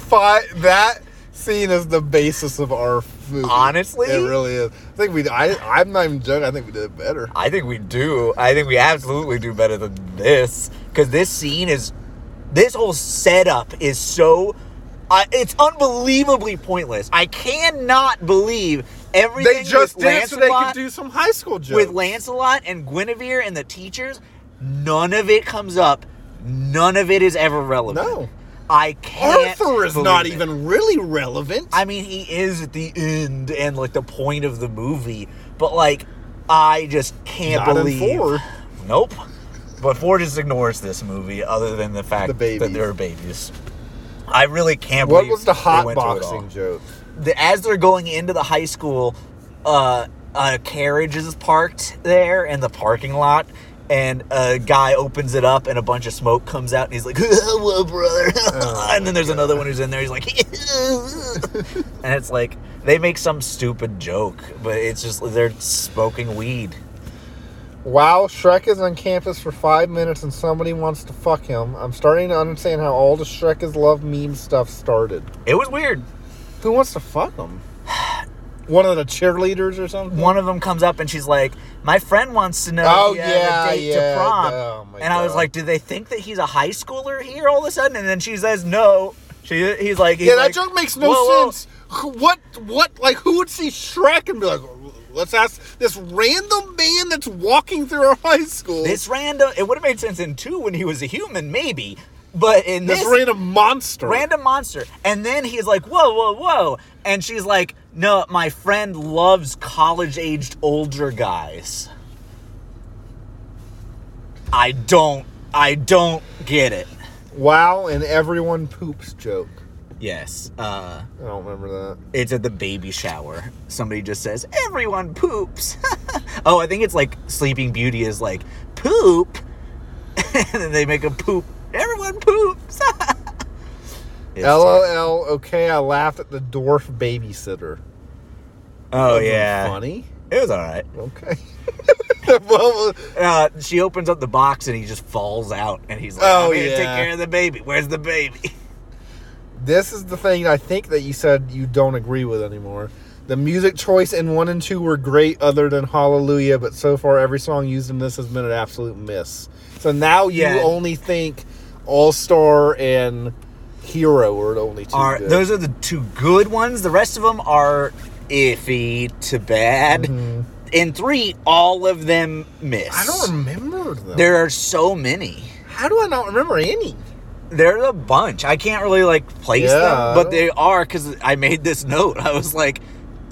S1: Fi that scene is the basis of our movie.
S2: Honestly?
S1: it really is. I think we. I. I'm not even joking. I think we did it better.
S2: I think we do. I think we absolutely do better than this because this scene is, this whole setup is so, I it's unbelievably pointless. I cannot believe
S1: They
S2: everything.
S1: just
S2: with
S1: did it so they could
S2: Lancelot-
S1: do some high school jokes
S2: with Lancelot and Guinevere and the teachers, none of it comes up. None of it is ever relevant.
S1: No.
S2: I can't.
S1: Arthur is
S2: believe
S1: not
S2: it.
S1: even really relevant.
S2: I mean, he is at the end and like the point of the movie, but like, I just can't
S1: Not in
S2: believe.
S1: four.
S2: Nope. But four just ignores this movie, other than the
S1: The
S2: fact
S1: babies.
S2: that there are babies. I really can't
S1: what
S2: believe
S1: was the
S2: they
S1: hot
S2: went through it all
S1: boxing joke?
S2: the, as they're going into the high school, uh, a carriage is parked there in the parking lot, and a guy opens it up, and a bunch of smoke comes out, and he's like, "Hello, brother," and then there's another one who's in there. He's like, and it's like they make some stupid joke, but it's just they're smoking weed.
S1: Wow, Shrek is on campus for five minutes and somebody wants to fuck him. I'm starting to understand how all the Shrek is love meme stuff started.
S2: It was weird.
S1: Who wants to fuck him? One of the cheerleaders or something?
S2: one of them comes up and she's like, "My friend wants to know
S1: Oh,
S2: if you had
S1: yeah,
S2: a date
S1: yeah,
S2: to prom."
S1: oh my
S2: and I was
S1: God.
S2: like, "Do they think that he's a high schooler here all of a sudden?" And then she says, "No." She he's like, he's
S1: yeah,
S2: like,
S1: that joke makes no
S2: "Whoa, whoa."
S1: sense. Who- What, what, like, who would see Shrek and be like, let's ask this random man that's walking through our high school, this,
S2: This random. It would have made sense in two when he was a human, maybe, but in this,
S1: random monster.
S2: random monster. And then he's like, "Whoa, whoa, whoa!" And she's like, "No, my friend loves college-aged older guys." I don't. I don't get it.
S1: wow, and everyone poops joke.
S2: Yes. Uh,
S1: I don't remember that.
S2: it's at the baby shower. Somebody just says, everyone poops. oh, I think it's like Sleeping Beauty is like, poop. and then they make a poop. Everyone poops. It's-
S1: LOL, okay, I laughed at the dwarf babysitter.
S2: oh, yeah.
S1: Funny.
S2: It was all right.
S1: Okay. well,
S2: Uh, she opens up the box and he just falls out. And he's like,
S1: Oh,
S2: I'm here to take
S1: yeah.
S2: care of the baby. Where's the baby?
S1: this is the thing I think that you said you don't agree with anymore. The music choice in one and two were great, other than Hallelujah, but so far every song used in this has been an absolute miss. So now you
S2: Yeah.
S1: only think All Star and Hero are the only two.
S2: are
S1: good.
S2: those are the two good ones. The rest of them are iffy to bad. In three, all of them miss.
S1: Mm-hmm. I don't remember them.
S2: There are so many.
S1: How do I not remember any?
S2: They're a bunch. I can't really like place
S1: Yeah, I
S2: them,
S1: don't-
S2: but they are because I made this note. I was like,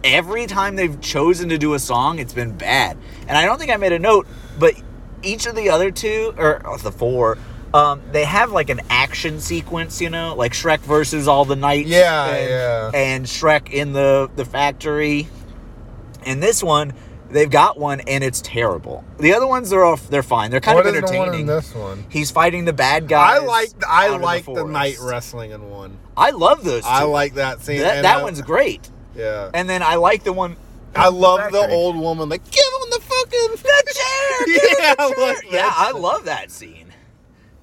S2: every time they've chosen to do a song, it's been bad. And I don't think I made a note, but each of the other two or uh, the four. Um, they have like an action sequence, you know, like Shrek versus all the knights.
S1: Yeah,
S2: and,
S1: yeah.
S2: And Shrek in the the factory. And this one, they've got one, and it's terrible. The other ones are off. They're fine. They're kind
S1: What
S2: of
S1: is the
S2: entertaining.
S1: one in this one?
S2: He's fighting the bad guys.
S1: I like I
S2: out of
S1: like the,
S2: forest.
S1: night wrestling in one.
S2: I love those. Two.
S1: I like that scene.
S2: that.
S1: and
S2: That
S1: I-
S2: one's great.
S1: yeah.
S2: And then I like the one.
S1: I love the
S2: Factory.
S1: old woman. Like, give him the fucking
S2: The chair. dude,
S1: Yeah,
S2: the
S1: I
S2: chair!
S1: like that
S2: yeah. I
S1: shit.
S2: love that scene.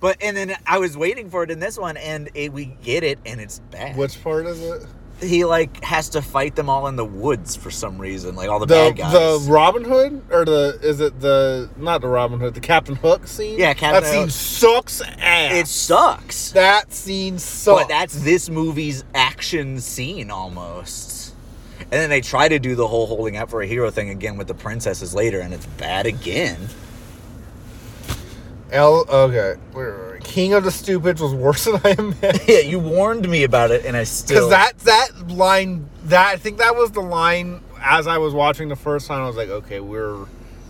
S2: But and then I was waiting for it in this one, and it, we get it, and it's bad.
S1: Which part is it?
S2: he like has to fight them all in the woods for some reason, like all the,
S1: The
S2: bad guys.
S1: the Robin Hood or the is it the not the Robin Hood the Captain Hook scene?
S2: Yeah, Captain
S1: That scene
S2: Hook.
S1: sucks ass.
S2: it sucks.
S1: that scene sucks.
S2: But that's this movie's action scene almost. And then they try to do the whole holding out for a hero thing again with the princesses later, and it's bad again.
S1: L okay. Where were we? King of the Stupids was worse than I imagined.
S2: Yeah, you warned me about it, and I
S1: Because
S2: still.
S1: that that line that I think that was the line as I was watching the first time I was like, okay, we're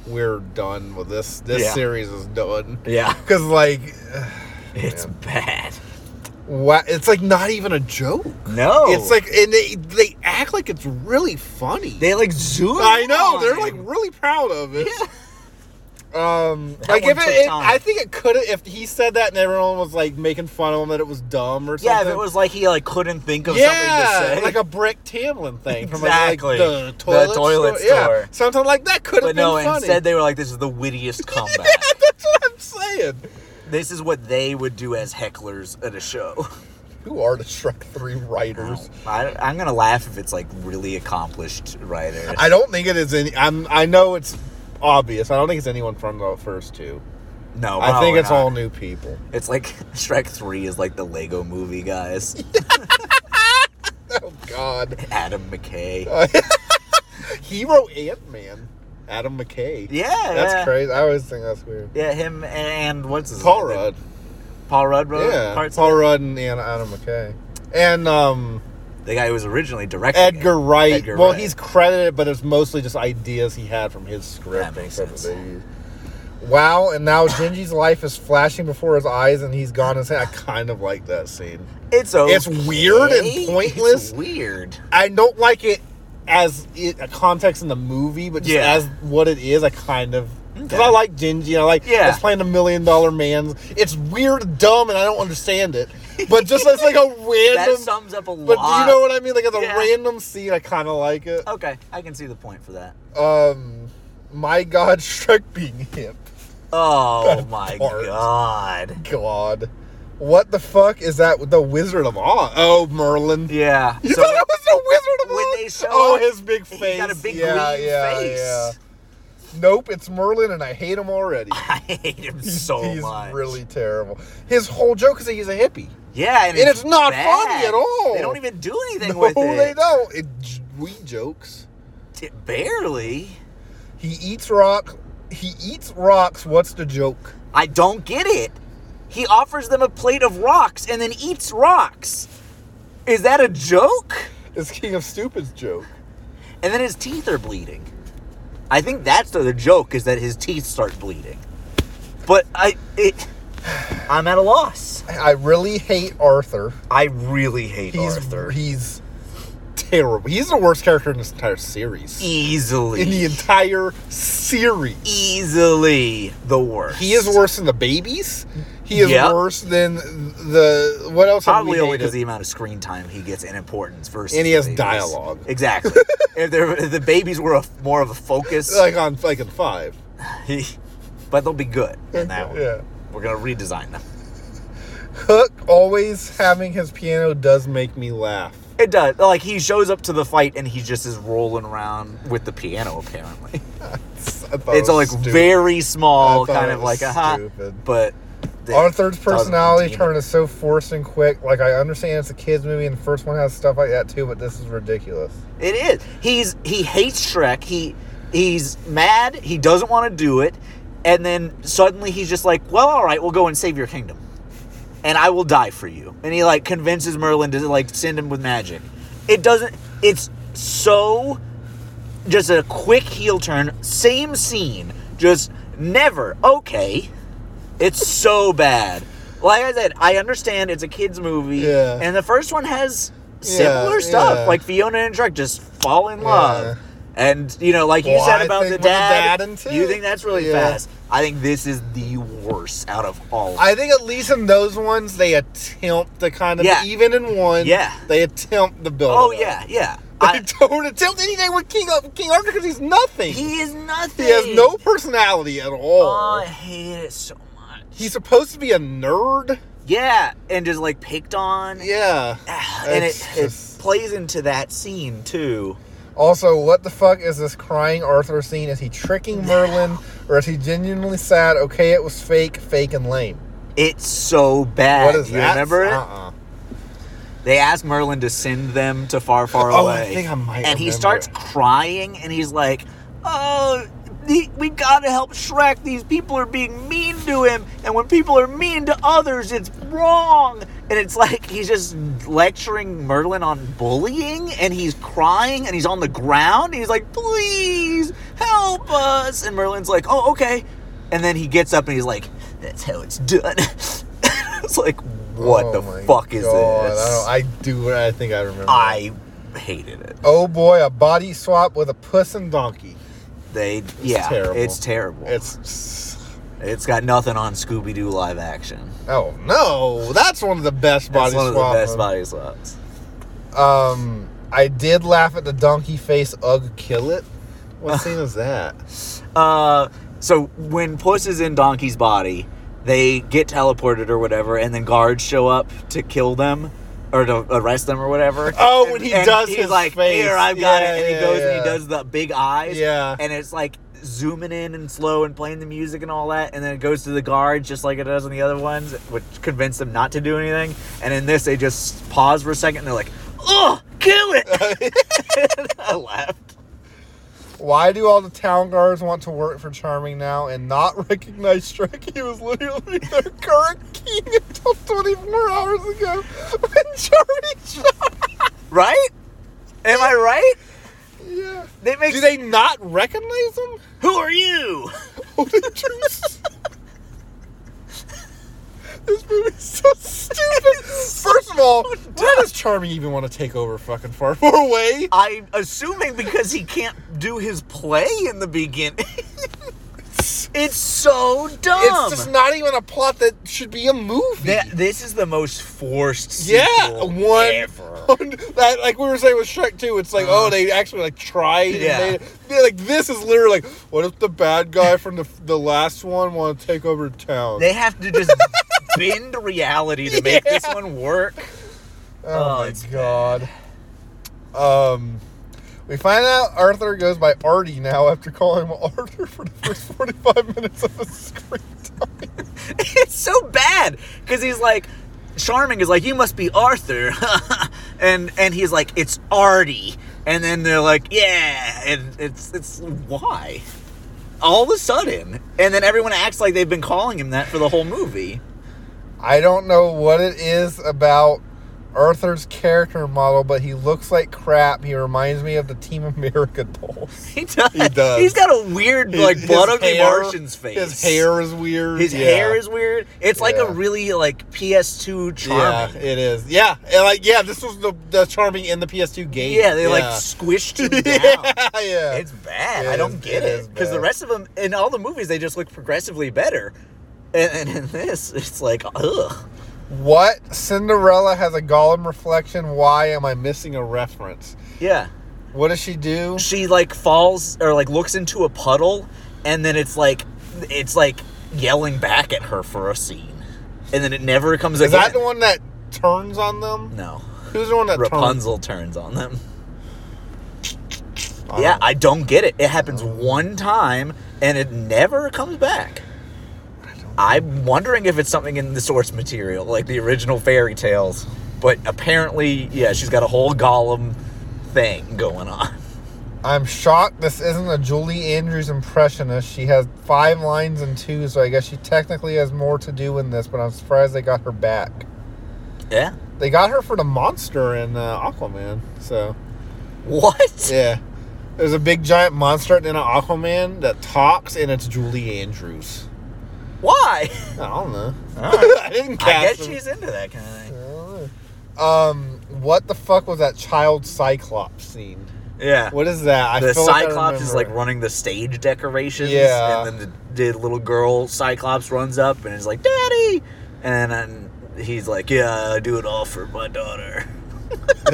S1: we're done with this. This
S2: Yeah.
S1: series is done.
S2: Yeah.
S1: Because like,
S2: It's bad.
S1: wha- it's like not even a joke.
S2: No.
S1: It's like, and they they act like it's really funny.
S2: they like zoom.
S1: I know
S2: on
S1: they're like
S2: him.
S1: really proud of it. Um,
S2: That
S1: like
S2: one
S1: if it,
S2: took
S1: it-
S2: time.
S1: I think it could have if he said that and everyone was like making fun of him that it was dumb or something.
S2: Yeah, if it was like he like couldn't think of something to
S1: Yeah,
S2: say.
S1: like a Brick Tamlin thing from like, like
S2: Exactly. The
S1: the toilet,
S2: toilet
S1: store. Yeah,
S2: store.
S1: something like that could have
S2: but
S1: been
S2: no,
S1: funny.
S2: instead they were like, "This is the wittiest comeback.
S1: yeah, that's what I'm saying.
S2: This is what they would do as hecklers at a show."
S1: Who are the Shrek Three writers?
S2: I, I'm gonna laugh if it's like really accomplished writer.
S1: I don't think it is any. I'm. I know it's obvious. I don't think it's anyone from the first two.
S2: no,
S1: I think
S2: probably
S1: it's
S2: not.
S1: all new people.
S2: It's like Shrek Three is like the Lego Movie guys.
S1: Oh God.
S2: Adam McKay.
S1: He wrote Ant Man. Adam McKay.
S2: Yeah,
S1: That's
S2: yeah.
S1: crazy. I always think that's weird.
S2: Yeah, him and, and what's his
S1: Paul
S2: name?
S1: Rudd.
S2: Paul Rudd wrote
S1: Yeah.
S2: parts. of
S1: Paul
S2: it.
S1: Rudd and Anna, Adam McKay. And um,
S2: The guy who was originally directing. it.
S1: Edgar Wright.
S2: Edgar
S1: well,
S2: Wright.
S1: he's credited, but it's mostly just ideas he had from his script.
S2: That makes
S1: and stuff
S2: sense.
S1: they used. Wow, and now Genji's life is flashing before his eyes and he's gone insane. I kind of like that scene.
S2: It's okay.
S1: It's weird and
S2: It's
S1: pointless.
S2: weird.
S1: I don't like it as it, a context in the movie, but just
S2: Yeah.
S1: as what it is, I kind of because
S2: Okay.
S1: I like Genji. I like
S2: Yeah.
S1: it's playing a million dollar man's. It's weird, dumb, and I don't understand it. But just as like a
S2: That
S1: random,
S2: sums up a lot.
S1: but you know what I mean? Like as a
S2: Yeah.
S1: random scene, I kind of like it.
S2: Okay, I can see the point for that.
S1: Um, my God, Shrek being hip.
S2: Oh my
S1: part.
S2: god.
S1: God, what the fuck is that? with The Wizard of Oz? Oh, Merlin.
S2: Yeah.
S1: You
S2: So
S1: thought that was the Wizard of
S2: when
S1: Oz?
S2: they show
S1: oh,
S2: up,
S1: his big
S2: he's
S1: face.
S2: got a big green face.
S1: Nope, it's Merlin, and I hate him already.
S2: I hate him
S1: He's-
S2: so
S1: he's
S2: much.
S1: really terrible. His whole joke is that he's a hippie.
S2: Yeah, and
S1: And it's not
S2: bad.
S1: funny at all.
S2: They don't even do anything
S1: No,
S2: with it.
S1: they don't. It, j- we jokes.
S2: T- Barely.
S1: He eats rock. He eats rocks. What's the joke?
S2: I don't get it. He offers them a plate of rocks and then eats rocks. Is that a joke?
S1: It's King of Stupid's joke.
S2: And then his teeth are bleeding. I think that's the, the joke is that his teeth start bleeding. But I it I'm at a loss.
S1: I really hate Arthur.
S2: I really hate
S1: He's
S2: Arthur.
S1: he's terrible. He's the worst character in this entire series.
S2: E- easily
S1: In the entire series.
S2: easily the worst.
S1: He is worse than the babies. He is
S2: Yep.
S1: worse than the what else? have we
S2: Probably only
S1: hated?
S2: because of the amount of screen time he gets in importance versus
S1: And he
S2: the
S1: has
S2: babies.
S1: dialogue.
S2: Exactly. if, there, if the babies were a, more of a focus,
S1: like on like in five.
S2: he, but they'll be good in that one.
S1: Yeah.
S2: We're gonna redesign them.
S1: Hook always having his piano does make me laugh.
S2: It does. Like he shows up to the fight and he just is rolling around with the piano. Apparently,
S1: It's,
S2: it's like very small,
S1: I thought
S2: kind
S1: it
S2: of
S1: was
S2: like a ha.
S1: stupid.
S2: But the-
S1: Arthur's
S2: doesn't
S1: personality
S2: redeem
S1: turn
S2: it.
S1: is so forced and quick. Like I understand it's a kids movie, and the first one has stuff like that too, but this is ridiculous.
S2: It is. He's he hates Shrek. He he's mad. He doesn't want to do it, and then suddenly he's just like, "Well, all right, we'll go and save your kingdom, and I will die for you." And he like convinces Merlin to like send him with magic. It doesn't. It's so just a quick heel turn. Same scene. Just never okay. It's so bad. Like I said, I understand it's a kids movie,
S1: Yeah.
S2: and the first one has similar stuff.
S1: yeah.
S2: Like Fiona and Shrek just fall in love. And you know, like you
S1: Well,
S2: said
S1: I
S2: about
S1: think
S2: the
S1: with the
S2: dad,
S1: dad and two.
S2: you think that's really
S1: Yeah.
S2: fast. I think this is the worst out of all.
S1: I think at least in those ones they attempt the kind of
S2: Yeah.
S1: even in one.
S2: Yeah.
S1: they attempt the build.
S2: oh yeah, yeah.
S1: they
S2: I,
S1: don't attempt anything with King King Arthur because he's nothing.
S2: he is nothing.
S1: He has no personality at all.
S2: Oh, I hate it so much.
S1: He's supposed to be a nerd.
S2: yeah, and just like picked on.
S1: Yeah.
S2: and it,
S1: It's
S2: it
S1: just-
S2: plays into that scene too.
S1: Also, what the fuck is this crying Arthur scene? Is he tricking Merlin or is he genuinely sad? Okay, it was fake, fake, and lame.
S2: It's so bad.
S1: What is
S2: you
S1: that?
S2: remember it?
S1: Uh-uh.
S2: They ask Merlin to send them to far, far
S1: Oh, I
S2: away.
S1: think I might
S2: And he
S1: remember
S2: starts
S1: it.
S2: crying, and he's like, "Oh, the- we gotta help Shrek. These people are being mean to him, and when people are mean to others, it's wrong." And it's like he's just lecturing Merlin on bullying, and he's crying, and he's on the ground. And he's like, "Please help us!" And Merlin's like, "Oh, okay." And then he gets up and he's like, "That's how it's done." it's like, what
S1: Oh
S2: the
S1: my
S2: fuck is
S1: God,
S2: this? I,
S1: I, don't, I do. I think I remember.
S2: hated it.
S1: Oh boy, a body swap with a puss and donkey.
S2: They, yeah,
S1: terrible.
S2: it's terrible.
S1: It's
S2: it's got nothing on Scooby Doo live action.
S1: oh no, that's one of the best body
S2: That's one of the
S1: swap.
S2: best body swaps.
S1: Um, I did laugh at the donkey face. Ugh, kill it. What scene is that?
S2: Uh, so when Puss is in Donkey's body, they get teleported or whatever, and then guards show up to kill them or to arrest them or whatever.
S1: Oh,
S2: And-
S1: when he
S2: and
S1: does
S2: he's
S1: his
S2: like,
S1: face.
S2: "Here, I've got
S1: Yeah,
S2: it," and he
S1: yeah,
S2: goes and
S1: yeah.
S2: he does the big eyes.
S1: Yeah.
S2: and it's like zooming in and slow and playing the music and all that, and then it goes to the guards just like it does in the other ones, which convinced them not to do anything. And in this, they just pause for a second and they're like, "Oh, kill it!" I laughed.
S1: Why do all the town guards want to work for Charming now and not recognize Shrek? He was literally their current king until 24 hours ago when Charming shot.
S2: Right? Am I right?
S1: Yeah.
S2: They make
S1: Do they not recognize him?
S2: Who are you?
S1: Oh, they do. this movie's so stupid. First of all, why does Charming even want to take over fucking Far Far Away?
S2: I'm assuming because he can't do his play in the beginning. it's so dumb.
S1: It's just not even a plot that should be a movie.
S2: That- this is the most forced
S1: Yeah,
S2: sequel
S1: one-
S2: ever.
S1: that like we were saying with Shrek 2, it's like, oh, they actually like tried. and
S2: Uh-huh. Yeah.
S1: made it. They're like this is literally like, what if the bad guy from the the last one want to take over town?
S2: They have to just bend reality to make this one work.
S1: oh,
S2: Oh,
S1: my
S2: it's
S1: god. Um, we find out Arthur goes by Artie now after calling him Arthur for the first forty-five minutes of the screen time.
S2: it's so bad because he's like, Charming is like, you must be Arthur, and and he's like, it's Artie, and then they're like, yeah, and it's it's why, all of a sudden, and then everyone acts like they've been calling him that for the whole movie.
S1: I don't know what it is about Arthur's character model, but he looks like crap. He reminds me of the Team America dolls.
S2: He does.
S1: He does.
S2: He's got a weird like
S1: His-
S2: blood
S1: his
S2: ugly
S1: hair-
S2: Martian's face.
S1: His hair is weird.
S2: His
S1: yeah.
S2: hair is weird. It's like
S1: Yeah.
S2: a really like PS2 charming.
S1: Yeah, it is. Yeah, and like yeah, this was the, the charming in the PS2 game.
S2: Yeah, they like
S1: Yeah.
S2: squished him down.
S1: yeah, yeah.
S2: It's bad.
S1: It
S2: I
S1: is-
S2: don't get
S1: it
S2: it
S1: is
S2: because the
S1: bad.
S2: rest of them in all the movies they just look progressively better, and, and in this it's like ugh.
S1: What Cinderella has a golem reflection? Why am I missing a reference?
S2: Yeah,
S1: What does she do?
S2: she like falls or like looks into a puddle, and then it's like it's like yelling back at her for a scene, and then it never comes
S1: Is
S2: again.
S1: that the one that turns on them?
S2: no,
S1: Who's the one that
S2: Rapunzel turns on them.
S1: turns? I don't
S2: Yeah, I don't get it. It happens one time and it never comes back. I'm wondering if it's something in the source material, like the original fairy tales. But apparently, yeah, she's got a whole golem thing going on.
S1: I'm shocked this isn't a Julie Andrews impressionist. She has five lines and two, so I guess she technically has more to do in this, but I'm surprised they got her back.
S2: Yeah.
S1: They got her for the monster in uh, Aquaman, so.
S2: What?
S1: Yeah. There's a big giant monster in an Aquaman that talks, and it's Julie Andrews.
S2: Why?
S1: I don't know.
S2: Alright.
S1: I didn't
S2: I
S1: catch
S2: guess
S1: them.
S2: she's into that kind of thing.
S1: Um, what the fuck was that child Cyclops scene?
S2: Yeah.
S1: What is that? I
S2: the
S1: feel like I
S2: Cyclops is like
S1: remember.
S2: running the stage decorations.
S1: Yeah.
S2: And then the, the little girl Cyclops runs up and is like, Daddy! And then he's like, Yeah, I do it all for my daughter.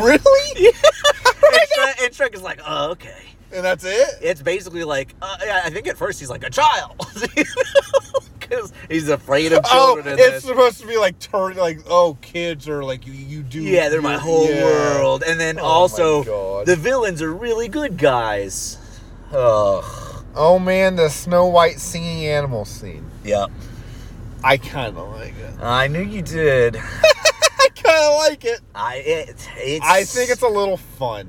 S1: really,
S2: and, Shrek, and Shrek is like, Oh, okay.
S1: and that's it.
S2: It's basically like, uh, yeah, I think at first he's like, A child! Because he's afraid of
S1: Oh,
S2: children.
S1: it's
S2: in this.
S1: supposed to be like turn like oh kids are like you you do
S2: Yeah, they're my
S1: you-
S2: whole
S1: yeah.
S2: world. And then
S1: Oh my
S2: also,
S1: God.
S2: the villains are really good guys. Ugh.
S1: Oh man, the Snow White singing animal scene.
S2: Yep.
S1: I kind of like it.
S2: I knew you did.
S1: I kind of like it.
S2: I it, it's
S1: I think it's a little fun.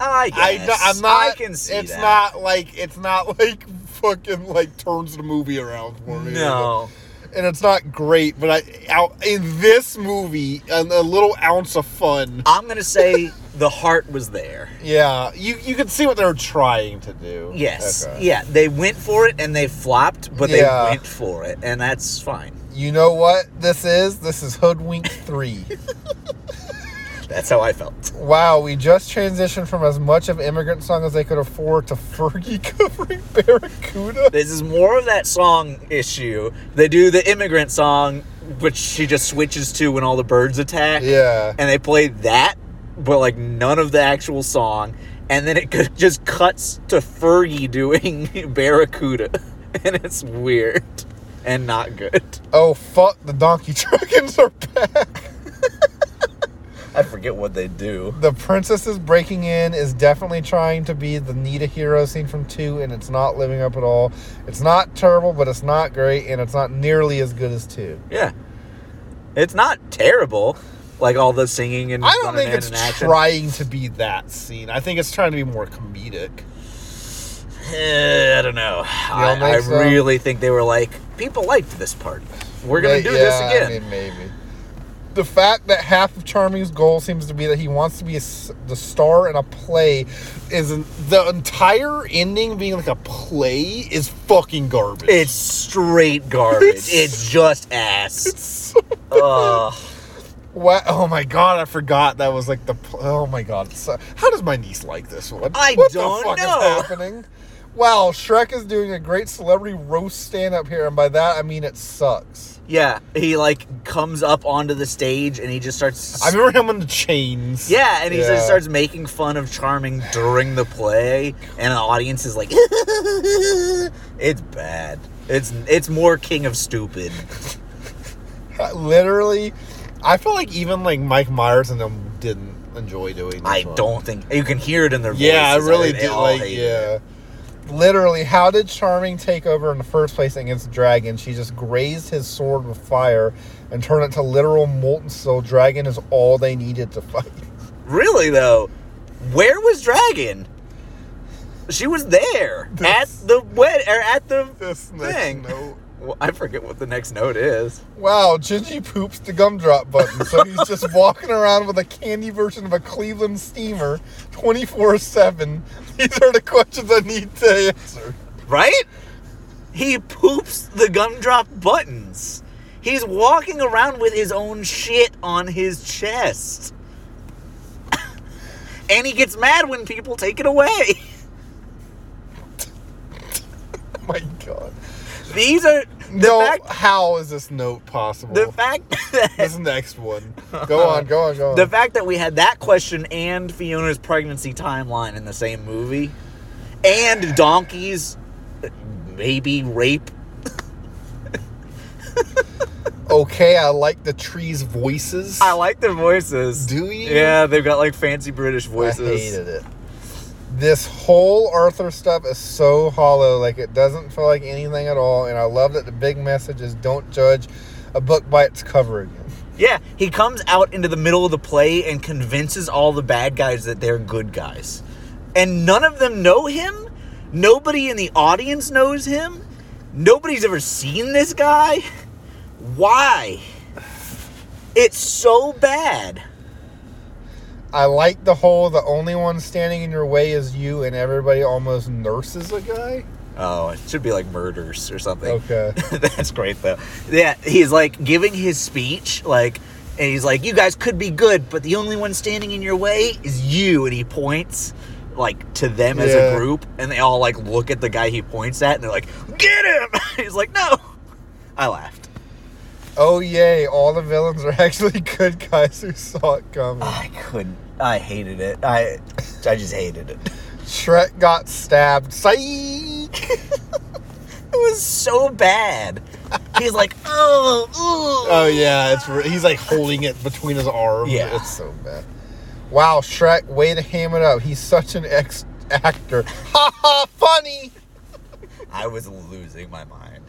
S2: I
S1: I
S2: guess.
S1: am not.
S2: I can see
S1: It's
S2: that.
S1: not like it's not like fucking like turns the movie around for me.
S2: No.
S1: and it's not great, but I out in this movie, a, a little ounce of fun.
S2: I'm gonna say the heart was there.
S1: Yeah, you you can see what they're trying to do.
S2: Yes.
S1: Okay.
S2: Yeah, they went for it and they flopped, but
S1: Yeah.
S2: they went for it, and that's fine.
S1: You know what this is? This is Hoodwink Three.
S2: That's how I felt.
S1: wow, we just transitioned from as much of immigrant song as they could afford to Fergie covering Barracuda.
S2: This is more of that song issue. They do the immigrant song, which she just switches to when all the birds attack.
S1: Yeah.
S2: And they play that, but like none of the actual song. And then it c- just cuts to Fergie doing Barracuda. And it's weird and not good.
S1: Oh fuck, the donkey dragons are back.
S2: I forget what they do.
S1: The princess is breaking in is definitely trying to be the need a hero scene from two, and it's not living up at all. It's not terrible, but it's not great, and it's not nearly as good as two.
S2: Yeah. It's not terrible. Like all the singing and
S1: I don't
S2: running
S1: think
S2: in
S1: it's
S2: and action.
S1: trying to be that scene. I think it's trying to be more comedic.
S2: Eh, I don't know. I,
S1: don't
S2: I
S1: think so?
S2: really think they were like, people liked this part. We're gonna
S1: May-
S2: do
S1: yeah,
S2: this
S1: I
S2: again.
S1: mean, maybe. The fact that half of Charming's goal seems to be that he wants to be a s the star in a play is the entire ending being like a play is fucking garbage.
S2: It's straight garbage. It's, just ass. Ugh.
S1: What? Oh my god! I forgot that was like the. pl- Oh my god! So, how does my niece like this one?
S2: I
S1: what
S2: don't
S1: the fuck
S2: know.
S1: is happening? Wow, Shrek is doing a great celebrity roast stand up here, and by that I mean it sucks.
S2: yeah, he like comes up onto the stage and he just starts.
S1: I remember him in the chains.
S2: yeah, and he
S1: Yeah.
S2: just starts making fun of Charming during the play, and the audience is like, "It's bad. It's it's more King of Stupid."
S1: Uh, literally. I feel like even like Mike Myers and them didn't enjoy doing. This
S2: I
S1: one.
S2: don't think you can hear it in their voices.
S1: Yeah, I really
S2: they
S1: did.
S2: all
S1: Like,
S2: hate it.
S1: yeah. Literally, how did Charming take over in the first place against the dragon? She just grazed his sword with fire and turned it to literal molten steel. Dragon is all they needed to fight.
S2: Really though, where was Dragon? She was there at the wed or at the thing. Well, I forget what the next note is.
S1: Wow, Gingy poops the gumdrop button, so he's just walking around with a candy version of a Cleveland steamer 24 7. These are the questions I need to answer.
S2: Right? He poops the gumdrop buttons. He's walking around with his own shit on his chest. and he gets mad when people take it away.
S1: Oh my god.
S2: These are the
S1: No,
S2: fact
S1: how is this note possible?
S2: the fact that
S1: this next one. Go on, go on, go on.
S2: The fact that we had that question and Fiona's pregnancy timeline in the same movie, and donkeys, maybe rape.
S1: okay, I like the trees' voices.
S2: I like their voices.
S1: Do you?
S2: Yeah, they've got like fancy British
S1: I
S2: voices.
S1: hated it. This whole Arthur stuff is so hollow. Like it doesn't feel like anything at all. And I love that the big message is don't judge a book by its cover again.
S2: Yeah, he comes out into the middle of the play and convinces all the bad guys that they're good guys. And none of them know him. Nobody in the audience knows him. Nobody's ever seen this guy. Why? It's so bad.
S1: I like the whole the only one standing in your way is you, and everybody almost nurses a guy.
S2: Oh, it should be like murders or something.
S1: Okay.
S2: That's great though. Yeah, he's like giving his speech, like, and he's like, "You guys could be good, but the only one standing in your way is you." And he points, like, to them as
S1: Yeah.
S2: a group, and they all like look at the guy he points at, and they're like, "Get him!" he's like, "No." I laughed.
S1: Oh yay! All the villains are actually good guys who saw it coming.
S2: I couldn't. I hated it. I, I just hated it.
S1: Shrek got stabbed. Psych.
S2: It was so bad. He's like, "Oh, ooh."
S1: Oh yeah, it's re- he's like holding it between his arms.
S2: Yeah.
S1: it's so bad. Wow, Shrek, way to ham it up. He's such an ex actor. Ha ha, funny.
S2: I was losing my mind.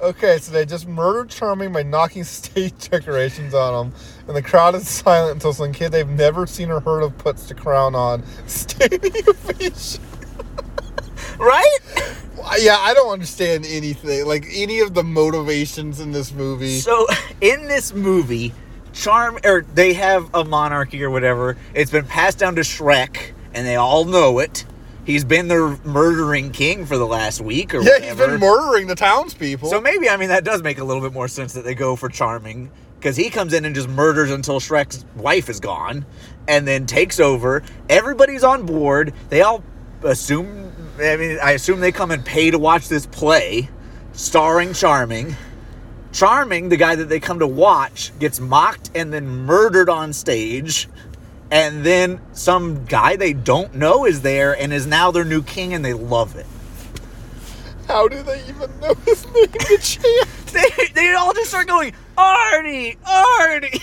S1: Okay, so they just murdered Charming by knocking stage decorations on him, and the crowd is silent until some kid they've never seen or heard of puts the crown on. Standing ovation.
S2: right?
S1: Yeah, I don't understand anything. Like any of the motivations in this movie.
S2: So in this movie, Charm or they have a monarchy or whatever. It's been passed down to Shrek, and they all know it. He's been their murdering king for the last week or
S1: yeah,
S2: whatever.
S1: he's been murdering the townspeople.
S2: So maybe I mean that does make a little bit more sense that they go for charming because he comes in and just murders until Shrek's wife is gone, and then takes over. Everybody's on board. They all assume. I mean, I assume they come and pay to watch this play, starring Charming. Charming, the guy that they come to watch, gets mocked and then murdered on stage. And then some guy they don't know is there and is now their new king and they love it.
S1: How do they even know his name? The champ.
S2: they, they all just start going, Arnie, Arnie.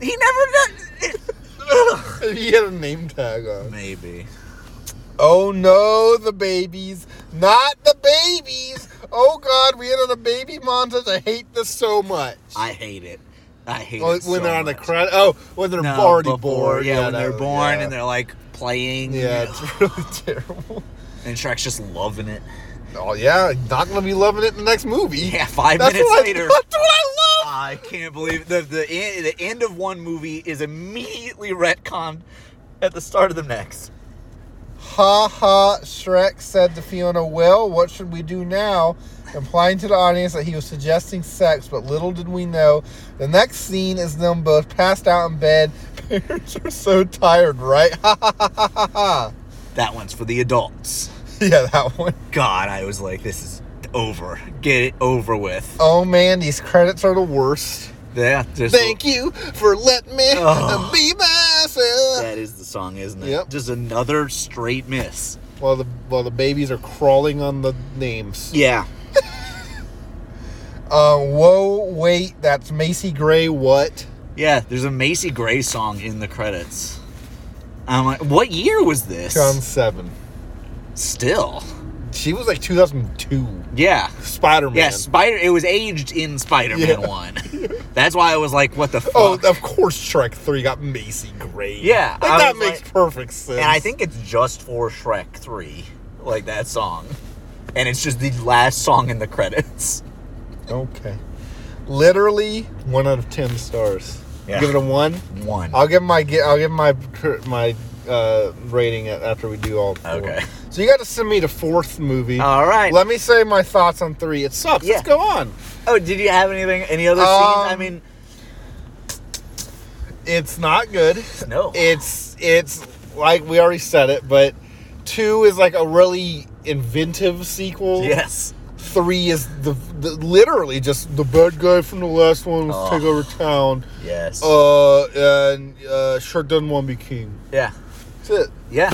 S2: he never does.
S1: He had a name tag on.
S2: Maybe.
S1: Oh no, the babies. Not the babies. Oh god, we ended on a baby montage. I hate this so much.
S2: I hate it. I hate
S1: Oh, when
S2: it.
S1: they're
S2: so
S1: on the
S2: much.
S1: credit. Oh, when they're
S2: No,
S1: already
S2: before,
S1: born.
S2: Yeah, when they're
S1: no,
S2: born
S1: yeah.
S2: and they're like playing.
S1: Yeah, it's really terrible.
S2: And Shrek's just loving it.
S1: Oh yeah, not gonna be loving it in the next movie.
S2: Yeah, five
S1: That's
S2: minutes
S1: what I-
S2: later.
S1: that's what I love.
S2: I can't believe the the end, the end of one movie is immediately retconned at the start of the next.
S1: Ha ha, Shrek said to Fiona, Well, what should we do now? Implying to the audience that he was suggesting sex, but little did we know. The next scene is them both passed out in bed. Parents are so tired, right? Ha ha ha ha ha ha.
S2: That one's for the adults.
S1: Yeah, that one.
S2: God, I was like, this is over. Get it over with.
S1: Oh man, these credits are the worst.
S2: Yeah, just
S1: Thank you for letting me
S2: Oh.
S1: be myself.
S2: that is the song, isn't it?
S1: Yep.
S2: Just another straight miss.
S1: While the while the babies are crawling on the names.
S2: Yeah.
S1: Uh, whoa, wait, that's Macy Gray. What?
S2: Yeah, there's a Macy Gray song in the credits. I'm like, what year was this?
S1: John seven.
S2: Still.
S1: She was like 2002.
S2: Yeah.
S1: Spider Man.
S2: Yeah, Spider it was aged in Spider-Man
S1: Yeah.
S2: 1. That's why I was like, what the fuck?
S1: Oh, of course, Shrek 3 got Macy Gray.
S2: Yeah,
S1: Like,
S2: I
S1: that
S2: was
S1: makes
S2: like-
S1: perfect sense.
S2: And I think it's just for Shrek 3, like that song. And it's just the last song in the credits.
S1: Okay. Literally, one out of 10 stars.
S2: Yeah.
S1: Give it a one.
S2: One.
S1: I'll give my I'll give my my uh, rating after we do all. Four.
S2: Okay.
S1: So you got to send me the fourth movie.
S2: All right.
S1: Let me say my thoughts on three. It sucks.
S2: Yeah.
S1: Let's go on.
S2: Oh, did you have anything? Any other
S1: Um,
S2: scenes? I mean,
S1: It's not good.
S2: no.
S1: It's it's like we already said it, but two is like a really inventive sequel.
S2: yes.
S1: Three is the, the literally just the bad guy from the last one was
S2: Oh.
S1: take over town.
S2: Yes.
S1: Uh, and uh, Shrek doesn't want to be king.
S2: yeah.
S1: That's it.
S2: Yeah.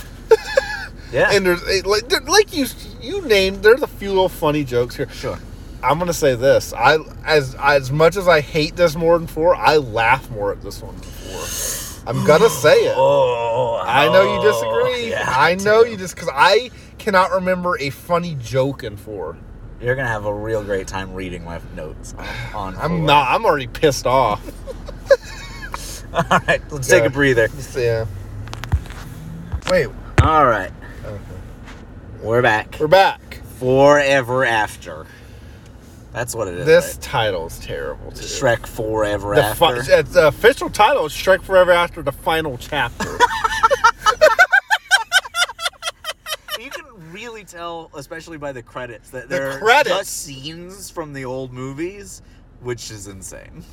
S2: yeah.
S1: And there's it- like, there- like you you named there's a few little funny jokes here.
S2: sure.
S1: I'm gonna say this. I as as much as I hate this more than four, I laugh more at this one than four. I'm gonna say it.
S2: Oh,
S1: I know you disagree.
S2: yeah,
S1: I know
S2: do.
S1: you just because I cannot remember a funny joke in four.
S2: You're gonna have a real great time reading my notes on.
S1: I'm not. I'm already pissed off.
S2: All right, let's take
S1: Yeah.
S2: a breather.
S1: yeah. Wait,
S2: All right. We're back.
S1: we're back.
S2: Forever after. That's what it is.
S1: This title is terrible. Too.
S2: right? Shrek Forever
S1: The
S2: After.
S1: fi- it's the official title is Shrek Forever After the final chapter.
S2: you can really tell, especially by the credits, that
S1: The
S2: there are
S1: credits.
S2: just scenes from the old movies, which is insane.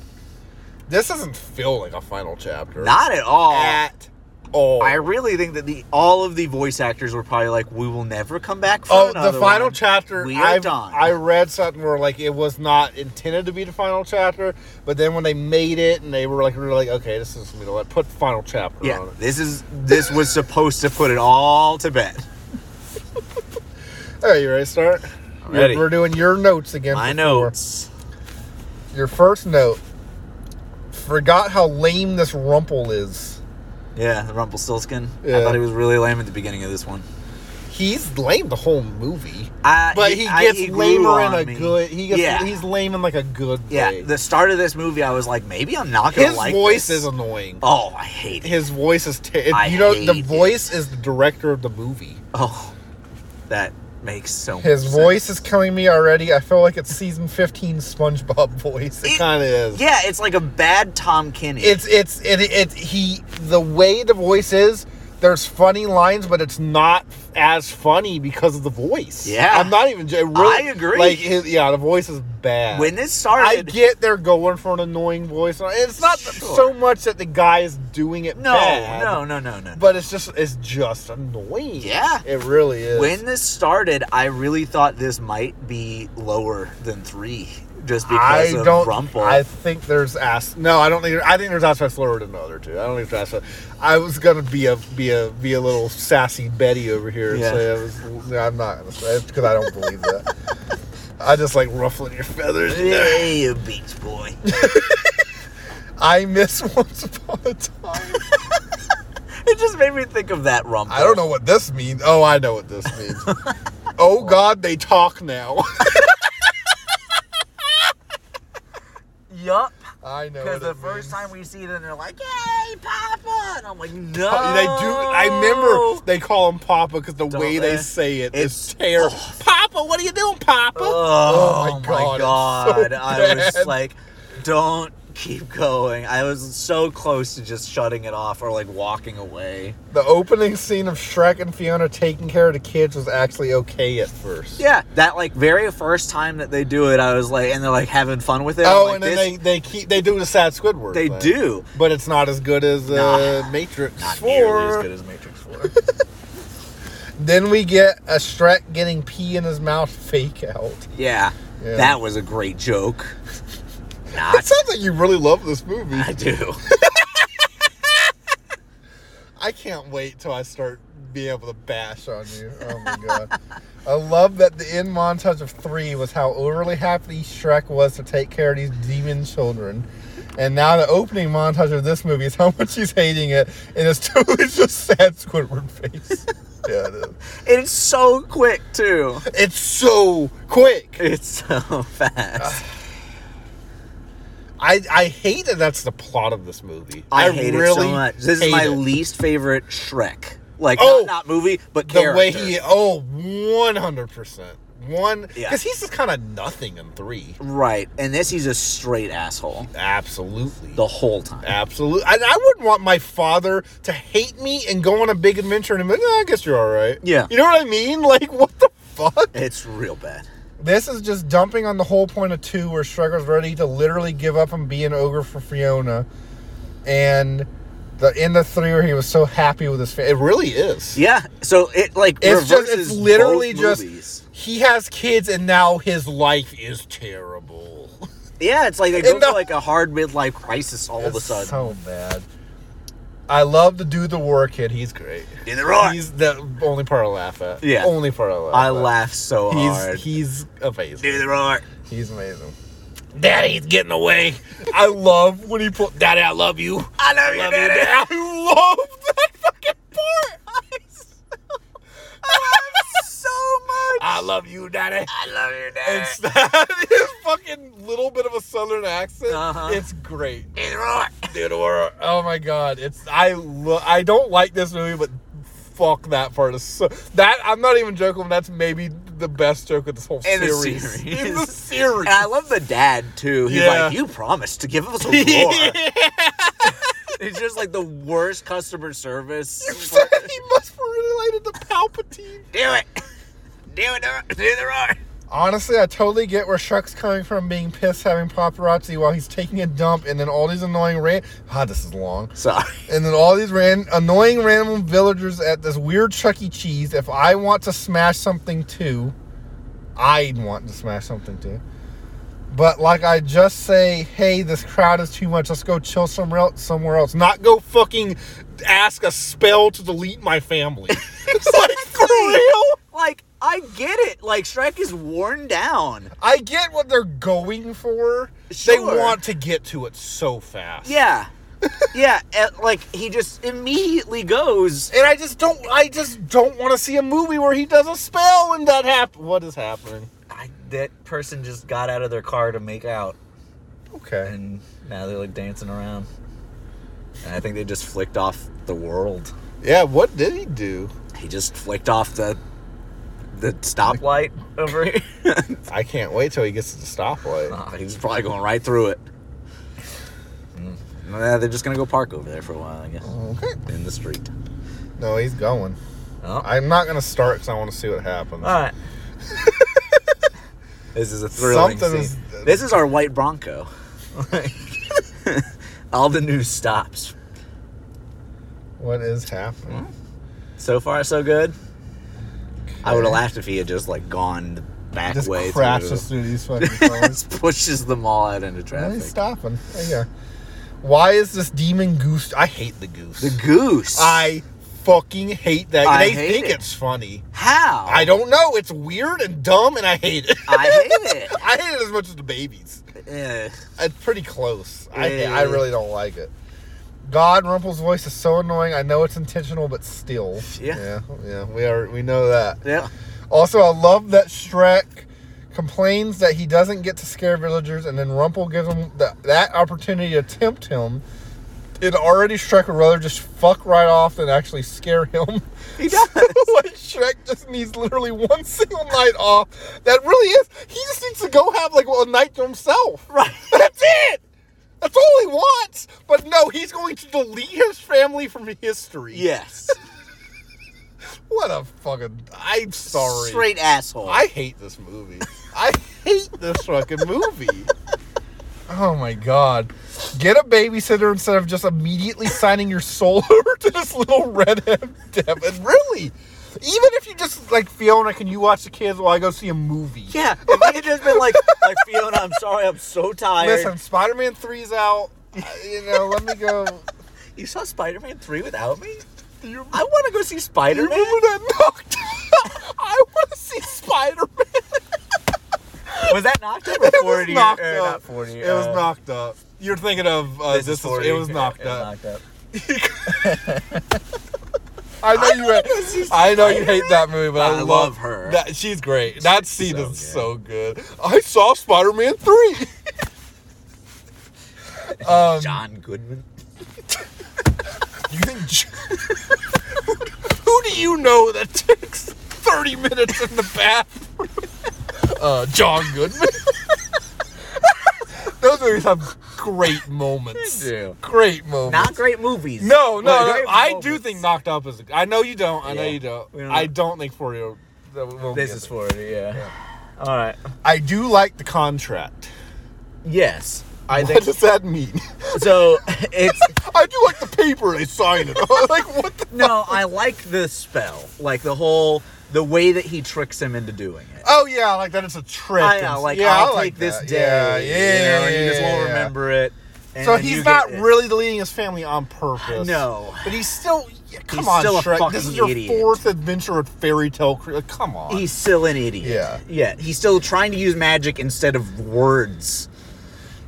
S1: this doesn't feel like a final chapter.
S2: Not at all.
S1: at all.
S2: I really think that the all of the voice actors were probably like, "We will never come back." For
S1: Oh,
S2: another
S1: the final
S2: one.
S1: chapter.
S2: We are
S1: I've,
S2: done.
S1: I read something where like it was not intended to be the final chapter, but then when they made it and they were like, really like, okay, this is you know, like, put final chapter
S2: yeah,
S1: on it.
S2: this is this was supposed to put it all to bed.
S1: All right, you ready to start?
S2: I'm
S1: We're-
S2: ready.
S1: We're doing your notes again.
S2: My
S1: for
S2: notes.
S1: four. Your first note. Forgot how lame this Rumple is.
S2: Yeah, the Rumpelstiltskin.
S1: Yeah.
S2: I thought he was really lame at the beginning of this one.
S1: he's lame the whole movie.
S2: I,
S1: But he
S2: Uh, I-
S1: gets
S2: grew
S1: lamer in
S2: on
S1: a
S2: me.
S1: good. He gets.
S2: Yeah.
S1: He's lame in like a good.
S2: Yeah,
S1: way.
S2: the start of this movie, I was like, maybe I'm not gonna
S1: His
S2: like
S1: voice
S2: this.
S1: is annoying.
S2: Oh, I hate it.
S1: His voice is. Ter-
S2: I
S1: you know,
S2: hate
S1: the
S2: it.
S1: voice is the director of the movie.
S2: Oh, that makes so.
S1: His
S2: much
S1: voice is killing me already. I feel like it's season fifteen SpongeBob voice. It,
S2: It-
S1: kind of is.
S2: Sense. Yeah, it's like a bad Tom Kenny.
S1: It's it's it, it he the way the voice is. There's funny lines, but it's not as funny because of the voice.
S2: Yeah.
S1: I'm not even. j- it Really,
S2: I agree.
S1: Like his, yeah, the voice is bad.
S2: when this
S1: I
S2: started.
S1: get they're going for an annoying voice. It's not
S2: Sure.
S1: so much that the guy is doing it
S2: no,
S1: bad,
S2: no, no, no, no, no.
S1: but it's just it's just annoying.
S2: Yeah.
S1: it really is.
S2: when this started, I really thought this might be lower than three, just because
S1: I
S2: of
S1: don't.
S2: Rumple.
S1: I think there's ass. No, I don't think. I think there's aspects lower than the other two. I don't think there's aspects. I was gonna be a be a be a little sassy Betty over here and
S2: Yeah.
S1: say I was. no, I'm not gonna say because I don't believe that. I just like ruffling your feathers.
S2: hey, you beach boy.
S1: I miss Once Upon a Time.
S2: it just made me think of that Rumple.
S1: I don't know what this means. Oh, I know what this means. oh God, they talk now.
S2: Yup.
S1: I know. what
S2: Because the
S1: it
S2: first
S1: means.
S2: time we see them, they're like, "Hey, Papa!" And I'm like, "No."
S1: Oh, They do. I remember they call him Papa because the
S2: Don't
S1: way they,
S2: they?
S1: say it
S2: Oh. It's-
S1: is terrible. Papa, what are you doing, Papa? Oh
S2: Oh, my
S1: my
S2: god!
S1: God, it's so
S2: I was
S1: bad.
S2: like, "Don't keep going." I was so close to just shutting it off or like walking away.
S1: The opening scene of Shrek and Fiona taking care of the kids was actually okay at first.
S2: Yeah, that like very first time that they do it, I was like, and they're like having fun with it. I'm
S1: Oh,
S2: like,
S1: and then
S2: this-
S1: they, they keep they do the sad Squidward.
S2: they
S1: thing.
S2: do.
S1: but it's not as good as uh, Matrix
S2: Not nearly as
S1: Four.
S2: good as Matrix Four.
S1: then we get a Shrek getting pee in his mouth fake out.
S2: yeah,
S1: Yeah.
S2: that was a great joke.
S1: It
S2: Not,
S1: sounds like you really love this movie.
S2: I do.
S1: I can't wait till I start being able to bash on you. Oh my god. I love that the end montage of three was how overly happy Shrek was to take care of these demon children. And now the opening montage of this movie is how much he's hating it, and it's totally just sad Squidward face. yeah, it is.
S2: It's so quick too.
S1: It's so quick.
S2: It's so fast.
S1: I, I hate that that's the plot of this movie.
S2: I, hate it so much. This is
S1: hate
S2: my
S1: it.
S2: least favorite Shrek. Like
S1: Oh!
S2: not, not movie, but
S1: the
S2: character.
S1: way he oh 100% one because
S2: Yeah.
S1: he's just kind of nothing in three
S2: Right, and this he's a straight asshole
S1: absolutely
S2: the whole time.
S1: absolutely and i wouldn't want my father to hate me and go on a big adventure and be like "Oh, i guess you're all right
S2: Yeah.
S1: you know what i mean like what the fuck
S2: It's real bad.
S1: this is just dumping on the whole point of two where Shrekker's ready to literally give up and be an ogre for Fiona. And the in the three where he was so happy with his family. It really is.
S2: Yeah, so it like
S1: It's just
S2: reverses
S1: it's literally
S2: both
S1: just
S2: movies.
S1: he has kids and now his life is terrible.
S2: yeah. It's like they go
S1: And the-
S2: through like a hard midlife crisis all of a
S1: It's
S2: sudden.
S1: so bad. I love the dude the war kid. He's great.
S2: In the rock.
S1: He's the only part I laugh at.
S2: Yeah.
S1: Only part I laugh.
S2: I
S1: at.
S2: laugh so
S1: He's
S2: hard.
S1: he's amazing.
S2: Do the roar.
S1: He's amazing. Daddy's getting away. I love when he put Daddy. I love you.
S2: I love you, daddy.
S1: I love that fucking part.
S2: I laugh so much.
S1: I love you, Daddy.
S2: I love you, daddy.
S1: It's that his fucking little bit of a southern accent.
S2: Uh-huh.
S1: It's great.
S2: Do the roar.
S1: Dude, or- oh my god, it's I lo- I don't like this movie, but fuck that part is so that I'm not even joking. That's maybe the best joke of this whole
S2: In the
S1: series.
S2: series.
S1: In the series,
S2: And I love the dad too. He's
S1: Yeah.
S2: like, "You promised to give us a roar." It's just like the worst customer service.
S1: You
S2: It's
S1: said
S2: like,
S1: he must be related to Palpatine.
S2: do it. Do it. do it, Do the roar.
S1: Honestly, I totally get where Shrek's coming from being pissed having paparazzi while he's taking a dump, and then all these annoying rant. Ah, this is long.
S2: Sorry.
S1: And then all these ran- annoying random villagers at this weird Chuck E. Cheese. If I want to smash something too, I'd want to smash something too. But like I just say, hey, this crowd is too much. Let's go chill somewhere else. Somewhere else. Not go fucking ask a spell to delete my family. it's like for real.
S2: Like I get it. Like Shrek is worn down.
S1: I get what they're going for.
S2: Sure.
S1: They want to get to it so fast.
S2: Yeah. yeah, and, like he just immediately goes.
S1: And I just don't. I just don't want to see a movie where he does a spell and that happen. What is happening?
S2: I, that person just got out of their car to make out,
S1: Okay.
S2: and now they're like dancing around. And I think they just flicked off the world.
S1: Yeah. What did he do?
S2: He just flicked off the the stoplight over here.
S1: I can't wait till he gets to the stoplight.
S2: Ah, he's probably going right through it. Mm. Nah, they're just gonna go park over there for a while, I guess,
S1: Okay.
S2: in the street.
S1: No, he's going.
S2: Oh.
S1: I'm not gonna start because I want to see what happens.
S2: All right. this is a thrilling
S1: Something is-
S2: scene. This is our white Bronco. All the news stops.
S1: What is happening?
S2: So far, so good. I would have laughed if he had just like gone the back
S1: Just
S2: way
S1: crashes
S2: through.
S1: through these fucking cars.
S2: Just pushes them all out into
S1: Why are
S2: traffic.
S1: they stopping? Right here. Why is this demon goose? I hate the goose.
S2: The goose.
S1: I fucking hate that.
S2: I
S1: they
S2: hate
S1: think
S2: it.
S1: it's funny.
S2: How?
S1: I don't know. It's weird and dumb, and I hate it.
S2: I hate it.
S1: I hate it as much as the babies.
S2: Eh.
S1: It's pretty close. I
S2: Yeah.
S1: I really don't like it. God, Rumple's voice is so annoying. I know it's intentional, but still.
S2: Yeah.
S1: yeah, yeah, We are. We know that.
S2: Yeah.
S1: Also, I love that Shrek complains that he doesn't get to scare villagers, and then Rumple gives him that that opportunity to tempt him. It already Shrek would rather just fuck right off than actually scare him.
S2: He does.
S1: like Shrek just needs literally one single night off. That really is. He just needs to go have like a night to himself.
S2: Right.
S1: That's it. That's all he wants. But no, he's going to delete his family from history.
S2: Yes.
S1: What a fucking. I'm sorry.
S2: Straight asshole.
S1: I hate this movie. I hate this fucking movie. Oh my god. Get a babysitter instead of just immediately signing your soul over to this little redhead Devin. Really? Even if you just like Fiona, can you watch the kids while I go see a movie?
S2: Yeah, if I had just been like, like Fiona, I'm sorry, I'm so tired.
S1: Listen, Spider Man 3's out. Uh, You know, let me go.
S2: you saw Spider-Man three without me.
S1: Do you,
S2: I want to go see
S1: do you
S2: Spider-Man.
S1: remember that knocked I want to see Spider Man.
S2: Was that knocked up or
S1: It was
S2: forty?
S1: knocked
S2: or
S1: up.
S2: not forty.
S1: It was
S2: uh,
S1: knocked up. You're thinking of uh, this,
S2: is
S1: is,
S2: 40,
S1: it was knocked
S2: it was
S1: up.
S2: knocked up.
S1: I know you.
S2: wanna see
S1: Hate, I know you hate that movie, but I,
S2: I love her.
S1: That she's great. That scene
S2: so
S1: is so good. I saw Spider Man three. um,
S2: John Goodman.
S1: you think? J- who do you know that takes thirty minutes in the bathroom? uh, John Goodman. Those movies have great moments.
S2: They do.
S1: Great moments.
S2: Not great movies.
S1: No, no,
S2: But
S1: no.
S2: great
S1: I
S2: moments.
S1: do think knocked up is. A, I know you don't. I know
S2: Yeah.
S1: you don't.
S2: We don't-
S1: I don't think for you. that won't be
S2: this
S1: a
S2: is
S1: thing.
S2: forty. Yeah. All right.
S1: I do like the contract.
S2: Yes, I
S1: what
S2: think
S1: does that mean?
S2: so. It's
S1: I do like the paper they sign it. on. like what? The,
S2: no. I like the spell, like the whole, the way that he tricks him into doing it.
S1: oh yeah, like that. It's a trick.
S2: I
S1: and-
S2: know, like
S1: yeah,
S2: I'll
S1: I
S2: take this
S1: that.
S2: day.
S1: Yeah, yeah.
S2: you know, and you just
S1: yeah,
S2: won't
S1: yeah.
S2: remember it. and
S1: So
S2: then you
S1: he's
S2: get
S1: not
S2: it.
S1: really deleting his family on purpose.
S2: No.
S1: but he's still. yeah, come
S2: He's
S1: on,
S2: still a
S1: Shrek. This
S2: fucking
S1: is your
S2: idiot.
S1: fourth adventure with fairy tale. cre- Like, come on.
S2: He's still an idiot.
S1: Yeah.
S2: yeah. He's still trying to use magic instead of words.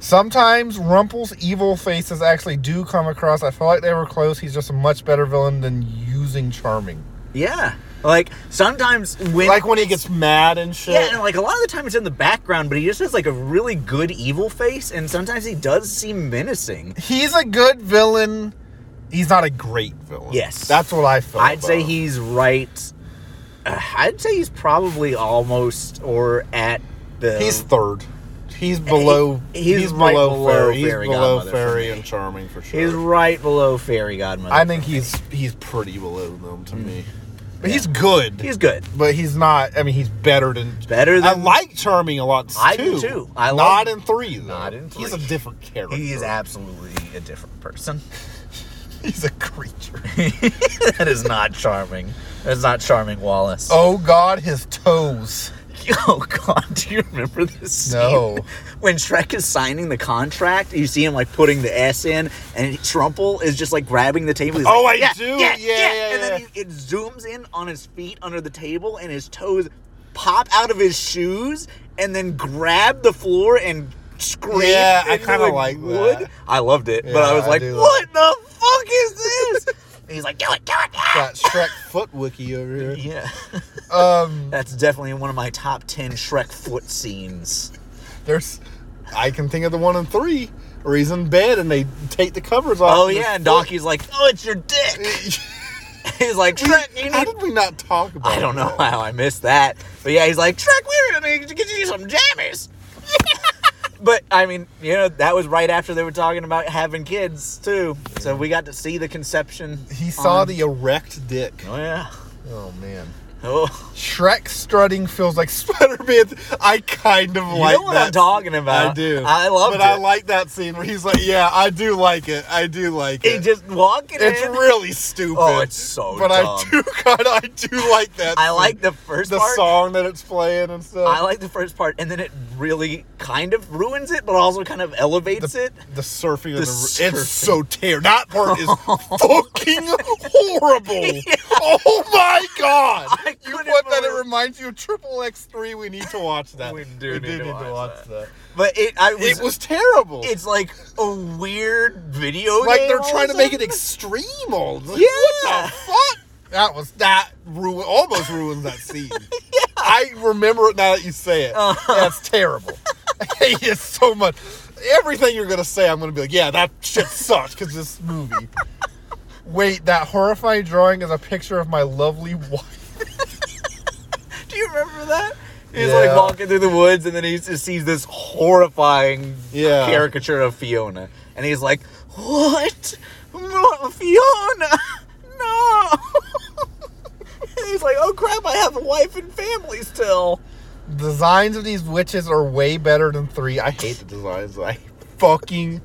S1: Sometimes Rumple's evil faces actually do come across. I feel like they were close. He's just a much better villain than using charming.
S2: Yeah, like sometimes when
S1: Like when he gets mad and shit.
S2: yeah, and like a lot of the time it's in the background, but he just has like a really good evil face, and sometimes he does seem menacing.
S1: He's a good villain. He's not a great villain.
S2: Yes.
S1: That's what I felt.
S2: I'd say
S1: about him.
S2: he's right. uh, I'd say he's probably almost or at the
S1: He's third. He's below.
S2: um, he's
S1: he's,
S2: right
S1: below,
S2: below
S1: fairy. He's
S2: Fairy
S1: below
S2: Godmother for
S1: fairy
S2: me.
S1: and charming for sure.
S2: he's right below fairy godmother.
S1: I think he's he's pretty below them to me. But he's good.
S2: Hmm. he's good.
S1: but he's not. I mean, he's better than
S2: Better
S1: I
S2: than
S1: like charming a lot.
S2: I do too. I
S1: not
S2: like-
S1: in three though.
S2: Not in
S1: He's a
S2: three.
S1: different character.
S2: He is absolutely a different person.
S1: He's a creature.
S2: that is not charming. That's not charming, Wallace.
S1: Oh God, his toes.
S2: Oh, God, do you remember this? Scene?
S1: No.
S2: When Shrek is signing the contract, you see him like putting the S in, and Trumple is just like grabbing the table. He's
S1: Oh,
S2: like,
S1: I do? Yeah, yeah,
S2: and then
S1: yeah.
S2: he, it zooms in on his feet under the table, and his toes pop out of his shoes, and then grab the floor and scream.
S1: Yeah, I
S2: into
S1: kinda
S2: a
S1: like that.
S2: I loved it, but
S1: Yeah,
S2: I was
S1: I
S2: like,
S1: do
S2: what the fuck is this? and he's like, do it, do it. Yeah.
S1: Got Shrek foot wiki over here.
S2: yeah.
S1: Um,
S2: That's definitely one of my top 10 Shrek foot scenes.
S1: Uh, there's, I can think of the one in three where he's in bed and they take the covers off.
S2: Oh,
S1: his
S2: yeah, and
S1: foot.
S2: Donkey's like, oh, it's your dick. he's like, Shrek, you
S1: How
S2: need.
S1: did we not talk about?
S2: I don't know
S1: that?
S2: how I missed that. But yeah, he's like, Shrek, we're going to get you some jammies. but I mean, you know, that was right after they were talking about having kids, too. So we got to see the conception.
S1: He saw
S2: on-
S1: the erect dick.
S2: Oh, yeah.
S1: Oh man.
S2: Oh,
S1: Shrek strutting feels like Spider-Man. I kind of
S2: you
S1: like
S2: know what
S1: that.
S2: I'm talking about.
S1: I do.
S2: I love it.
S1: But I like that scene where he's like, "Yeah, I do like it. I do like
S2: He
S1: it."
S2: just walking
S1: it's
S2: in.
S1: really stupid.
S2: Oh, it's so
S1: But
S2: dumb.
S1: I do kind of, I do like that.
S2: I
S1: scene.
S2: like the first
S1: the
S2: part.
S1: song that it's playing and stuff.
S2: I like the first part, and then it really kind of ruins it, but also kind of elevates it.
S1: the surfing
S2: The
S1: of the
S2: surfing.
S1: it's so terrible. That part is fucking horrible. Oh my god!
S2: I
S1: you
S2: couldn't
S1: put that? It
S2: believe-
S1: reminds you of Triple X Three. We need to watch that.
S2: We do need to watch
S1: that.
S2: But it, I was,
S1: It was terrible.
S2: it's like a weird video.
S1: like
S2: game
S1: they're
S2: all
S1: trying
S2: of
S1: to
S2: a
S1: make it
S2: sudden.
S1: extreme. All like,
S2: Yeah.
S1: What the fuck? That was that ruin almost ruins that scene. I remember it now that you say it. That's terrible. I hate it so much. Everything you're gonna say, I'm gonna be like, yeah, that shit sucks because this movie. Wait, that horrifying drawing is a picture of my lovely wife.
S2: Do you remember that? He's like
S1: Yeah.
S2: walking through the woods, and then he just sees this horrifying
S1: Yeah.
S2: caricature of Fiona, and he's like, "What? Not Fiona? No!" and he's like, "Oh crap! I have a wife and family still."
S1: Designs of these witches are way better than three. I hate the designs. I fucking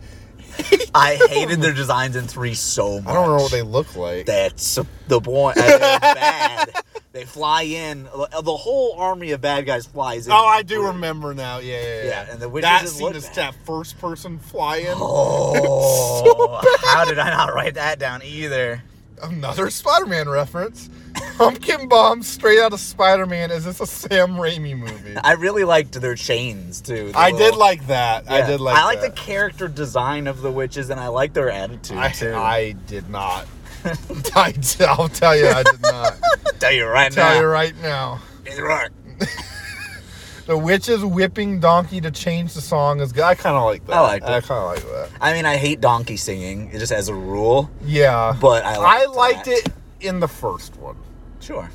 S2: I hated their designs in three so much.
S1: I don't know what they look like.
S2: That's the point. They're bad. They fly in. The whole army of bad guys flies in.
S1: Oh, I do remember now. Yeah, yeah, yeah.
S2: Yeah, and the witches
S1: that
S2: just
S1: scene
S2: look
S1: is
S2: bad.
S1: that first person flying.
S2: Oh, how did I not write that down either?
S1: Another Spider-Man reference. Pumpkin bomb straight out of Spider-Man. Is this a Sam Raimi movie?
S2: I really liked their chains too. the
S1: I did
S2: little-
S1: like that. I
S2: Yeah.
S1: did like.
S2: I like
S1: that.
S2: the character design of the witches, and I like their attitude too.
S1: I, I did not. I, d- I'll tell you, I did not.
S2: tell you right
S1: tell
S2: now,
S1: you right now.
S2: it's right.
S1: The witches whipping donkey to change the song is. good. I kind of like that.
S2: I liked
S1: I
S2: it.
S1: kind of like that.
S2: I mean, I hate donkey singing just as a rule,
S1: Yeah,
S2: but I
S1: I
S2: liked
S1: liked
S2: that.
S1: it in the first one.
S2: Sure.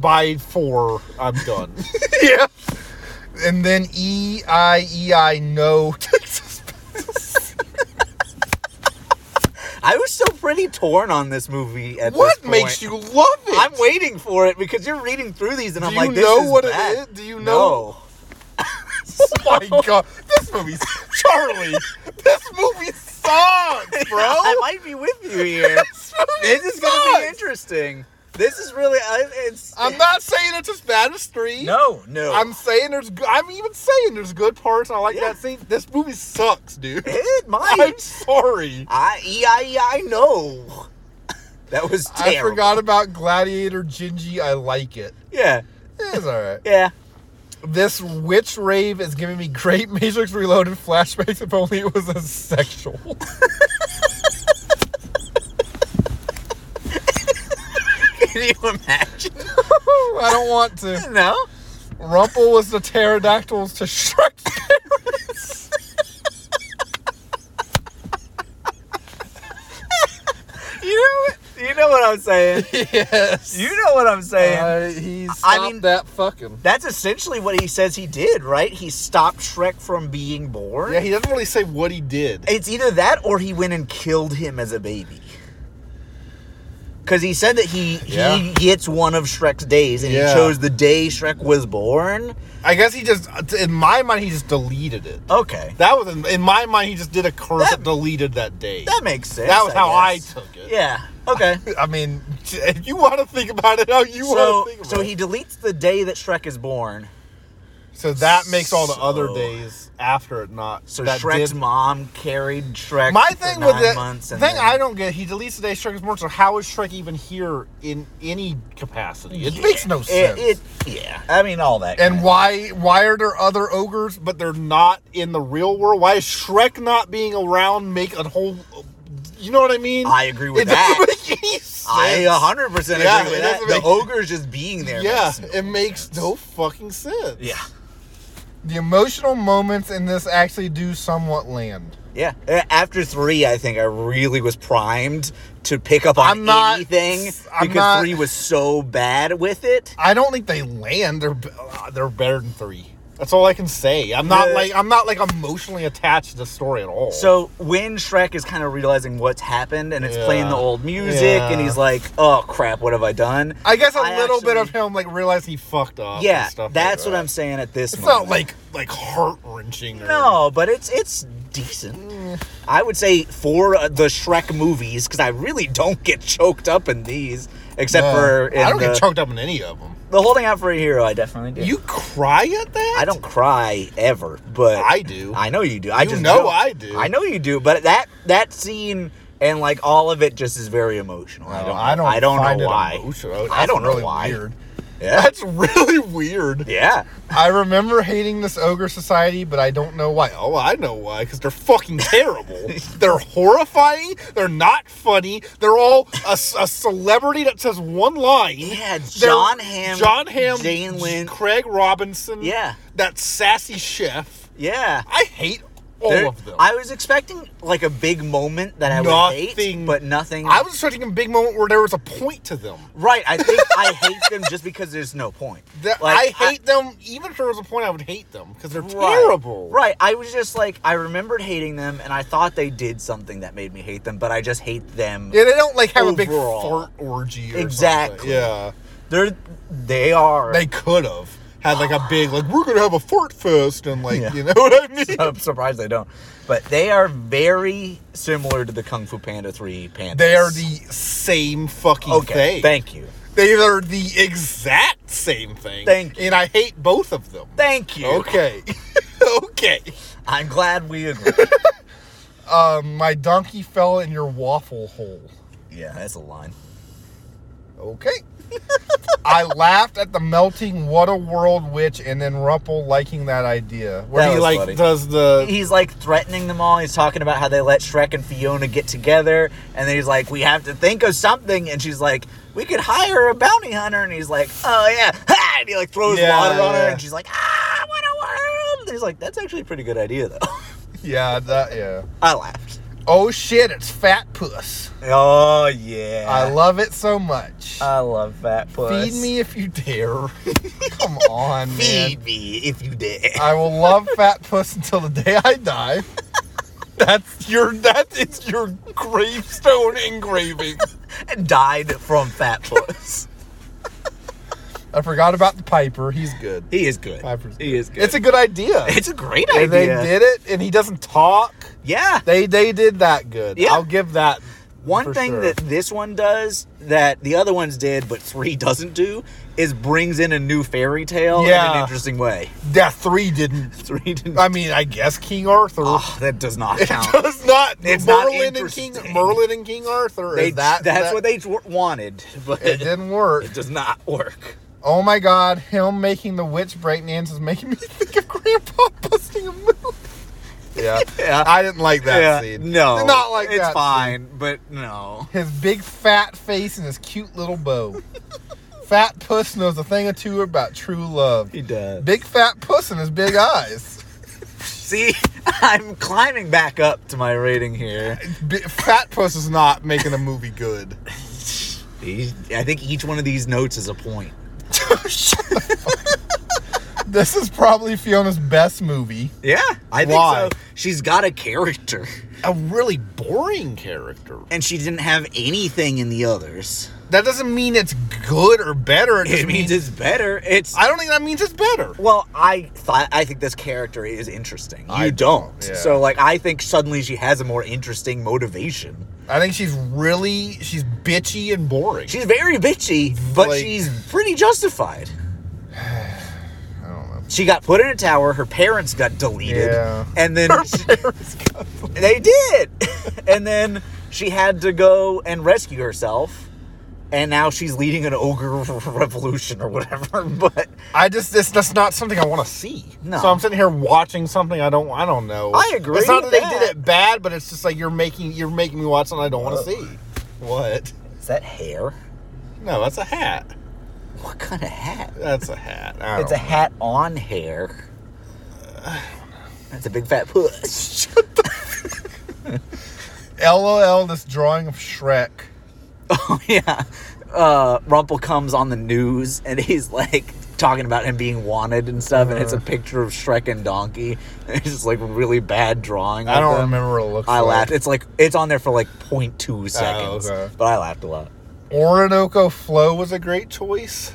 S1: by four, I'm done. yeah. And then E I E I no.
S2: I was still pretty torn on this movie at
S1: what
S2: this point.
S1: makes you love it?
S2: I'm waiting for it because you're reading through these and
S1: Do
S2: I'm
S1: you
S2: like, this
S1: know
S2: is
S1: what
S2: bad.
S1: it is? Do you know?
S2: No.
S1: Oh my god, this movie's Charlie. This movie sucks, bro.
S2: I might be with you here. this is gonna be
S1: sucks.
S2: interesting. This is really. I, it's. E
S1: I'm not saying it's as bad as three.
S2: no, no.
S1: I'm saying there's. go- I'm even saying there's good parts. and I like
S2: Yeah.
S1: that scene. This movie sucks, dude.
S2: it
S1: I'm
S2: might.
S1: sorry.
S2: I e i e i know. That was
S1: I
S2: terrible.
S1: forgot about Gladiator Gingy. I like it.
S2: Yeah,
S1: It's all right.
S2: yeah.
S1: This witch rave is giving me great Matrix Reloaded flashbacks. If only it was as sexual.
S2: Can you imagine?
S1: I don't want to.
S2: no.
S1: Rumple was the pterodactyls to Shrek's parents.
S2: You know. What, you know what I'm saying.
S1: yes.
S2: You know what I'm saying.
S1: Uh, he stopped
S2: I mean-
S1: that fucking.
S2: That's essentially what he says he did, right? He stopped Shrek from being born.
S1: Yeah, he doesn't really say what he did.
S2: It's either that or he went and killed him as a baby. Cause he said that he he
S1: Yeah.
S2: gets one of Shrek's days, and he
S1: Yeah.
S2: chose the day Shrek was born.
S1: I guess he just, in my mind, he just deleted it.
S2: Okay,
S1: That was in, in my mind. He just did a curse
S2: That-
S1: that deleted that day.
S2: that makes sense.
S1: That was how I
S2: guess.
S1: took it.
S2: Yeah. Okay.
S1: I mean, if you want to think about it, how you
S2: so
S1: want to think about
S2: so
S1: it.
S2: he deletes the day that Shrek is born.
S1: So that makes all the other
S2: So-
S1: days after it not.
S2: So
S1: that
S2: Shrek's
S1: did-
S2: mom carried Shrek.
S1: My
S2: for
S1: thing
S2: nine
S1: with it,
S2: months
S1: thing
S2: and then-
S1: I don't get, he deletes the day Shrek's born. So how is Shrek even here in any capacity? It makes no
S2: It-
S1: sense.
S2: It, yeah, I mean all that.
S1: and
S2: kind
S1: why? Why are there other ogres, but they're not in the real world? Why is Shrek not being around? Make a whole. You know what I mean?
S2: I agree with
S1: it doesn't
S2: that.
S1: make any sense.
S2: I 100 percent
S1: Yeah,
S2: agree with
S1: it
S2: that.
S1: doesn't
S2: The
S1: make-
S2: ogre's just being there.
S1: yeah,
S2: makes no
S1: it makes
S2: sense.
S1: no fucking sense.
S2: Yeah,
S1: the emotional moments in this actually do somewhat land.
S2: yeah. A- After three, I think I really was primed to pick up on
S1: I'm not-
S2: anything
S1: I'm
S2: because
S1: not-
S2: three was so bad with it.
S1: I don't think they land. They're be- uh, they're better than three. That's all I can say. I'm not
S2: Yeah.
S1: like I'm not like emotionally attached to the story at all.
S2: So when Shrek is kind of realizing what's happened and it's
S1: Yeah.
S2: playing the old music and
S1: Yeah.
S2: he's like, "Oh crap, what have I done?"
S1: I guess a
S2: I
S1: little bit of
S2: actually-
S1: him like realized he fucked up.
S2: yeah,
S1: and stuff
S2: that's
S1: like
S2: what
S1: that.
S2: I'm saying at this.
S1: It's
S2: moment.
S1: not like like heart wrenching.
S2: No, but it's it's
S1: Eh.
S2: decent. I would say for uh, the Shrek movies because I really don't get choked up in these, except for in
S1: Uh, I don't
S2: the,
S1: get choked up in any of them.
S2: the holding out for a hero. I definitely do.
S1: You cry at that?
S2: I don't cry ever, but
S1: I do.
S2: I know you do. I
S1: You
S2: just
S1: know
S2: don't.
S1: I do.
S2: I know you do, but that that scene and like all of it just is very emotional. I
S1: No,
S2: don't. I don't
S1: find
S2: know
S1: it
S2: why.
S1: emotional.
S2: I don't
S1: That's
S2: know
S1: really
S2: why.
S1: Weird.
S2: Yeah.
S1: That's really weird.
S2: Yeah.
S1: I remember hating this ogre society, but I don't know why. Oh, I know why. Because they're fucking terrible. they're horrifying. They're not funny. They're all a, a celebrity that says one line.
S2: Yeah,
S1: They're
S2: John Hamm,
S1: John Hamm,
S2: Jane Lynch.
S1: Craig Robinson.
S2: Yeah.
S1: that sassy chef.
S2: Yeah.
S1: I hate all
S2: There-
S1: of them.
S2: I was expecting like a big moment that I would hate,
S1: Nothing.
S2: but nothing.
S1: I was expecting a big moment where there was a point to them.
S2: right. I think I hate them just because there's no point.
S1: That
S2: Like,
S1: I hate them. Even if there was a point, I would hate them because they're
S2: Right.
S1: terrible.
S2: Right. I was just like I remembered hating them, and I thought they did something that made me hate them, but I just hate them.
S1: Yeah, they don't like have a big
S2: Overall.
S1: fart orgy. Or
S2: Exactly.
S1: Something. Yeah.
S2: They're they are
S1: they could have had like a big like we're gonna have a fort fest and like
S2: Yeah.
S1: you know what I mean.
S2: I'm surprised they don't. But they are very similar to the Kung Fu Panda 3 pandas.
S1: They are the same fucking
S2: Okay,
S1: thing.
S2: thank you.
S1: they are the exact same thing.
S2: Thank you.
S1: And I hate both of them.
S2: Thank you.
S1: Okay. okay.
S2: I'm glad we agree.
S1: Um, my donkey fell in your waffle hole.
S2: yeah, that's a line.
S1: Okay. I laughed at the melting what a world witch and then Rumpel liking that idea. Where
S2: That
S1: he
S2: was
S1: like
S2: funny.
S1: does the
S2: He's like threatening them all. He's talking about how they let Shrek and Fiona get together. And then he's like, we have to think of something. And she's like, we could hire a bounty hunter. And he's like, oh yeah. Ha! And he like throws
S1: Yeah,
S2: water on her.
S1: yeah.
S2: And she's like, ah, what a world. And he's like, that's actually a pretty good idea though.
S1: Yeah, that yeah.
S2: I laughed.
S1: Oh shit, it's fat puss.
S2: Oh yeah. Uh,
S1: I love it so much.
S2: I love Fat Puss.
S1: Feed me if you dare. Come on, man.
S2: Feed me if you dare.
S1: I will love Fat Puss until the day I die. That's your that is your gravestone engraving.
S2: Died from Fat Puss.
S1: I forgot about the Piper. He's good.
S2: he is good.
S1: Piper's
S2: He is good.
S1: It's a good idea.
S2: It's a great
S1: and they
S2: idea.
S1: did it, and he doesn't talk.
S2: Yeah.
S1: They they did that good.
S2: Yeah.
S1: I'll give that
S2: One
S1: for
S2: thing
S1: sure.
S2: that this one does that the other ones did but three doesn't do is brings in a new fairy tale in an
S1: Yeah.
S2: interesting way.
S1: yeah three didn't.
S2: Three didn't.
S1: I mean, I guess King Arthur.
S2: Oh, that does not
S1: It
S2: count.
S1: does not.
S2: It's not
S1: Merlin and King
S2: interesting.
S1: Merlin and King Arthur.
S2: They-
S1: is that,
S2: that's
S1: that-
S2: what they w- wanted, but
S1: It
S2: it,
S1: didn't work.
S2: does not work.
S1: Oh my god, him making the witch breakdance is making me think of Grandpa busting a move. Yeah.
S2: Yeah.
S1: I didn't like that
S2: Yeah,
S1: scene.
S2: No,
S1: Did not like
S2: It's
S1: that.
S2: fine, but no.
S1: His big fat face and his cute little bow. fat Puss knows a thing or two about true love.
S2: He does.
S1: Big fat puss and his big eyes.
S2: See, I'm climbing back up to my rating here.
S1: Bi fat Puss is not making a movie good.
S2: These- I think each one of these notes is a point.
S1: This is probably Fiona's best movie.
S2: Yeah, I think
S1: Why?
S2: so. She's got a character,
S1: A really boring character.
S2: and she didn't have anything in the others.
S1: That doesn't mean it's good or better. It,
S2: It
S1: just means,
S2: means it's better. It's
S1: I don't think that means it's better.
S2: well, I thought I think this character is interesting. You
S1: I
S2: don't,
S1: don't, yeah.
S2: so like I think suddenly she has a more interesting motivation.
S1: I think she's really she's bitchy and boring.
S2: She's very bitchy, but
S1: Like-
S2: she's pretty justified.
S1: I don't know.
S2: She got put in a tower. Her parents got deleted,
S1: Yeah.
S2: and then she- they did. and then she had to go and rescue herself, and now she's leading an ogre revolution or whatever. But
S1: I just this that's not something I want to see.
S2: No.
S1: So I'm sitting here watching something I don't I don't know.
S2: I agree
S1: It's not
S2: with
S1: that,
S2: that. Uh.
S1: they did it bad, but it's just like you're making you're making me watch something I don't want to see. What?
S2: is that hair?
S1: No, that's a hat.
S2: What kind of hat?
S1: That's a hat. I
S2: It's a
S1: don't know.
S2: hat on hair. That's a big fat puss.
S1: LOL. This drawing of Shrek.
S2: oh yeah. Uh, Rumpel comes on the news and he's like talking about him being wanted and stuff, and it's
S1: Uh.
S2: a picture of Shrek and Donkey. And it's just like really bad drawing.
S1: I
S2: of
S1: don't
S2: them.
S1: remember what it looks
S2: I
S1: like. Oh,
S2: laughed. It's like it's on there for like 0.2 seconds,
S1: okay.
S2: but I laughed a lot.
S1: Orinoco Flow was a great choice.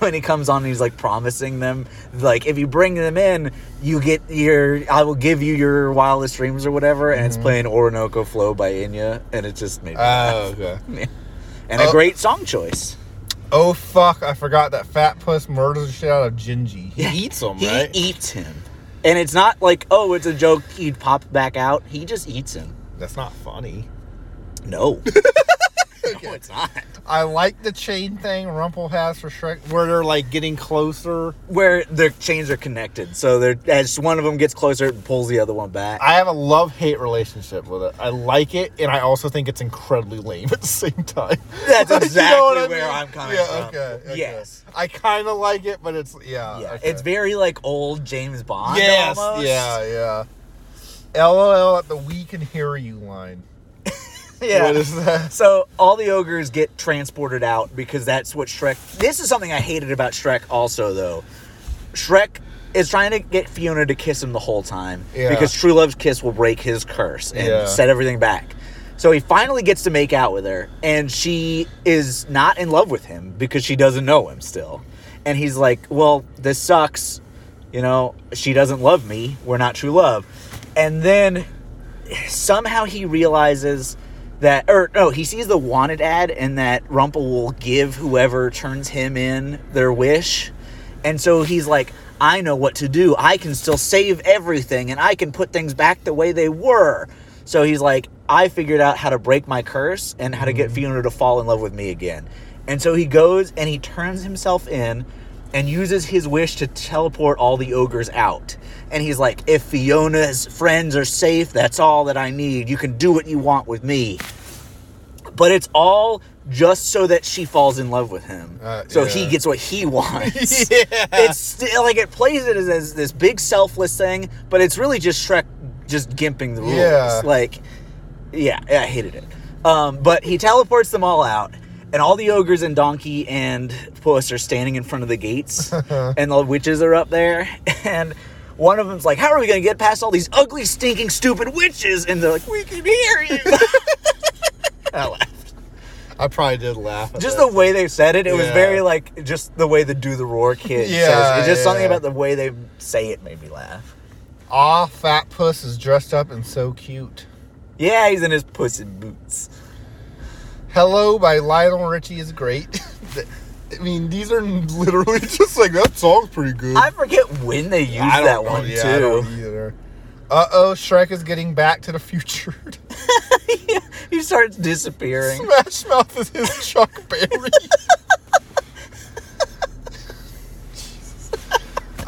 S2: when he comes on, and he's like promising them, like if you bring them in, you get your, I will give you your wildest dreams or whatever, and it's playing Orinoco Flow by Inya, and it just made me
S1: Mm-hmm. Oh, okay.
S2: laugh. and a
S1: Oh.
S2: great song choice.
S1: Oh fuck! I forgot that fat puss murders the shit out of Gingy. He eats him,
S2: He
S1: right?
S2: eats him, and it's not like oh, it's a joke. He'd pop back out. He just eats him.
S1: That's not funny.
S2: No, no, it's not.
S1: I like the chain thing Rumpel has for Shrek, where they're like getting closer.
S2: Where their chains are connected, so they're as one of them gets closer, it pulls the other one back.
S1: I have a love hate relationship with it. I like it, and I also think it's incredibly lame at the same time.
S2: That's
S1: You know
S2: exactly
S1: what I
S2: where
S1: mean?
S2: I'm coming
S1: yeah,
S2: from.
S1: Okay, okay.
S2: Yes.
S1: I kind of like it, but it's yeah.
S2: Yeah,
S1: okay.
S2: it's very like old James Bond.
S1: yes,
S2: almost.
S1: yeah, yeah. LOL at the we can hear you line.
S2: yeah.
S1: What is that?
S2: so all the ogres get transported out because that's what Shrek. This is something I hated about Shrek. Also, though, Shrek is trying to get Fiona to kiss him the whole time
S1: Yeah.
S2: because True Love's kiss will break his curse and
S1: Yeah.
S2: set everything back. So he finally gets to make out with her, and she is not in love with him because she doesn't know him still. And he's like, "Well, this sucks. You know, she doesn't love me. We're not true love." And then somehow he realizes that or no he sees the wanted ad and that rumpel will give whoever turns him in their wish and so he's like i know what to do i can still save everything and i can put things back the way they were so he's like i figured out how to break my curse and how to get fiona to fall in love with me again and so he goes and he turns himself in and uses his wish to teleport all the ogres out. And he's like, if Fiona's friends are safe, that's all that I need. You can do what you want with me. But it's all just so that she falls in love with him.
S1: Uh,
S2: so he
S1: yeah.
S2: gets what he wants. It's still like it plays it as, as this big selfless thing, but it's really just Shrek just gimping the rules.
S1: Yeah.
S2: Like, yeah, I hated it. Um, but he teleports them all out, and all the ogres and donkey and puss are standing in front of the gates, and the witches are up there, and one of them's like, "How are we gonna get past all these ugly, stinking, stupid witches?" And they're like, "We can hear you." I laughed.
S1: I probably did laugh. At
S2: Just
S1: that.
S2: the way they said it, it was
S1: Yeah.
S2: very like just the way the do the roar kid says.
S1: Yeah,
S2: It's just something
S1: yeah.
S2: about the way they say it made me laugh.
S1: Ah, fat puss is dressed up and so cute.
S2: Yeah, he's in his puss in boots.
S1: Hello by Lionel Richie is great. I mean, these are literally just like that song's pretty good.
S2: I forget when they used
S1: I don't
S2: that
S1: know,
S2: one
S1: yeah, I
S2: too.
S1: don't either. Uh oh, Shrek is getting back to the future.
S2: He starts disappearing.
S1: Smash Mouth is his Chuck Berry.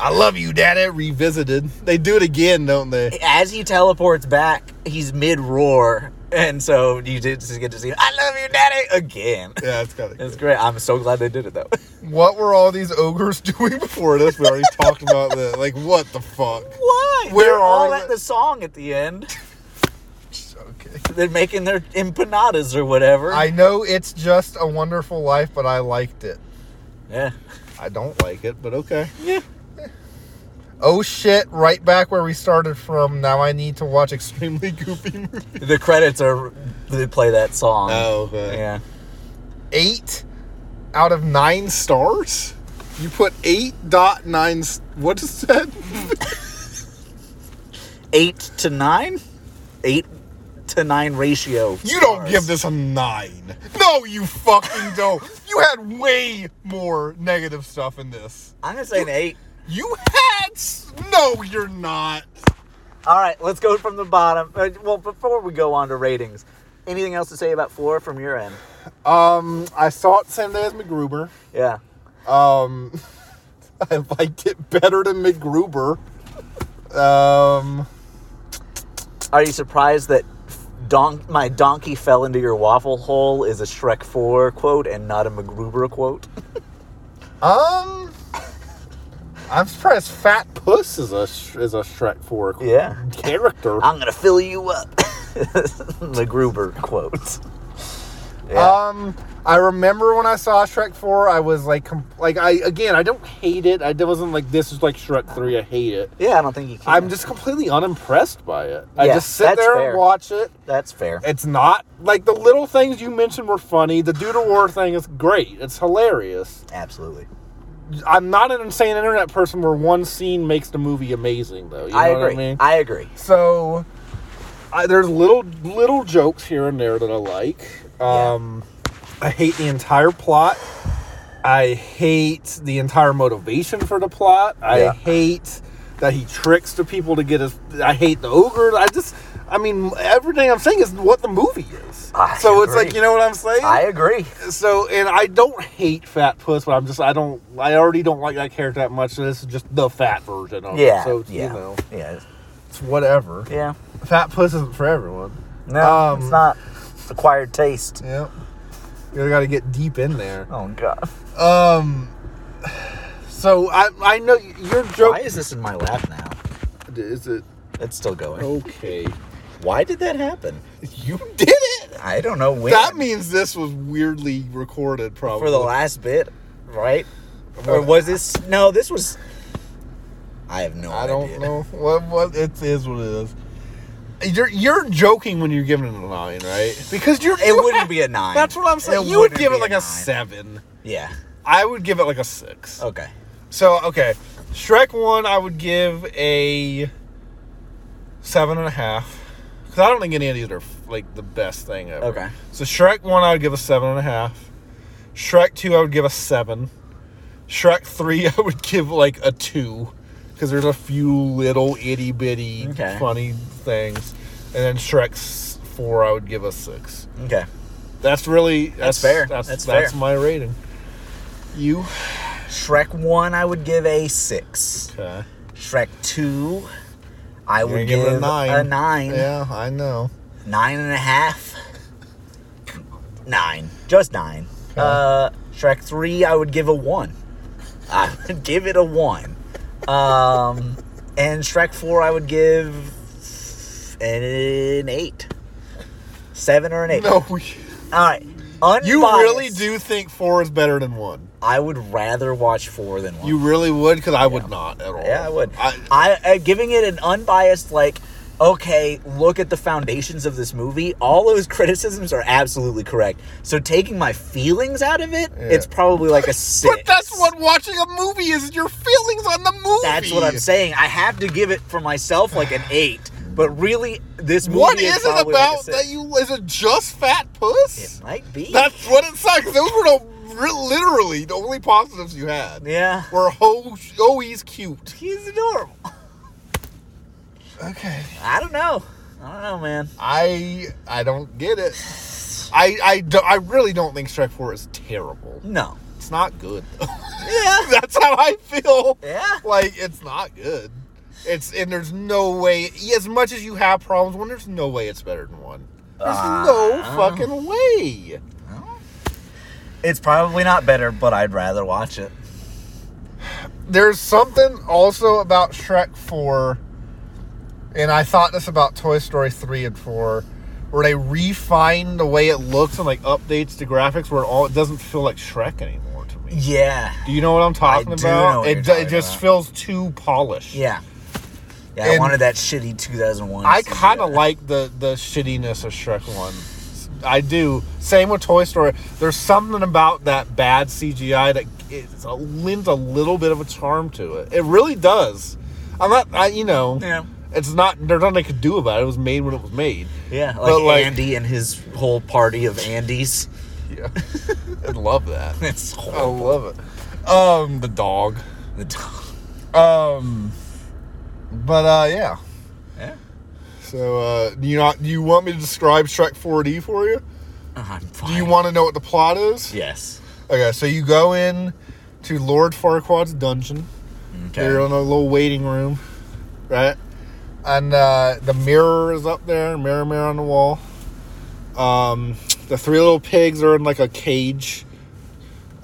S1: I love you, Daddy. Revisited. They do it again, don't they?
S2: As he teleports back, he's mid roar, and so you did just get to see. I love you, Daddy, again.
S1: Yeah, it's kind of.
S2: It's great. I'm so glad they did it though.
S1: What were all these ogres doing before this? We already talked about that. Like, what the fuck?
S2: Why?
S1: Where
S2: They're all
S1: are
S2: at
S1: the-
S2: the song at the end.
S1: Okay.
S2: They're making their empanadas or whatever.
S1: I know it's just a wonderful life, but I liked it.
S2: yeah.
S1: I don't like it, but okay.
S2: Yeah.
S1: Oh shit, right back where we started from. Now I need to watch extremely goofy movies.
S2: The credits are they play that song.
S1: Oh, okay.
S2: Yeah.
S1: Eight out of nine stars? You put eight dot nine. s- What is that?
S2: Eight to nine? Eight to nine ratio. of
S1: You don't
S2: stars.
S1: give this a nine. No, you fucking don't. You had way more negative stuff in this.
S2: I'm gonna say an eight.
S1: You had. s- No, you're not.
S2: All right, let's go from the bottom. Uh, well, before we go on to ratings, anything else to say about Floor from your end?
S1: Um, I saw it same day as McGruber.
S2: Yeah.
S1: Um, I liked it better than McGruber. Um,
S2: Are you surprised that don- my donkey fell into your waffle hole is a Shrek 4 quote and not a MacGruber quote?
S1: um, I'm surprised Fat Puss is a sh- is a Shrek Four
S2: Yeah.
S1: character.
S2: I'm going to fill you up. MacGruber quote. Yeah.
S1: Um, I remember when I saw Shrek Four, I was like, com- like I again, I don't hate it. I wasn't like this is like Shrek Three. I hate it.
S2: yeah, I don't think you can.
S1: I'm just completely unimpressed by it. I
S2: Yeah,
S1: just sit
S2: that's
S1: there
S2: fair.
S1: and watch it.
S2: That's fair.
S1: It's not like the little things you mentioned were funny. The do to war thing is great. It's hilarious.
S2: Absolutely.
S1: I'm not an insane internet person where one scene makes the movie amazing, though. You know
S2: I
S1: what
S2: agree. I,
S1: I mean?
S2: agree.
S1: so I, there's little little jokes here and there that I like. Um, I hate the entire plot. I hate the entire motivation for the plot. I
S2: Yeah.
S1: hate that he tricks the people to get his. I hate the ogre. I just, I mean, everything I'm saying is what the movie is.
S2: I
S1: so it's like
S2: agree.
S1: you know what I'm saying.
S2: I agree.
S1: so and I don't hate Fat Puss, but I'm just I don't I already don't like that character that much. So this is just the fat version of
S2: Yeah.
S1: it. Oh, So
S2: yeah.
S1: you know,
S2: Yeah.
S1: it's whatever.
S2: Yeah.
S1: Fat puss isn't for everyone.
S2: No,
S1: Um,
S2: it's not acquired taste.
S1: Yep. You gotta get deep in there.
S2: Oh god.
S1: Um. So I I know your joke
S2: Why is this in my lap now?
S1: is it
S2: It's still going.
S1: Oh. okay?
S2: Why did that happen?
S1: You did it.
S2: I don't know when.
S1: That means this was weirdly recorded, probably.
S2: for the last bit, right? Or was this? No, this was. I have no
S1: I
S2: idea.
S1: don't know what what it is. What it is. You're you're joking when you're giving it a nine, right? Because you're
S2: It wouldn't be a nine.
S1: That's what I'm saying.
S2: It
S1: you would
S2: wouldn't
S1: give it
S2: be
S1: like a
S2: nine.
S1: seven.
S2: Yeah.
S1: I would give it like a six.
S2: Okay.
S1: So okay, Shrek one I would give a seven and a half because I don't think any of these are like the best thing ever.
S2: Okay.
S1: So Shrek one I would give a seven and a half. Shrek two I would give a seven. Shrek three I would give like a two because there's a few little itty bitty
S2: Okay.
S1: funny things, and then Shrek s- four I would give a six.
S2: Okay.
S1: That's really that's,
S2: fair.
S1: That's
S2: That's
S1: that's,
S2: fair.
S1: my rating. You
S2: Shrek one, I would give a six.
S1: okay?
S2: Shrek two, I
S1: You're
S2: would
S1: gonna
S2: give, a nine.
S1: Yeah, I know.
S2: Nine and a half. Nine. Just nine. Uh, Shrek 3, I would give a one. I would give it a one. Um, and Shrek 4, I would give an eight. Seven or an eight.
S1: No,
S2: All right. Unbiased,
S1: you really do think four is better than one.
S2: I would rather watch 4 than 1.
S1: You really would, because I would not at all.
S2: Yeah, I would.
S1: I,
S2: I, I, giving it an unbiased like. Okay, look at the foundations of this movie. All those criticisms are absolutely correct. So taking my feelings out of it, it's probably like a six.
S1: but that's what watching a movie is. Your feelings on the movie.
S2: That's what I'm saying. I have to give it for myself like an eight. But really, this movie
S1: What
S2: is
S1: is it
S2: probably
S1: about
S2: like a
S1: that
S2: six.
S1: you? Is it just fat puss?
S2: It might be.
S1: That's what it sucks. Those were the re- literally the only positives you had.
S2: yeah,
S1: Were oh, oh he's cute.
S2: he's adorable.
S1: Okay.
S2: I don't know. I don't know, man.
S1: I I don't get it. I I, do, I really don't think Strike Four is terrible.
S2: No.
S1: It's not good.
S2: Yeah.
S1: That's how I feel.
S2: Yeah.
S1: Like it's not good. It's and there's no way. As much as you have problems, when there's no way it's better than one. There's no
S2: Ah.
S1: fucking way.
S2: It's probably not better, but I'd rather watch it.
S1: There's something also about Shrek Four, and I thought this about Toy Story Three and Four, where they refine the way it looks and like updates the graphics, where it all it doesn't feel like Shrek anymore to me.
S2: Yeah.
S1: Do you know what I'm talking
S2: I do
S1: about?
S2: know what
S1: it
S2: you're
S1: do-
S2: talking
S1: it just
S2: about.
S1: feels too polished.
S2: Yeah. Yeah, I
S1: And-
S2: wanted that shitty 2001.
S1: I
S2: CGI.
S1: kind of like the the shittiness of Shrek One. I do. Same with Toy Story. There's something about that bad CGI that it's a, lends a little bit of a charm to it. It really does. I'm not. I you know.
S2: Yeah.
S1: It's not. There's nothing they could do about it. It was made when it was made.
S2: Yeah,
S1: but,
S2: like,
S1: like-
S2: Andy and his whole party of Andys.
S1: Yeah. I love that.
S2: It's
S1: I
S2: horrible.
S1: love it. Um, the dog.
S2: The dog.
S1: Um, but uh, yeah.
S2: Yeah.
S1: So uh, do you not? Do you want me to describe Shrek 4D for you?
S2: Oh, I'm fine.
S1: Do you want to know what the plot is?
S2: Yes.
S1: Okay, so you go in to Lord Farquaad's dungeon.
S2: Okay.
S1: You're in a little waiting room, right? And uh, the mirror is up there, mirror, mirror on the wall. Um, the three little pigs are in like a cage.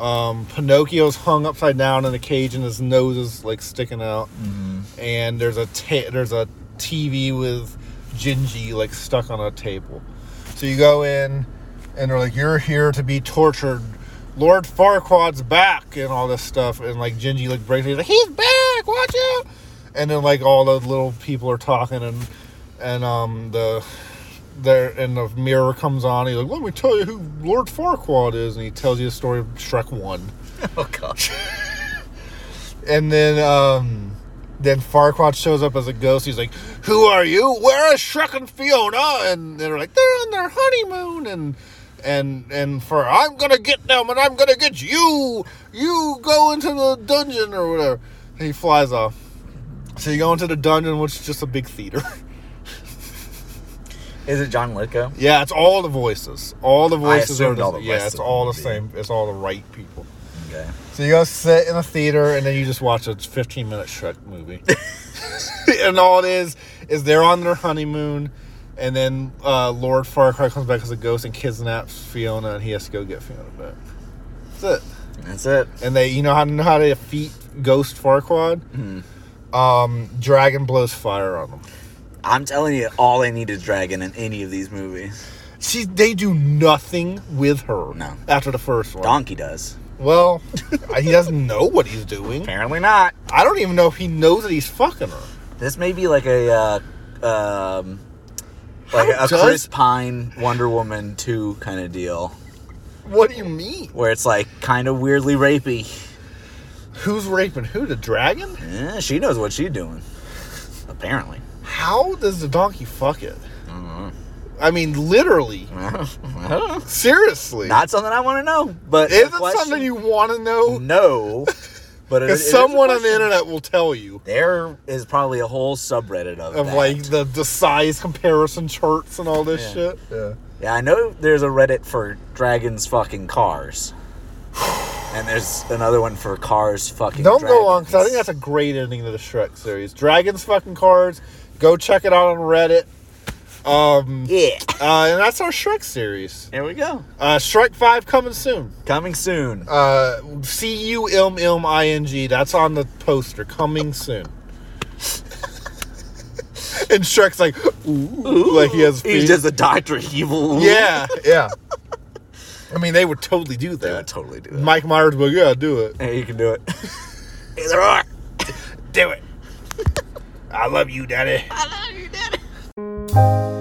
S1: Um, Pinocchio's hung upside down in a cage, and his nose is like sticking out. And there's a ta- there's a TV with Gingy like stuck on a table. So you go in, and they're like, "You're here to be tortured." Lord Farquaad's back and all this stuff, and like Gingy like breaks, he's like, "He's back! Watch out!" And then like all the little people are talking, and and um the there and the mirror comes on. He's like, "Let me tell you who Lord Farquaad is," and he tells you the story of Shrek One,
S2: Oh gosh.
S1: and then um then Farquaad shows up as a ghost. He's like, "Who are you? Where is Shrek and Fiona?" And they're like, "They're on their honeymoon," and and and for I'm gonna get them, and I'm gonna get you. You go into the dungeon or whatever. And he flies off. So you go into the dungeon, which is just a big theater.
S2: Is it John Lithgow?
S1: Yeah, it's all the voices. All the voices are
S2: assumed
S1: the,
S2: all the
S1: yeah.
S2: voices
S1: It's all the
S2: would be.
S1: same. It's all the right people.
S2: Okay.
S1: So you go sit in a theater and then you just watch a 15 minute Shrek movie. and all it is is they're on their honeymoon, and then uh, Lord Farquhar comes back as a ghost and kidnaps Fiona, and he has to go get Fiona back. That's it.
S2: That's it.
S1: And they, you know how to know how to defeat Ghost Farquaad? Um, dragon blows fire on them.
S2: I'm telling you, all I need is Dragon in any of these movies.
S1: She, they do nothing with her
S2: No.
S1: after the first one.
S2: Donkey does.
S1: Well, he doesn't know what he's doing.
S2: Apparently not.
S1: I don't even know if he knows that he's fucking her.
S2: This may be like a uh, um, like
S1: How
S2: a
S1: does-
S2: Chris Pine Wonder Woman two kind of deal,
S1: What do you mean?
S2: where it's like kind of weirdly rapey.
S1: Who's raping who? The dragon?
S2: Eh, she knows what she's doing. Apparently.
S1: How does the donkey fuck it?
S2: Mm-hmm.
S1: I mean, literally. Seriously.
S2: Not something I want to know, but
S1: is
S2: a
S1: it
S2: question-
S1: something you want to know?
S2: No, but it- it
S1: Because
S2: is a
S1: someone on the
S2: question.
S1: internet will tell you.
S2: There is probably a whole subreddit of,
S1: Of
S2: that.
S1: like the, the size comparison charts and all this
S2: Yeah.
S1: shit. Yeah.
S2: Yeah, I know there's a Reddit for dragons fucking cars. And there's another one for cars fucking.
S1: Don't go on
S2: dragons.
S1: because I think that's a great ending to the Shrek series. Dragons fucking cards. Go check it out on Reddit. Um,
S2: yeah.
S1: uh, and that's our Shrek series.
S2: There we go.
S1: Uh, Shrek Five coming soon.
S2: Coming soon.
S1: Uh, C U M M I N G. That's on the poster. Coming soon. and Shrek's like, ooh, like he has.
S2: He's
S1: feet.
S2: just a Doctor Evil.
S1: yeah, yeah. I mean, they would totally do
S2: I would
S1: that.
S2: totally do that.
S1: Mike Myers would, yeah, do it.
S2: Yeah, you can do it. Either or.
S1: Do it. I love you, Daddy.
S2: I love you, Daddy.